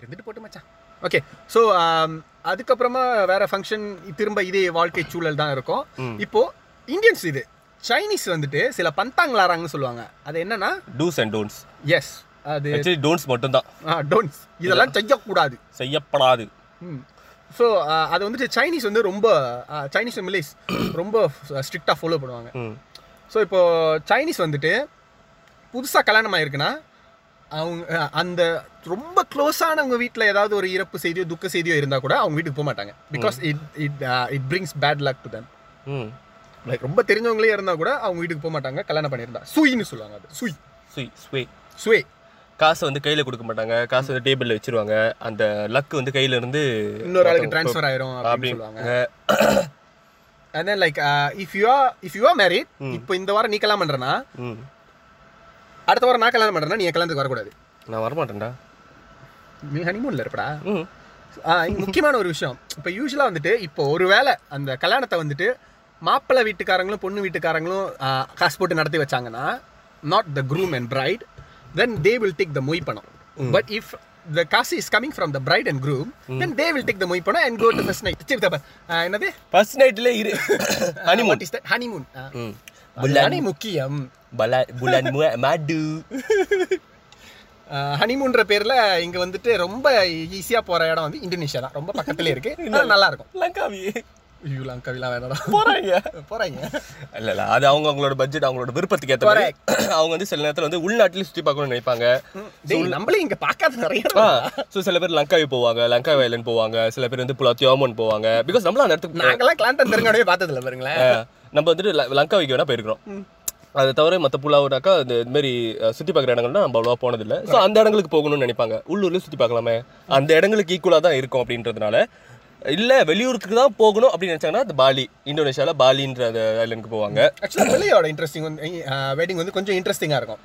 Speaker 2: இருந்துட்டு போட்டு மச்சான் ஓகே ஸோ அதுக்கப்புறமா வேற ஃபங்க்ஷன் திரும்ப இதே வாழ்க்கை சூழல் தான் இருக்கும்
Speaker 3: ம்.
Speaker 2: இப்போ இந்தியன்ஸ் இது சைனீஸ் வந்துட்டு சில பந்தாங்களாராங்கன்னு சொல்லுவாங்க அது என்னன்னா
Speaker 3: டூஸ் அண்ட் டோன்ட்ஸ்
Speaker 2: எஸ் அது
Speaker 3: ஆக்சுவலி டோன்ட்ஸ் மட்டும்தான்
Speaker 2: டோன்ஸ் இதெல்லாம் செய்யக்கூடாது
Speaker 3: செய்யப்படாது
Speaker 2: ஸோ அது வந்துட்டு சைனீஸ் வந்து ரொம்ப அஹ், சைனீஸ் மில்லிஸ் ரொம்ப ஸ்ட்ரிக்டாக ஃபாலோ பண்ணுவாங்க
Speaker 3: ம்
Speaker 2: ஸோ இப்போ சைனீஸ் வந்துட்டு புதுசாக கல்யாணம் ஆயிருக்குன்னா அவங்க அஹ், அந்த ரொம்ப க்ளோஸானவங்க வீட்டில் ஏதாவது ஒரு இறப்பு செய்தியோ துக்க செய்தியோ இருந்தால் கூட அவங்க வீட்டுக்கு போக மாட்டாங்க because it it it brings bad luck to them
Speaker 3: ம்
Speaker 2: லைக் ரொம்ப தெரிஞ்சவங்களே இருந்தால் கூட அவங்க வீட்டுக்கு போக மாட்டாங்க கல்யாணம் பண்ணியிருந்தா சுயின்னு சொல்லுவாங்க அது சுய்
Speaker 3: சுய் ஸ்வே
Speaker 2: சுவே
Speaker 3: காசை வந்து கையில கொடுக்க மாட்டாங்க காசு வந்து டேபிள்ல வச்சிருவாங்க அந்த லக் வந்து கையில இருந்து
Speaker 2: இன்னொரு ஆளுக்கு ட்ரான்ஸ்ஃபர் ஆயிரும் அப்படின்னு சொல்லுவாங்க (coughs) and then like if you are if you are married இப்போ இந்த வாரம் நீ கல்யாணம் பண்ணுறேன்னா
Speaker 3: ம்
Speaker 2: அடுத்த வாரம் நான் கல்யாணம் பண்ணுறேன்னா நீ என் கல்யாணத்துக்கு வரக்கூடாது
Speaker 3: நான் வரமாட்டேன்டா
Speaker 2: நீ ஹனிமூனில் இருப்படா
Speaker 3: ம்
Speaker 2: ஆ, இங்க முக்கியமான ஒரு விஷயம் இப்போ யூஸ்வலாக வந்துட்டு இப்போ ஒருவேளை அந்த கல்யாணத்தை வந்துட்டு மாப்பிள்ளை வீட்டுக்காரங்களும் பொண்ணு வீட்டுக்காரங்களும் ஆ, காசு போட்டு நடத்தி வச்சாங்கன்னா not the groom and bride then they will take the மொய் பணம் பட் இஃப் த காசு is coming from the bride and groom then they will take the மொய் பணம் and go to first night சரி தப்பா. ஆ, என்னது
Speaker 3: ஃபர்ஸ்ட் நைட்ல இரு honeymoon
Speaker 2: what is that honeymoon
Speaker 3: hmm
Speaker 2: honey முக்கியம்
Speaker 3: பலா புலன் மு- மாடு
Speaker 2: ஹனிமூன்ற பேரில் இங்கே வந்துட்டு ரொம்ப ஈஸியாக போகிற இடம் வந்து இந்தோனேஷியா தான் ரொம்ப பக்கத்துலேயே இருக்குது நல்லா இருக்கும்
Speaker 3: லங்காவி
Speaker 2: ஐயோ லங்காவிலாம் வேணாம்
Speaker 3: போறாங்க
Speaker 2: போகிறாங்க
Speaker 3: இல்ல இல்ல அது அவங்க அவங்களோட பட்ஜெட் அவங்களோட விருப்பத்துக்கு ஏத்த மாதிரி (clears throat) அவங்க வந்து சில நேரத்துல வந்து உள்நாட்டிலேயே சுத்தி பார்க்கணும்னு நினைப்பாங்க
Speaker 2: டேய் நம்மளே இங்க பார்க்காத நிறைய
Speaker 3: ஆ ஸோ சில பேர் லங்காவி போவாங்க லங்காவி ஐலண்ட் போவாங்க சில பேர் வந்து புலா தியோமன் போவாங்க பிகாஸ் நம்மள அந்த இடத்துக்கு
Speaker 2: நாங்கெல்லாம் கிளாண்டன் தெருங்கடவே பார்த்ததில்ல பாருங்களேன்
Speaker 3: ஆ, நம்ம வந்துட்டு ல- லங்காவிக்கு வேணா போயிருக்கிறோம் அதை தவிர மற்ற புலாவுனாக்கா இந்த இது மாதிரி அஹ், சுத்தி பார்க்குற இடங்கள்லாம் நம்ம அவ்வளோவா போனதில்லை ஸோ அந்த இடங்களுக்கு போகணும்னு நினைப்பாங்க உள்ளூர்லேயே சுற்றி பார்க்கலாமே அந்த இடங்களுக்கு ஈக்குவலாக தான் இருக்கும் அப்படின்றதுனால இல்லை வெளியூருக்கு தான் போகணும் அப்படின்னு நினச்சாங்கன்னா அந்த பாலி இந்தோனேஷியாவில் பாலின்ற அந்த ஐலண்டுக்கு போவாங்க
Speaker 2: ஆக்சுவலாக பிள்ளையோட இன்ட்ரெஸ்டிங் வந்து வெட்டிங் வந்து கொஞ்சம் இன்ட்ரெஸ்டிங்காக இருக்கும்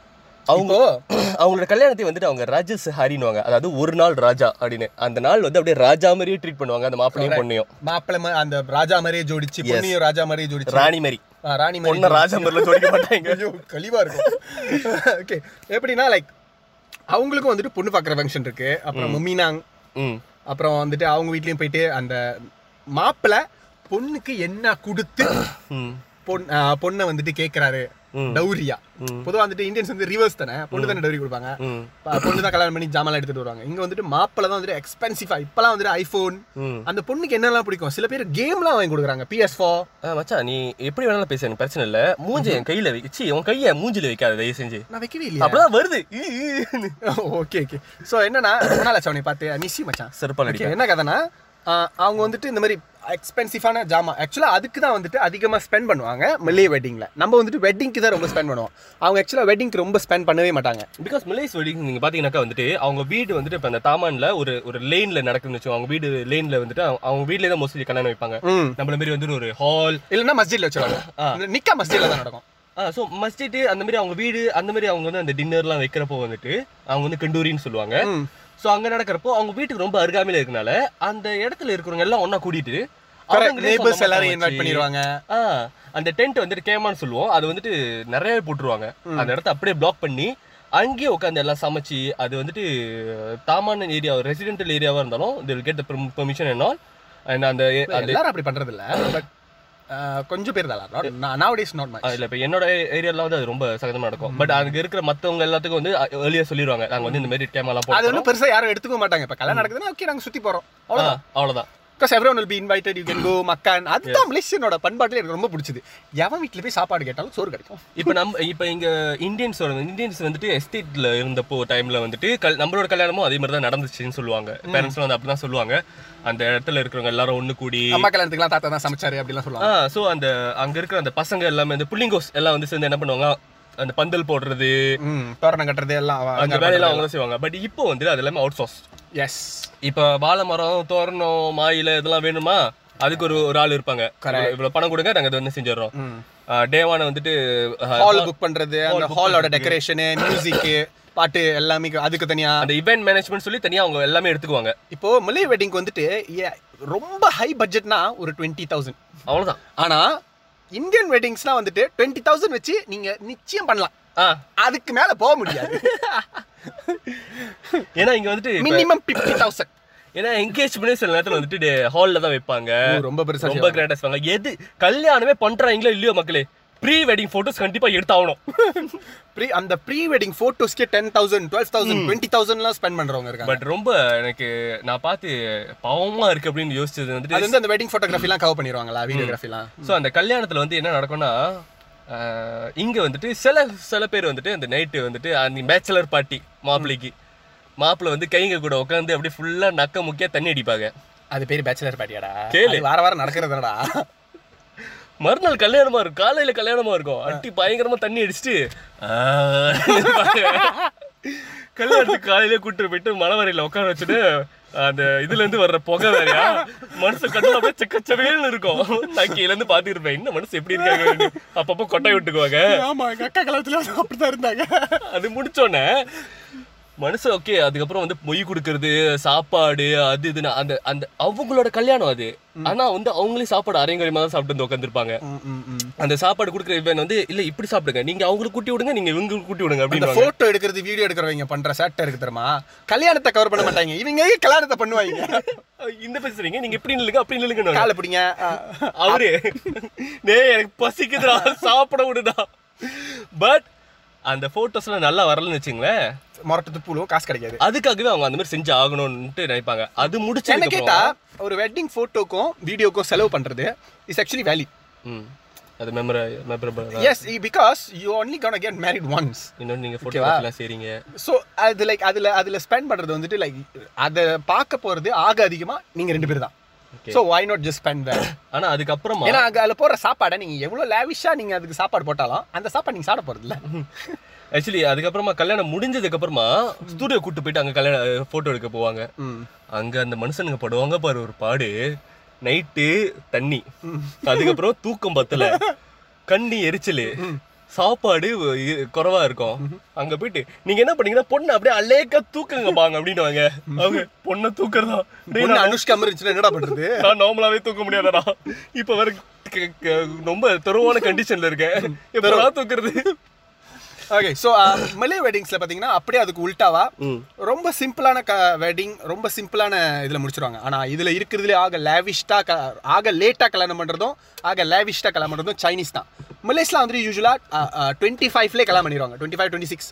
Speaker 3: அவங்க (clears throat) அவங்களோட கல்யாணத்தை வந்துட்டு அவங்க ராஜஸ் ஹாரின்னுவாங்க அதாவது ஒரு நாள் ராஜா அப்படின்னு அந்த நாள் வந்து அப்படியே ராஜா மாதிரியே ட்ரீட் பண்ணுவாங்க அந்த மாப்பிள்ளையும் பொண்ணையும்
Speaker 2: மாப்பிள்ளை மா- அந்த ராஜா மாதிரியே ஜோடிச்சு பொண்ணையும் ராஜா மாதிரியே ஜோடிச்சு
Speaker 3: ராணி மாதிரி
Speaker 2: ஆ, ராணி மாதிரி
Speaker 3: பொண்ணை ராஜா மாதிரில ஜோடிக்க மாட்டாங்க
Speaker 2: (laughs) ஐயோ கழிவா இருக்கும் (laughs) ஓகே எப்படின்னா லைக் அவங்களுக்கும் வந்துட்டு பொண்ணு பார்க்குற ஃபங்க்ஷன் இருக்கு அப்புறம் மீனாங்
Speaker 3: ம்
Speaker 2: அப்புறம் வந்துட்டு அவங்க வீட்லயும் போயிட்டு அந்த மாப்பிள்ளை பொண்ணுக்கு என்ன கொடுத்து
Speaker 3: ம்
Speaker 2: பொண் ஆ, பொண்ணை வந்துட்டு கேட்குறாரு
Speaker 3: ம்.
Speaker 2: டௌரியா பொதுவா வந்துட்டு இந்தியன்ஸ் வந்து ரிவர்ஸ் தானே பொண்ணு தானே டௌரி கொடுப்பாங்க
Speaker 3: ம்
Speaker 2: ப- பொண்ணு தான் கல்யாணம் பண்ணி ஜாமான் எடுத்துட்டு வருவாங்க இங்க வந்துட்டு மாப்பிள்ள தான் வந்துட்டு எக்ஸ்பென்சிவா இப்பெல்லாம் வந்துட்டு ஐபோன்
Speaker 3: ம்
Speaker 2: அந்த பொண்ணுக்கு என்னெல்லாம் பிடிக்கும் சில பேர் கேம்லாம் வாங்கி கொடுக்குறாங்க பிஎஸ் ஃபோர்
Speaker 3: ஆ மச்சான் நீ எப்படி வேணாலும் பேசு எனக்கு பிரச்சனை இல்லை மூஞ்சி என் கையில வச்சு உன் கையை என் மூஞ்சில வைக்காத தயவு செஞ்சு
Speaker 2: நான் வைக்கவே (laughs) இல்லையா
Speaker 3: அப்படிதான் வருது ஈ, ஈன்னு.
Speaker 2: ஓகே ஓகே ஸோ என்னன்னா ரொம்ப நாள் ஆச்சு அவனை பார்த்து மிஸ்ஸி மச்சான்
Speaker 3: செருப்பால்
Speaker 2: ஓகே
Speaker 3: அடிக்க
Speaker 2: என்ன கதைனா ஆஹ், அவங்க வந்துட்டு இந்த மாதிரி எக்ஸ்பென்சிவான ஜாமான் ஆக்சுவலாக அதுக்கு தான் வந்துட்டு அதிகமாக ஸ்பெண்ட் பண்ணுவாங்க மில்லே வெட்டிங்கில் நம்ம வந்துட்டு வெட்டிங்க்கு தான் ரொம்ப ஸ்பெண்ட் பண்ணுவோம் அவங்க ஆக்சுவலாக வெட்டிங்க்கு ரொம்ப ஸ்பெண்ட் பண்ணவே மாட்டாங்க
Speaker 3: பிகாஸ் மிலேஸ் வெட்டிங் நீங்க பாத்தீங்கன்னாக்கா வந்துட்டு அவங்க வீடு வந்துட்டு இப்ப அந்த தாமான்ல ஒரு ஒரு லைன்ல நடக்குதுன்னு வச்சுக்கோ அவங்க வீடு லைன்ல வந்துட்டு அவங்க- அவங்க வீட்லயே தான் மோஸ்ட்லி கல்யாணம் வைப்பாங்க
Speaker 2: ம்
Speaker 3: நம்மள மாதிரி வந்து ஒரு ஹால்
Speaker 2: இல்லைன்னா மஸ்ஜிதில் வச்சுருவாங்க நிக்கா மஸ்ஜிதில் தான் நடக்கும்
Speaker 3: ஆ ஸோ மஸ்ஜிட்டு அந்த மாதிரி அவங்க வீடு அந்த மாதிரி அவங்க வந்து அந்த டின்னர்லாம் வைக்கிறப்போ வந்துட்டு அவங்க வந்து கண்டூரின்னு சொல்லுவாங்க
Speaker 2: ம்.
Speaker 3: ஸோ அங்க நடக்கிறப்போ அவங்க வீட்டுக்கு ரொம்ப அருகாமையில இருக்கனால அந்த இடத்துல இருக்கிறவங்க எல்லாம் ஒண்ணா கூட்டிட்டு அவங்களே
Speaker 2: நேபர்ஸ்
Speaker 3: சொந்தமா
Speaker 2: எல்லாரும்
Speaker 3: சமைச்சு-
Speaker 2: இன்வைட் பண்ணிடுவாங்க
Speaker 3: ஆ அந்த டென்ட் வந்துட்டு கேமான்னு சொல்லுவோம் அது வந்துட்டு நிறைய போட்டுருவாங்க அந்த இடத்த அப்படியே பிளாக் பண்ணி அங்கேயே உட்காந்து எல்லாம் சமைச்சு அது வந்துட்டு தாமான ஏரியா ரெசிடென்டல் ஏரியாவா இருந்தாலும் தில் கெட் பெர்மிஷன் என்ன அண்ட் அந்த அந்த
Speaker 2: எல்லாரும் அப்படி பண்றது இல்ல பட் கொஞ்சம் பேர் தான் நாவ் டேஸ் நாட் மச்
Speaker 3: ஆ, இல்ல இப்ப என்னோட ஏரியால வந்து அது ரொம்ப சகஜமா நடக்கும் பட் அங்க இருக்கிற மத்தவங்க எல்லாத்துக்கும் வந்து ஏர்லியா சொல்லிடுவாங்க நாங்க வந்து இந்த மாதிரி கேமராலாம்
Speaker 2: அது
Speaker 3: போட்டோம்
Speaker 2: ஒன்றும் பெருசா யாரும் எடுத்துக்க மாட்டாங்க இப்ப கல்யாணம் நடக்குதுன்னா ஓகே நாங்க சுத்தி போறோம் அவ்வளவுதான்
Speaker 3: அவ்வளவுதான்
Speaker 2: because every will be invited you can go மக்கான் அதுதான் மலேசியனோட பண்பாட்டுல எனக்கு ரொம்ப பிடிச்சது எவன் வீட்டுல போய் சாப்பாடு கேட்டாலும் சோறு கிடைக்கும்
Speaker 3: இப்போ நம்ம இப்போ இங்க இந்தியன்ஸோட இந்தியன்ஸ் வந்துட்டு எஸ்டேட்ல இருந்தப்போ டைம்ல வந்துட்டு கல் நம்மளோட கல்யாணமும் அதே மாதிரி தான் நடந்துச்சுன்னு சொல்லுவாங்க பேரண்ட்ஸ்லாம் வந்து அப்படிதான் சொல்லுவாங்க அந்த இடத்துல இருக்கிறவங்க எல்லாரும் ஒண்ணு கூடி
Speaker 2: அம்மா கல்யாணத்துக்குலாம் தாத்தா தான் சமைச்சாரு அப்படிலாம் சொல்லுவாங்க
Speaker 3: ஆ ஸோ அந்த அங்க இருக்கிற அந்த பசங்க எல்லாமே அந்த புள்ளிங்கோஸ் எல்லாம் வந்து சேர்ந்து என்ன பண்ணுவாங்க அந்த பந்தல் போடுறது
Speaker 2: ம் தோரணம் கட்டுறது எல்லாம்
Speaker 3: அந்த வேலையெல்லாம் அவங்க தான் செய்வாங்க பட் இப்போ வந்து அது எல்லாமே அவுட் சோர்ஸ்
Speaker 2: எஸ்
Speaker 3: இப்போ வாழை மரம் தோரணம் மாயில இதெல்லாம் வேணுமா அதுக்கு ஒரு ஒரு ஆள் இருப்பாங்க இவ்வளவு பணம் கொடுங்க நாங்க இது வந்து செஞ்சிடறோம் டேவான வந்துட்டு அஹ்,
Speaker 2: ஹால் புக் பண்றது அந்த ஹாலோட டெக்கரேஷனு மியூசிக்கு பாட்டு எல்லாமே அதுக்கு தனியா
Speaker 3: அந்த இவெண்ட் மேனேஜ்மெண்ட் சொல்லி தனியா அவங்க எல்லாமே எடுத்துக்குவாங்க
Speaker 2: இப்போ மலை வெட்டிங்க்கு வந்துட்டு ஏ- ரொம்ப ஹை பட்ஜெட்னா ஒரு டுவெண்ட்டி தௌசண்ட்
Speaker 3: அவ்வளவுதான்
Speaker 2: ஆனா இந்தியன் வெட்டிங்ஸ்னா வந்துட்டு டுவெண்ட்டி தௌசண்ட் வச்சு நீங்க நிச்சயம் பண்ணலாம்
Speaker 3: ஆ
Speaker 2: அதுக்கு மேல போக
Speaker 3: (laughs)
Speaker 2: முடியாது
Speaker 3: ஏன்னா இங்க வந்துட்டு இப்ப-
Speaker 2: மினிமம் பிப்டி தௌசண்ட்
Speaker 3: ஏன்னா என்கேஜ்மெண்ட் சில நேரத்துல வந்துட்டு ஹால்ல தான் வைப்பாங்க
Speaker 2: ரொம்ப பெருசா
Speaker 3: ரொம்ப கிராண்டா செய்வாங்க எது கல்யாணமே பண்றாங்களோ இல்லையோ மக்களே ப்ரீ வெட்டிங் போட்டோஸ் கண்டிப்பா எடுத்தாகணும்
Speaker 2: ப்ரீ அந்த ப்ரீ வெட்டிங் ஃபோட்டோஸ்க்கே ten thousand twelve thousand twenty தௌசண்ட்லாம் ஸ்பெண்ட் பண்றவங்க இருக்காங்க
Speaker 3: பட் ரொம்ப எனக்கு நான் பார்த்து பாவமா இருக்கு அப்படின்னு யோசிச்சது வந்துட்டு
Speaker 2: அது வந்து அந்த வெட்டிங் ஃபோட்டோகிராஃபிலாம் கவர் பண்ணிடுவாங்களா வீடியோகிராஃபிலாம்
Speaker 3: ஸோ அந்த கல்யாணத்துல வந்து என்ன நடக்கும்னா ஆஹ், இங்க வந்துட்டு சில சில பேர் வந்துட்டு அந்த நைட்டு வந்துட்டு அந்த பேச்சுலர் பார்ட்டி மாப்பிள்ளைக்கு மாப்பிள்ளை வந்து கைங்க கூட உட்காந்து அப்படியே ஃபுல்லா நக்க முக்கியா தண்ணி அடிப்பாங்க
Speaker 2: அது பேர் பேச்சுலர் பார்ட்டியாடா
Speaker 3: கேளு.
Speaker 2: அது வார வாரம் நடக்கிறதுடா
Speaker 3: மறுநாள் கல்யாணமா இருக்கும் காலையில கல்யாணமா இருக்கும் அட்டி பயங்கரமா தண்ணி அடிச்சுட்டு ஆஹ் கல்யாணத்துக்கு காலையில கூட்டு போயிட்டு மலவரையில உட்கார வச்சுட்டு அந்த இதுல இருந்து வர்ற புகை வேறையா மனசு கண்ணுல அப்படியே செக்கச்சவேல்னு இருக்கும் நான் கீழ இருந்து பாத்துட்டு இருப்பேன் என்ன மனசு எப்படி இருக்காங்க அப்படின்னு. அப்பப்போ கொட்டை விட்டுக்குவாங்க
Speaker 2: ஆமா எங்க அக்கா கலத்துல அப்படிதான் இருந்தாங்க
Speaker 3: அது முடிச்சோடனே மனசு ஓகே அதுக்கப்புறம் வந்து மொய் கொடுக்கறது சாப்பாடு அது இதுன்னு அந்த அந்த அவங்களோட கல்யாணம் அது ஆனா வந்து அவங்களே சாப்பாடு அரையங்கரியமா தான் சாப்பிட்டு வந்து உட்காந்துருப்பாங்க அந்த சாப்பாடு கொடுக்குற இவன் வந்து இல்ல இப்படி சாப்பிடுங்க நீங்க அவங்களுக்கு கூட்டி விடுங்க நீங்க இவங்களுக்கு கூட்டி விடுங்க
Speaker 2: இந்த
Speaker 3: அப்படின்னு
Speaker 2: போட்டோ எடுக்கிறது வீடியோ எடுக்கிறவங்க பண்ற சேட்டை இருக்கு தெரியுமா கல்யாணத்தை கவர் பண்ண மாட்டாங்க இவங்க ஏன் கல்யாணத்தை பண்ணுவாங்க
Speaker 3: இந்த பேசுறீங்க நீங்க இப்படி நில்லுங்க அப்படி நில்லுங்க
Speaker 2: காலை பிடிங்க ஆ.
Speaker 3: அவரு டேய் எனக்கு பசிக்குதுடா சாப்பிட விடுடா பட் அந்த போட்டோஸ்லாம் நல்லா வரலன்னு வச்சுங்களேன்
Speaker 2: முரட்டு துப்புலும் காசு கிடைக்காது
Speaker 3: அதுக்காகவே அவங்க அந்த மாதிரி செஞ்சு ஆகணும்னுட்டு நினைப்பாங்க அது
Speaker 2: என்ன
Speaker 3: முடிச்சு
Speaker 2: கேட்டா ஒரு வெட்டிங் போட்டோக்கும் வீடியோக்கும் செலவு பண்றது இஸ் ஆக்சுவலி வேல்யூ
Speaker 3: ம் அது மெமர மெமரபிள்
Speaker 2: எஸ் because you only can get married once
Speaker 3: இன்னொன்று நீங்கள் ஃபோட்டோலாம் செய்கிறீங்க
Speaker 2: ஸோ அது லைக் அதில் அதில் ஸ்பெண்ட் பண்ணுறது வந்துட்டு லைக் அதை பார்க்க போகிறது ஆக அதிகமாக நீங்கள் ரெண்டு பேர் தான்
Speaker 3: Okay.
Speaker 2: So why not just spend there
Speaker 3: ஆனா அதுக்கப்புறமா
Speaker 2: ஏன்னா அங்கே அதில் போடுற சாப்பாடை நீங்கள் எவ்வளோ லேவிஷாக நீங்கள் அதுக்கு சாப்பாடு போட்டாலும் அந்த சாப்பாடு நீங்கள் சாப்பிட போகிறது இல்லை
Speaker 3: ஆக்சுவலி அதுக்கப்புறமா கல்யாணம் முடிஞ்சதுக்கு அப்புறமா ஸ்டூடியோ கூட்டு போயிட்டு அங்க கல்யாணம் ஃபோட்டோ எடுக்க போவாங்க அங்க அந்த மனுஷனுங்க படுவாங்க பாரு ஒரு பாடு நைட்டு தண்ணி அதுக்கப்புறம் தூக்கம் பத்தல கண்ணி எரிச்சல் சாப்பாடு இ- குறைவா இருக்கும் அங்க போயிட்டு நீங்க என்ன பண்ணீங்கன்னா பொண்ணு அப்படியே அலேக்கா தூக்குங்க பாங்க அப்படின்னு வாங்க அவங்க பொண்ணை தூக்குறதா டேய், நான்
Speaker 2: அனுஷ்கா இருந்துச்சுன்னா என்னடா பண்ணுறது
Speaker 3: நான் நார்மலாவே தூக்க முடியாதடா இப்ப வேற க- க- ரொம்ப தெருவான கண்டிஷன்ல இருக்கேன் எப்படா தூக்குறது
Speaker 2: ஓகே ஸோ மலே வெட்டிங்ஸில் பார்த்தீங்கன்னா அப்படியே அதுக்கு உல்டாவா ரொம்ப சிம்பிளான க வெட்டிங் ரொம்ப சிம்பிளான இதில் முடிச்சிருவாங்க ஆனால் இதில் இருக்கிறதுலே ஆக லேவிஷ்டாக க ஆக லேட்டாக கல்யாணம் பண்ணுறதும் ஆக லேவிஷ்டாக கல்யாணம் பண்ணுறதும் சைனீஸ் தான் மலேஸ்லாம் வந்து யூஸ்வலாக டுவெண்ட்டி ஃபைவ்லேயே கல்யாணம் பண்ணிடுவாங்க டுவெண்ட்டி ஃபைவ் டுவெண்ட்டி சிக்ஸ்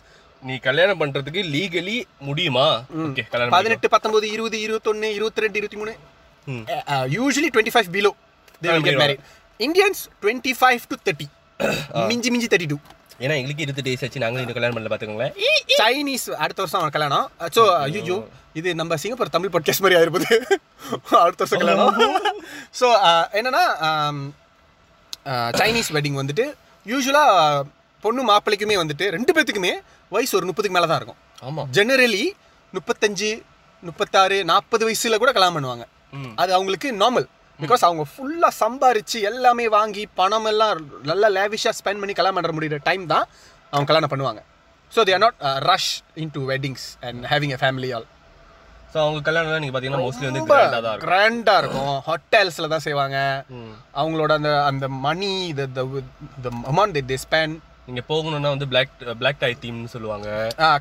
Speaker 3: நீ கல்யாணம் பண்றதுக்கு லீகலி முடியுமா ஓகே கல்யாணம் பண்ணிக்கோ.
Speaker 2: பதினெட்டு பத்தொம்பது இருபது இருபத்தொன்று இருபத்தி ரெண்டு இருபத்தி மூணு
Speaker 3: ம்.
Speaker 2: Usually twenty five below
Speaker 3: Below.
Speaker 2: Indians twenty five to thirty மிஞ்சி மிஞ்சி தேர்ட்டி டூ
Speaker 3: ஏன்னா எங்களுக்கு இருபது டேஸ் ஆச்சு நாங்களும் இன்னும் கல்யாணம் பண்ணல பாத்துக்கோங்களேன்
Speaker 2: சைனீஸ் அடுத்த வருஷம் அவன் கல்யாணம் ஸோ ஐயோ இது நம்ம சிங்கப்பூர் தமிழ் பாட்காஸ்ட் மாதிரி ஆயிருப்பது (laughs) அடுத்த வருஷம் கல்யாணம் ஸோ என்னன்னா ஆம், ஆ, சைனீஸ் வெட்டிங் வந்துட்டு யூஸ்வலாக பொண்ணு மாப்பிள்ளைக்குமே வந்துட்டு ரெண்டு பேர்த்துக்குமே வயசு ஒரு முப்பதுக்கு மேலே தான் இருக்கும்
Speaker 3: ஆமா
Speaker 2: ஜெனரலி முப்பத்தஞ்சு முப்பத்தாறு நாற்பது வயசுல கூட கல்யாணம் பண்ணுவாங்க
Speaker 3: ம்.
Speaker 2: அது அவங்களுக்கு நார்மல் பிகாஸ் அவங்க ஃபுல்லாக சம்பாரிச்சு எல்லாமே வாங்கி பணம் எல்லாம் நல்லா லேவிஷாக ஸ்பெண்ட் பண்ணி கல்யாணம் பண்ண முடியிற டைம் தான் அவங்க கல்யாணம் பண்ணுவாங்க so they are not rush in to weddings and having a family all
Speaker 3: so அவங்க கல்யாணம் நீங்க பாத்தீங்கன்னா மோஸ்ட்லி வந்து
Speaker 2: ரொம்ப
Speaker 3: கிராண்டா தான் இருக்கும்
Speaker 2: கிராண்டாக இருக்கும் ஹோட்டல்ஸில் தான் செய்வாங்க
Speaker 3: ம்.
Speaker 2: அவங்களோட அந்த அந்த money the the amount they spend
Speaker 3: நீங்க போகணும்னா வந்து பிளாக் பிளாக் டை டீம்னு சொல்லுவாங்க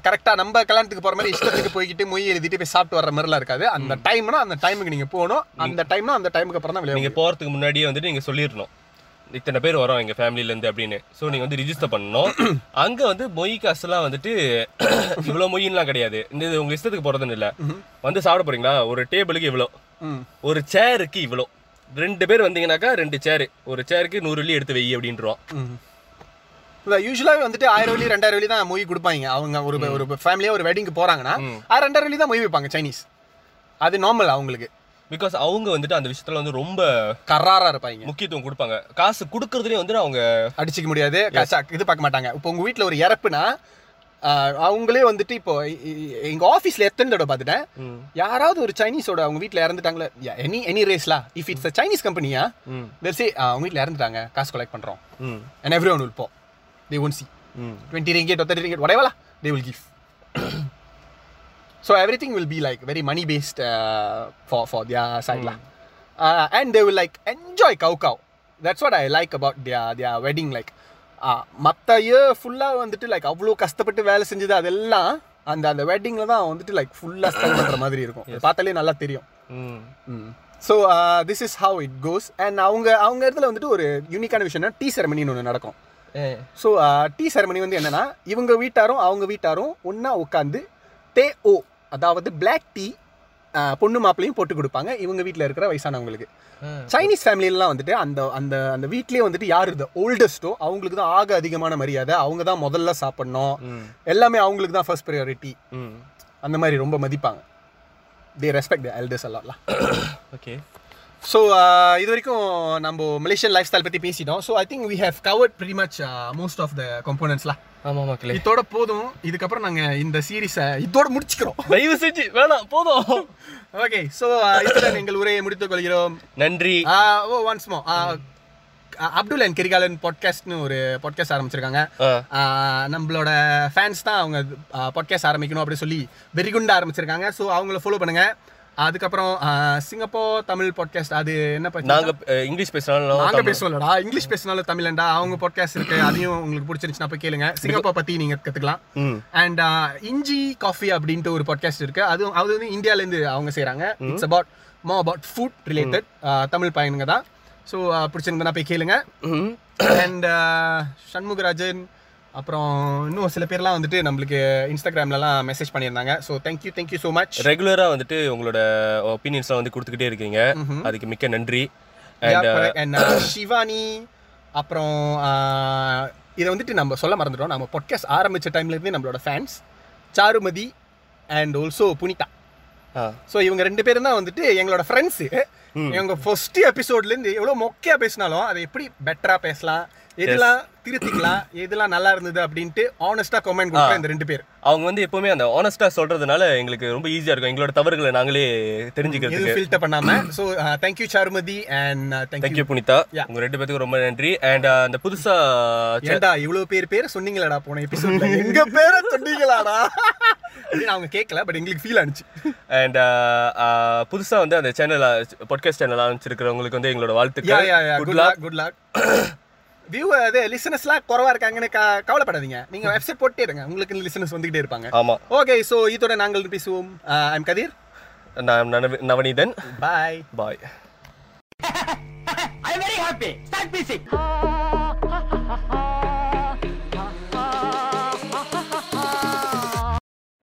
Speaker 2: கரெக்டாக நம்ம கல்யாணத்துக்கு போகிற மாதிரி இஷ்டத்துக்கு போய்கிட்டு மொய் எழுதிட்டு போய் சாப்பிட்டு வர மாதிரிலாம் இருக்காது அந்த டைம்னா அந்த டைமுக்கு நீங்கள் போகணும் அந்த டைம்னா அந்த டைமுக்கு அப்புறம் தான் விளையாடுங்க
Speaker 3: நீங்க போறதுக்கு முன்னாடியே வந்துட்டு நீங்க சொல்லிடணும் இத்தனை பேர் வரோம் எங்க ஃபேமிலில இருந்து அப்படின்னு சோ நீங்க வந்து ரிஜிஸ்டர் (clears throat) பண்ணணும் அங்க வந்து மொய் காசுலாம் வந்துட்டு (clears throat) இவ்வளவு மொயின்லாம் கிடையாது இந்த இது உங்க இஷ்டத்துக்கு போறதுன்னு இல்ல வந்து சாப்பிட போறீங்களா ஒரு டேபிளுக்கு இவ்வளோ
Speaker 2: ம்
Speaker 3: ஒரு சேருக்கு இவ்வளோ ரெண்டு பேர் வந்தீங்கன்னாக்கா ரெண்டு சேரு ஒரு சேருக்கு நூறு வெள்ளி எடுத்து வை அப்படின்றோம்
Speaker 2: ம் இல்லை யூஸ்வலாகவே வந்துட்டு ஆயிரம் வழி ரெண்டாயிரம் வழி தான் மொய் கொடுப்பாங்க அவங்க ஒரு ஒரு ஃபேமிலியாக ஒரு வெட்டிங்க்கு போகிறாங்கன்னா ரெண்டாயிரம் வழி தான் மொய் வைப்பாங்க சைனீஸ் அது நார்மல் அவங்களுக்கு
Speaker 3: பிகாஸ் அவங்க வந்துட்டு அந்த விஷயத்துல வந்து ரொம்ப
Speaker 2: கராரா இருப்பாங்க
Speaker 3: முக்கியத்துவம் கொடுப்பாங்க காசு கொடுக்கறதுலயே வந்து அவங்க
Speaker 2: அடிச்சுக்க முடியாது கச்சா இது பார்க்க மாட்டாங்க இப்போ உங்க வீட்ல ஒரு இறப்புனா ஆஹ், அவங்களே வந்துட்டு இப்போ இ- இ- எங்க ஆபீஸ்ல எத்தனை தடவை பார்த்துட்டேன்
Speaker 3: ம்,
Speaker 2: யாராவது ஒரு சைனீஸோட அவங்க வீட்ல இறந்துட்டாங்களே எனி எனி ரேஸ்லா இஃப் இட்ஸ் சைனீஸ் கம்பெனியா
Speaker 3: ம்,
Speaker 2: தட்ஸ் அவங்க வீட்ல இறந்துட்டாங்க காசு கலெக்ட் பண்றோம்
Speaker 3: ம்,
Speaker 2: அண்ட் எவ்ரி ஒன் வில் போ தே ஒன் சி
Speaker 3: ம்.
Speaker 2: டுவெண்ட்டி ரிங்கெட் தேர்ட்டி ரிங்கெட் ஒடைவலா they (coughs) will give so everything will be like very money based for for their சைட்லா and they will like enjoy கவு கவ் that's what I like about Diya Diya wedding like uh, மற்ற year ஃபுல்லாக வந்துட்டு like அவ்வளோ கஷ்டப்பட்டு வேலை செஞ்சது அதெல்லாம் அந்த அந்த வெட்டிங்கில் தான் வந்துட்டு லைக் ஃபுல்லாக ஸ்பெண்ட் பண்ணுற மாதிரி இருக்கும் அது பார்த்தாலே நல்லா தெரியும்
Speaker 3: ம்.
Speaker 2: So this is how it goes and அவங்க அவங்க இடத்துல வந்துட்டு ஒரு யூனிக்கான விஷயம்னா டீ செரமனின்னு ஒன்று நடக்கும்
Speaker 3: ஏ,
Speaker 2: ஸோ டீ செரமனி வந்து என்னன்னா இவங்க வீட்டாரும் அவங்க வீட்டாரும் ஒன்றா உட்காந்து தே ஓ அதாவது பிளாக் டீ பொண்ணு மாப்பிளையும் போட்டு கொடுப்பாங்க இவங்க வீட்டில் இருக்கிற வயசானவங்களுக்கு
Speaker 3: ஆ.
Speaker 2: சைனீஸ் ஃபேமிலிலாம் வந்துட்டு அந்த அந்த அந்த வீட்லேயே வந்துட்டு யார் இந்த ஓல்டஸ்ட்டோ அவங்களுக்கு தான் ஆக அதிகமான மரியாதை அவங்க தான் முதல்ல சாப்பிடணும்
Speaker 3: ம்,
Speaker 2: எல்லாமே அவங்களுக்கு தான் ஃபர்ஸ்ட் ப்ரையாரிட்டி
Speaker 3: ம்.
Speaker 2: அந்த மாதிரி ரொம்ப மதிப்பாங்க தே ரெஸ்பெக்ட் த எல்டர்ஸ் எல்லாம்லாம்
Speaker 3: ஓகே
Speaker 2: ஸோ uh, இது வரைக்கும் நம்ம மலேசியன் லைஃப் ஸ்டைல் பற்றி பேசிட்டோம் so I think we have covered very much most of the கம்போனன்ட்ஸ்லாம்
Speaker 3: ஆமா மக்களே
Speaker 2: இதோட போதும் இதுக்கப்புறம் நாங்க இந்த சீரிஸை இதோட முடிச்சுக்கிறோம்
Speaker 3: தயவு செஞ்சு வேணாம் போதும்
Speaker 2: ஓகே ஸோ இத்துடன் எங்கள் உரையை முடித்துக் கொள்கிறோம்
Speaker 3: நன்றி
Speaker 2: Ah, ஓ ஒன்ஸ் மோ அப்துல் அண்ட் கிரிகாலன் பாட்காஸ்ட்னு ஒரு பாட்காஸ்ட் ஆரம்பிச்சிருக்காங்க
Speaker 3: ஆ,
Speaker 2: Ah, நம்மளோட ஃபேன்ஸ் தான் அவங்க பாட்காஸ்ட் ஆரம்பிக்கணும் அப்படின்னு சொல்லி வெறிகுண்டா ஆரம்பிச்சிருக்காங்க ஸோ அவங்கள ஃபாலோ பண்ணுங்க அதுக்கப்புறம் ah, சிங்கப்பூர் தமிழ் பாட்காஸ்ட் அது என்ன பத்தி
Speaker 3: நாங்க அஹ், இங்கிலீஷ் பேசினாலும்
Speaker 2: நாங்க பேசுவோம்லடா இங்கிலீஷ் பேசினாலும் தமிழண்டா அவங்க பாட்காஸ்ட் இருக்கு அதையும் உங்களுக்கு பிடிச்சிருந்துச்சுன்னா போய் கேளுங்க சிங்கப்பூர் பத்தி நீங்க கத்துக்கலாம்
Speaker 3: ம்
Speaker 2: அண்ட் இஞ்சி காஃபி அப்படின்ட்டு ஒரு பாட்காஸ்ட் இருக்கு அதுவும் அது வந்து இந்தியால இருந்து அவங்க செய்றாங்க இட்ஸ் அபவுட் மோ அபவுட் ஃபுட் ரிலேட்டட் தமிழ் பையனுங்க தான் ஸோ பிடிச்சிருந்தா போய் கேளுங்க
Speaker 3: ம்
Speaker 2: அண்ட் சண்முகராஜன் அப்புறம் இன்னும் சில பேர்லாம் வந்துட்டு நம்மளுக்கு இன்ஸ்டாகிராம்லலாம் மெசேஜ் பண்ணியிருந்தாங்க so thank you thank you so much
Speaker 3: ரெகுலரா வந்துட்டு உங்களோட ஒப்பீனியன்ஸ்லாம் வந்து கொடுத்துக்கிட்டே இருக்கீங்க அதுக்கு மிக்க நன்றி அண்ட்
Speaker 2: அண்ட் (coughs) சிவானி uh, அப்புறம் uh, இதை வந்துட்டு நம்ம சொல்ல மறந்துட்டோம் நம்ம பாட்காஸ்ட் ஆரம்பிச்ச டைம்ல இருந்தே நம்மளோட fans Charumathi and also Punitha so இவங்க ரெண்டு பேரும் தான் வந்துட்டு எங்களோட ஃப்ரெண்ட்ஸு இவங்க ஃபர்ஸ்ட் எபிசோட்லேருந்து எவ்வளோ மொக்கையாக பேசினாலும் அதை எப்படி பெட்டராக பேசலாம் எதெல்லாம் திருத்திக்கலாம் எதெல்லாம் நல்லா இருந்தது அப்படின்ட்டு ஆனஸ்ட்டாக கமெண்ட் கொடுக்குற இந்த ரெண்டு பேர்
Speaker 3: அவங்க வந்து எப்பவுமே அந்த ஆனஸ்டா சொல்றதுனால எங்களுக்கு ரொம்ப ஈஸியா இருக்கும் எங்களோட தவறுகளை நாங்களே தெரிஞ்சுக்கிறதுக்கு
Speaker 2: எதுவும் ஃபில்டர் பண்ணாமல் so thank you uh, Charumathi uh, and thank you
Speaker 3: thank you Punitha
Speaker 2: Yeah.
Speaker 3: உங்க ரெண்டு பேத்துக்கும் ரொம்ப நன்றி அண்ட் அந்த புதுசா
Speaker 2: ஏண்டா இவ்வளோ பேர் பேர் சொன்னீங்களாடா போன எபிசோட்ல எங்க பேரை சொன்னீங்களாடா அப்படின்னு அவங்க கேட்கல பட் எங்களுக்கு ஃபீல் ஆனிச்சு
Speaker 3: அண்ட் புதுசா வந்து அந்த சேனல் பாட்காஸ்ட் சேனல் ஆரம்பிச்சிருக்கிறவங்களுக்கு வந்து எங்களோட
Speaker 2: யா
Speaker 3: வாழ்த்துக்கள்
Speaker 2: yeah yeah
Speaker 3: Good
Speaker 2: good
Speaker 3: luck.
Speaker 2: Luck good luck view அது லிசனஸ்லாம் குறவா இருக்காங்கன்னு க- கவலைப்படாதீங்க நீங்க வெப்சைட் போட்டே இருங்க உங்களுக்கு லிசனஸ் வந்துகிட்டே இருப்பாங்க
Speaker 3: ஆமா
Speaker 2: ஓகே ஸோ இதோட நாங்கள் பேசுவோம் Uh, ஐம் கதிர்
Speaker 3: நான் நனவ- நவநீதன்
Speaker 2: பாய்
Speaker 3: பாய்
Speaker 1: I'm very happy. Start music.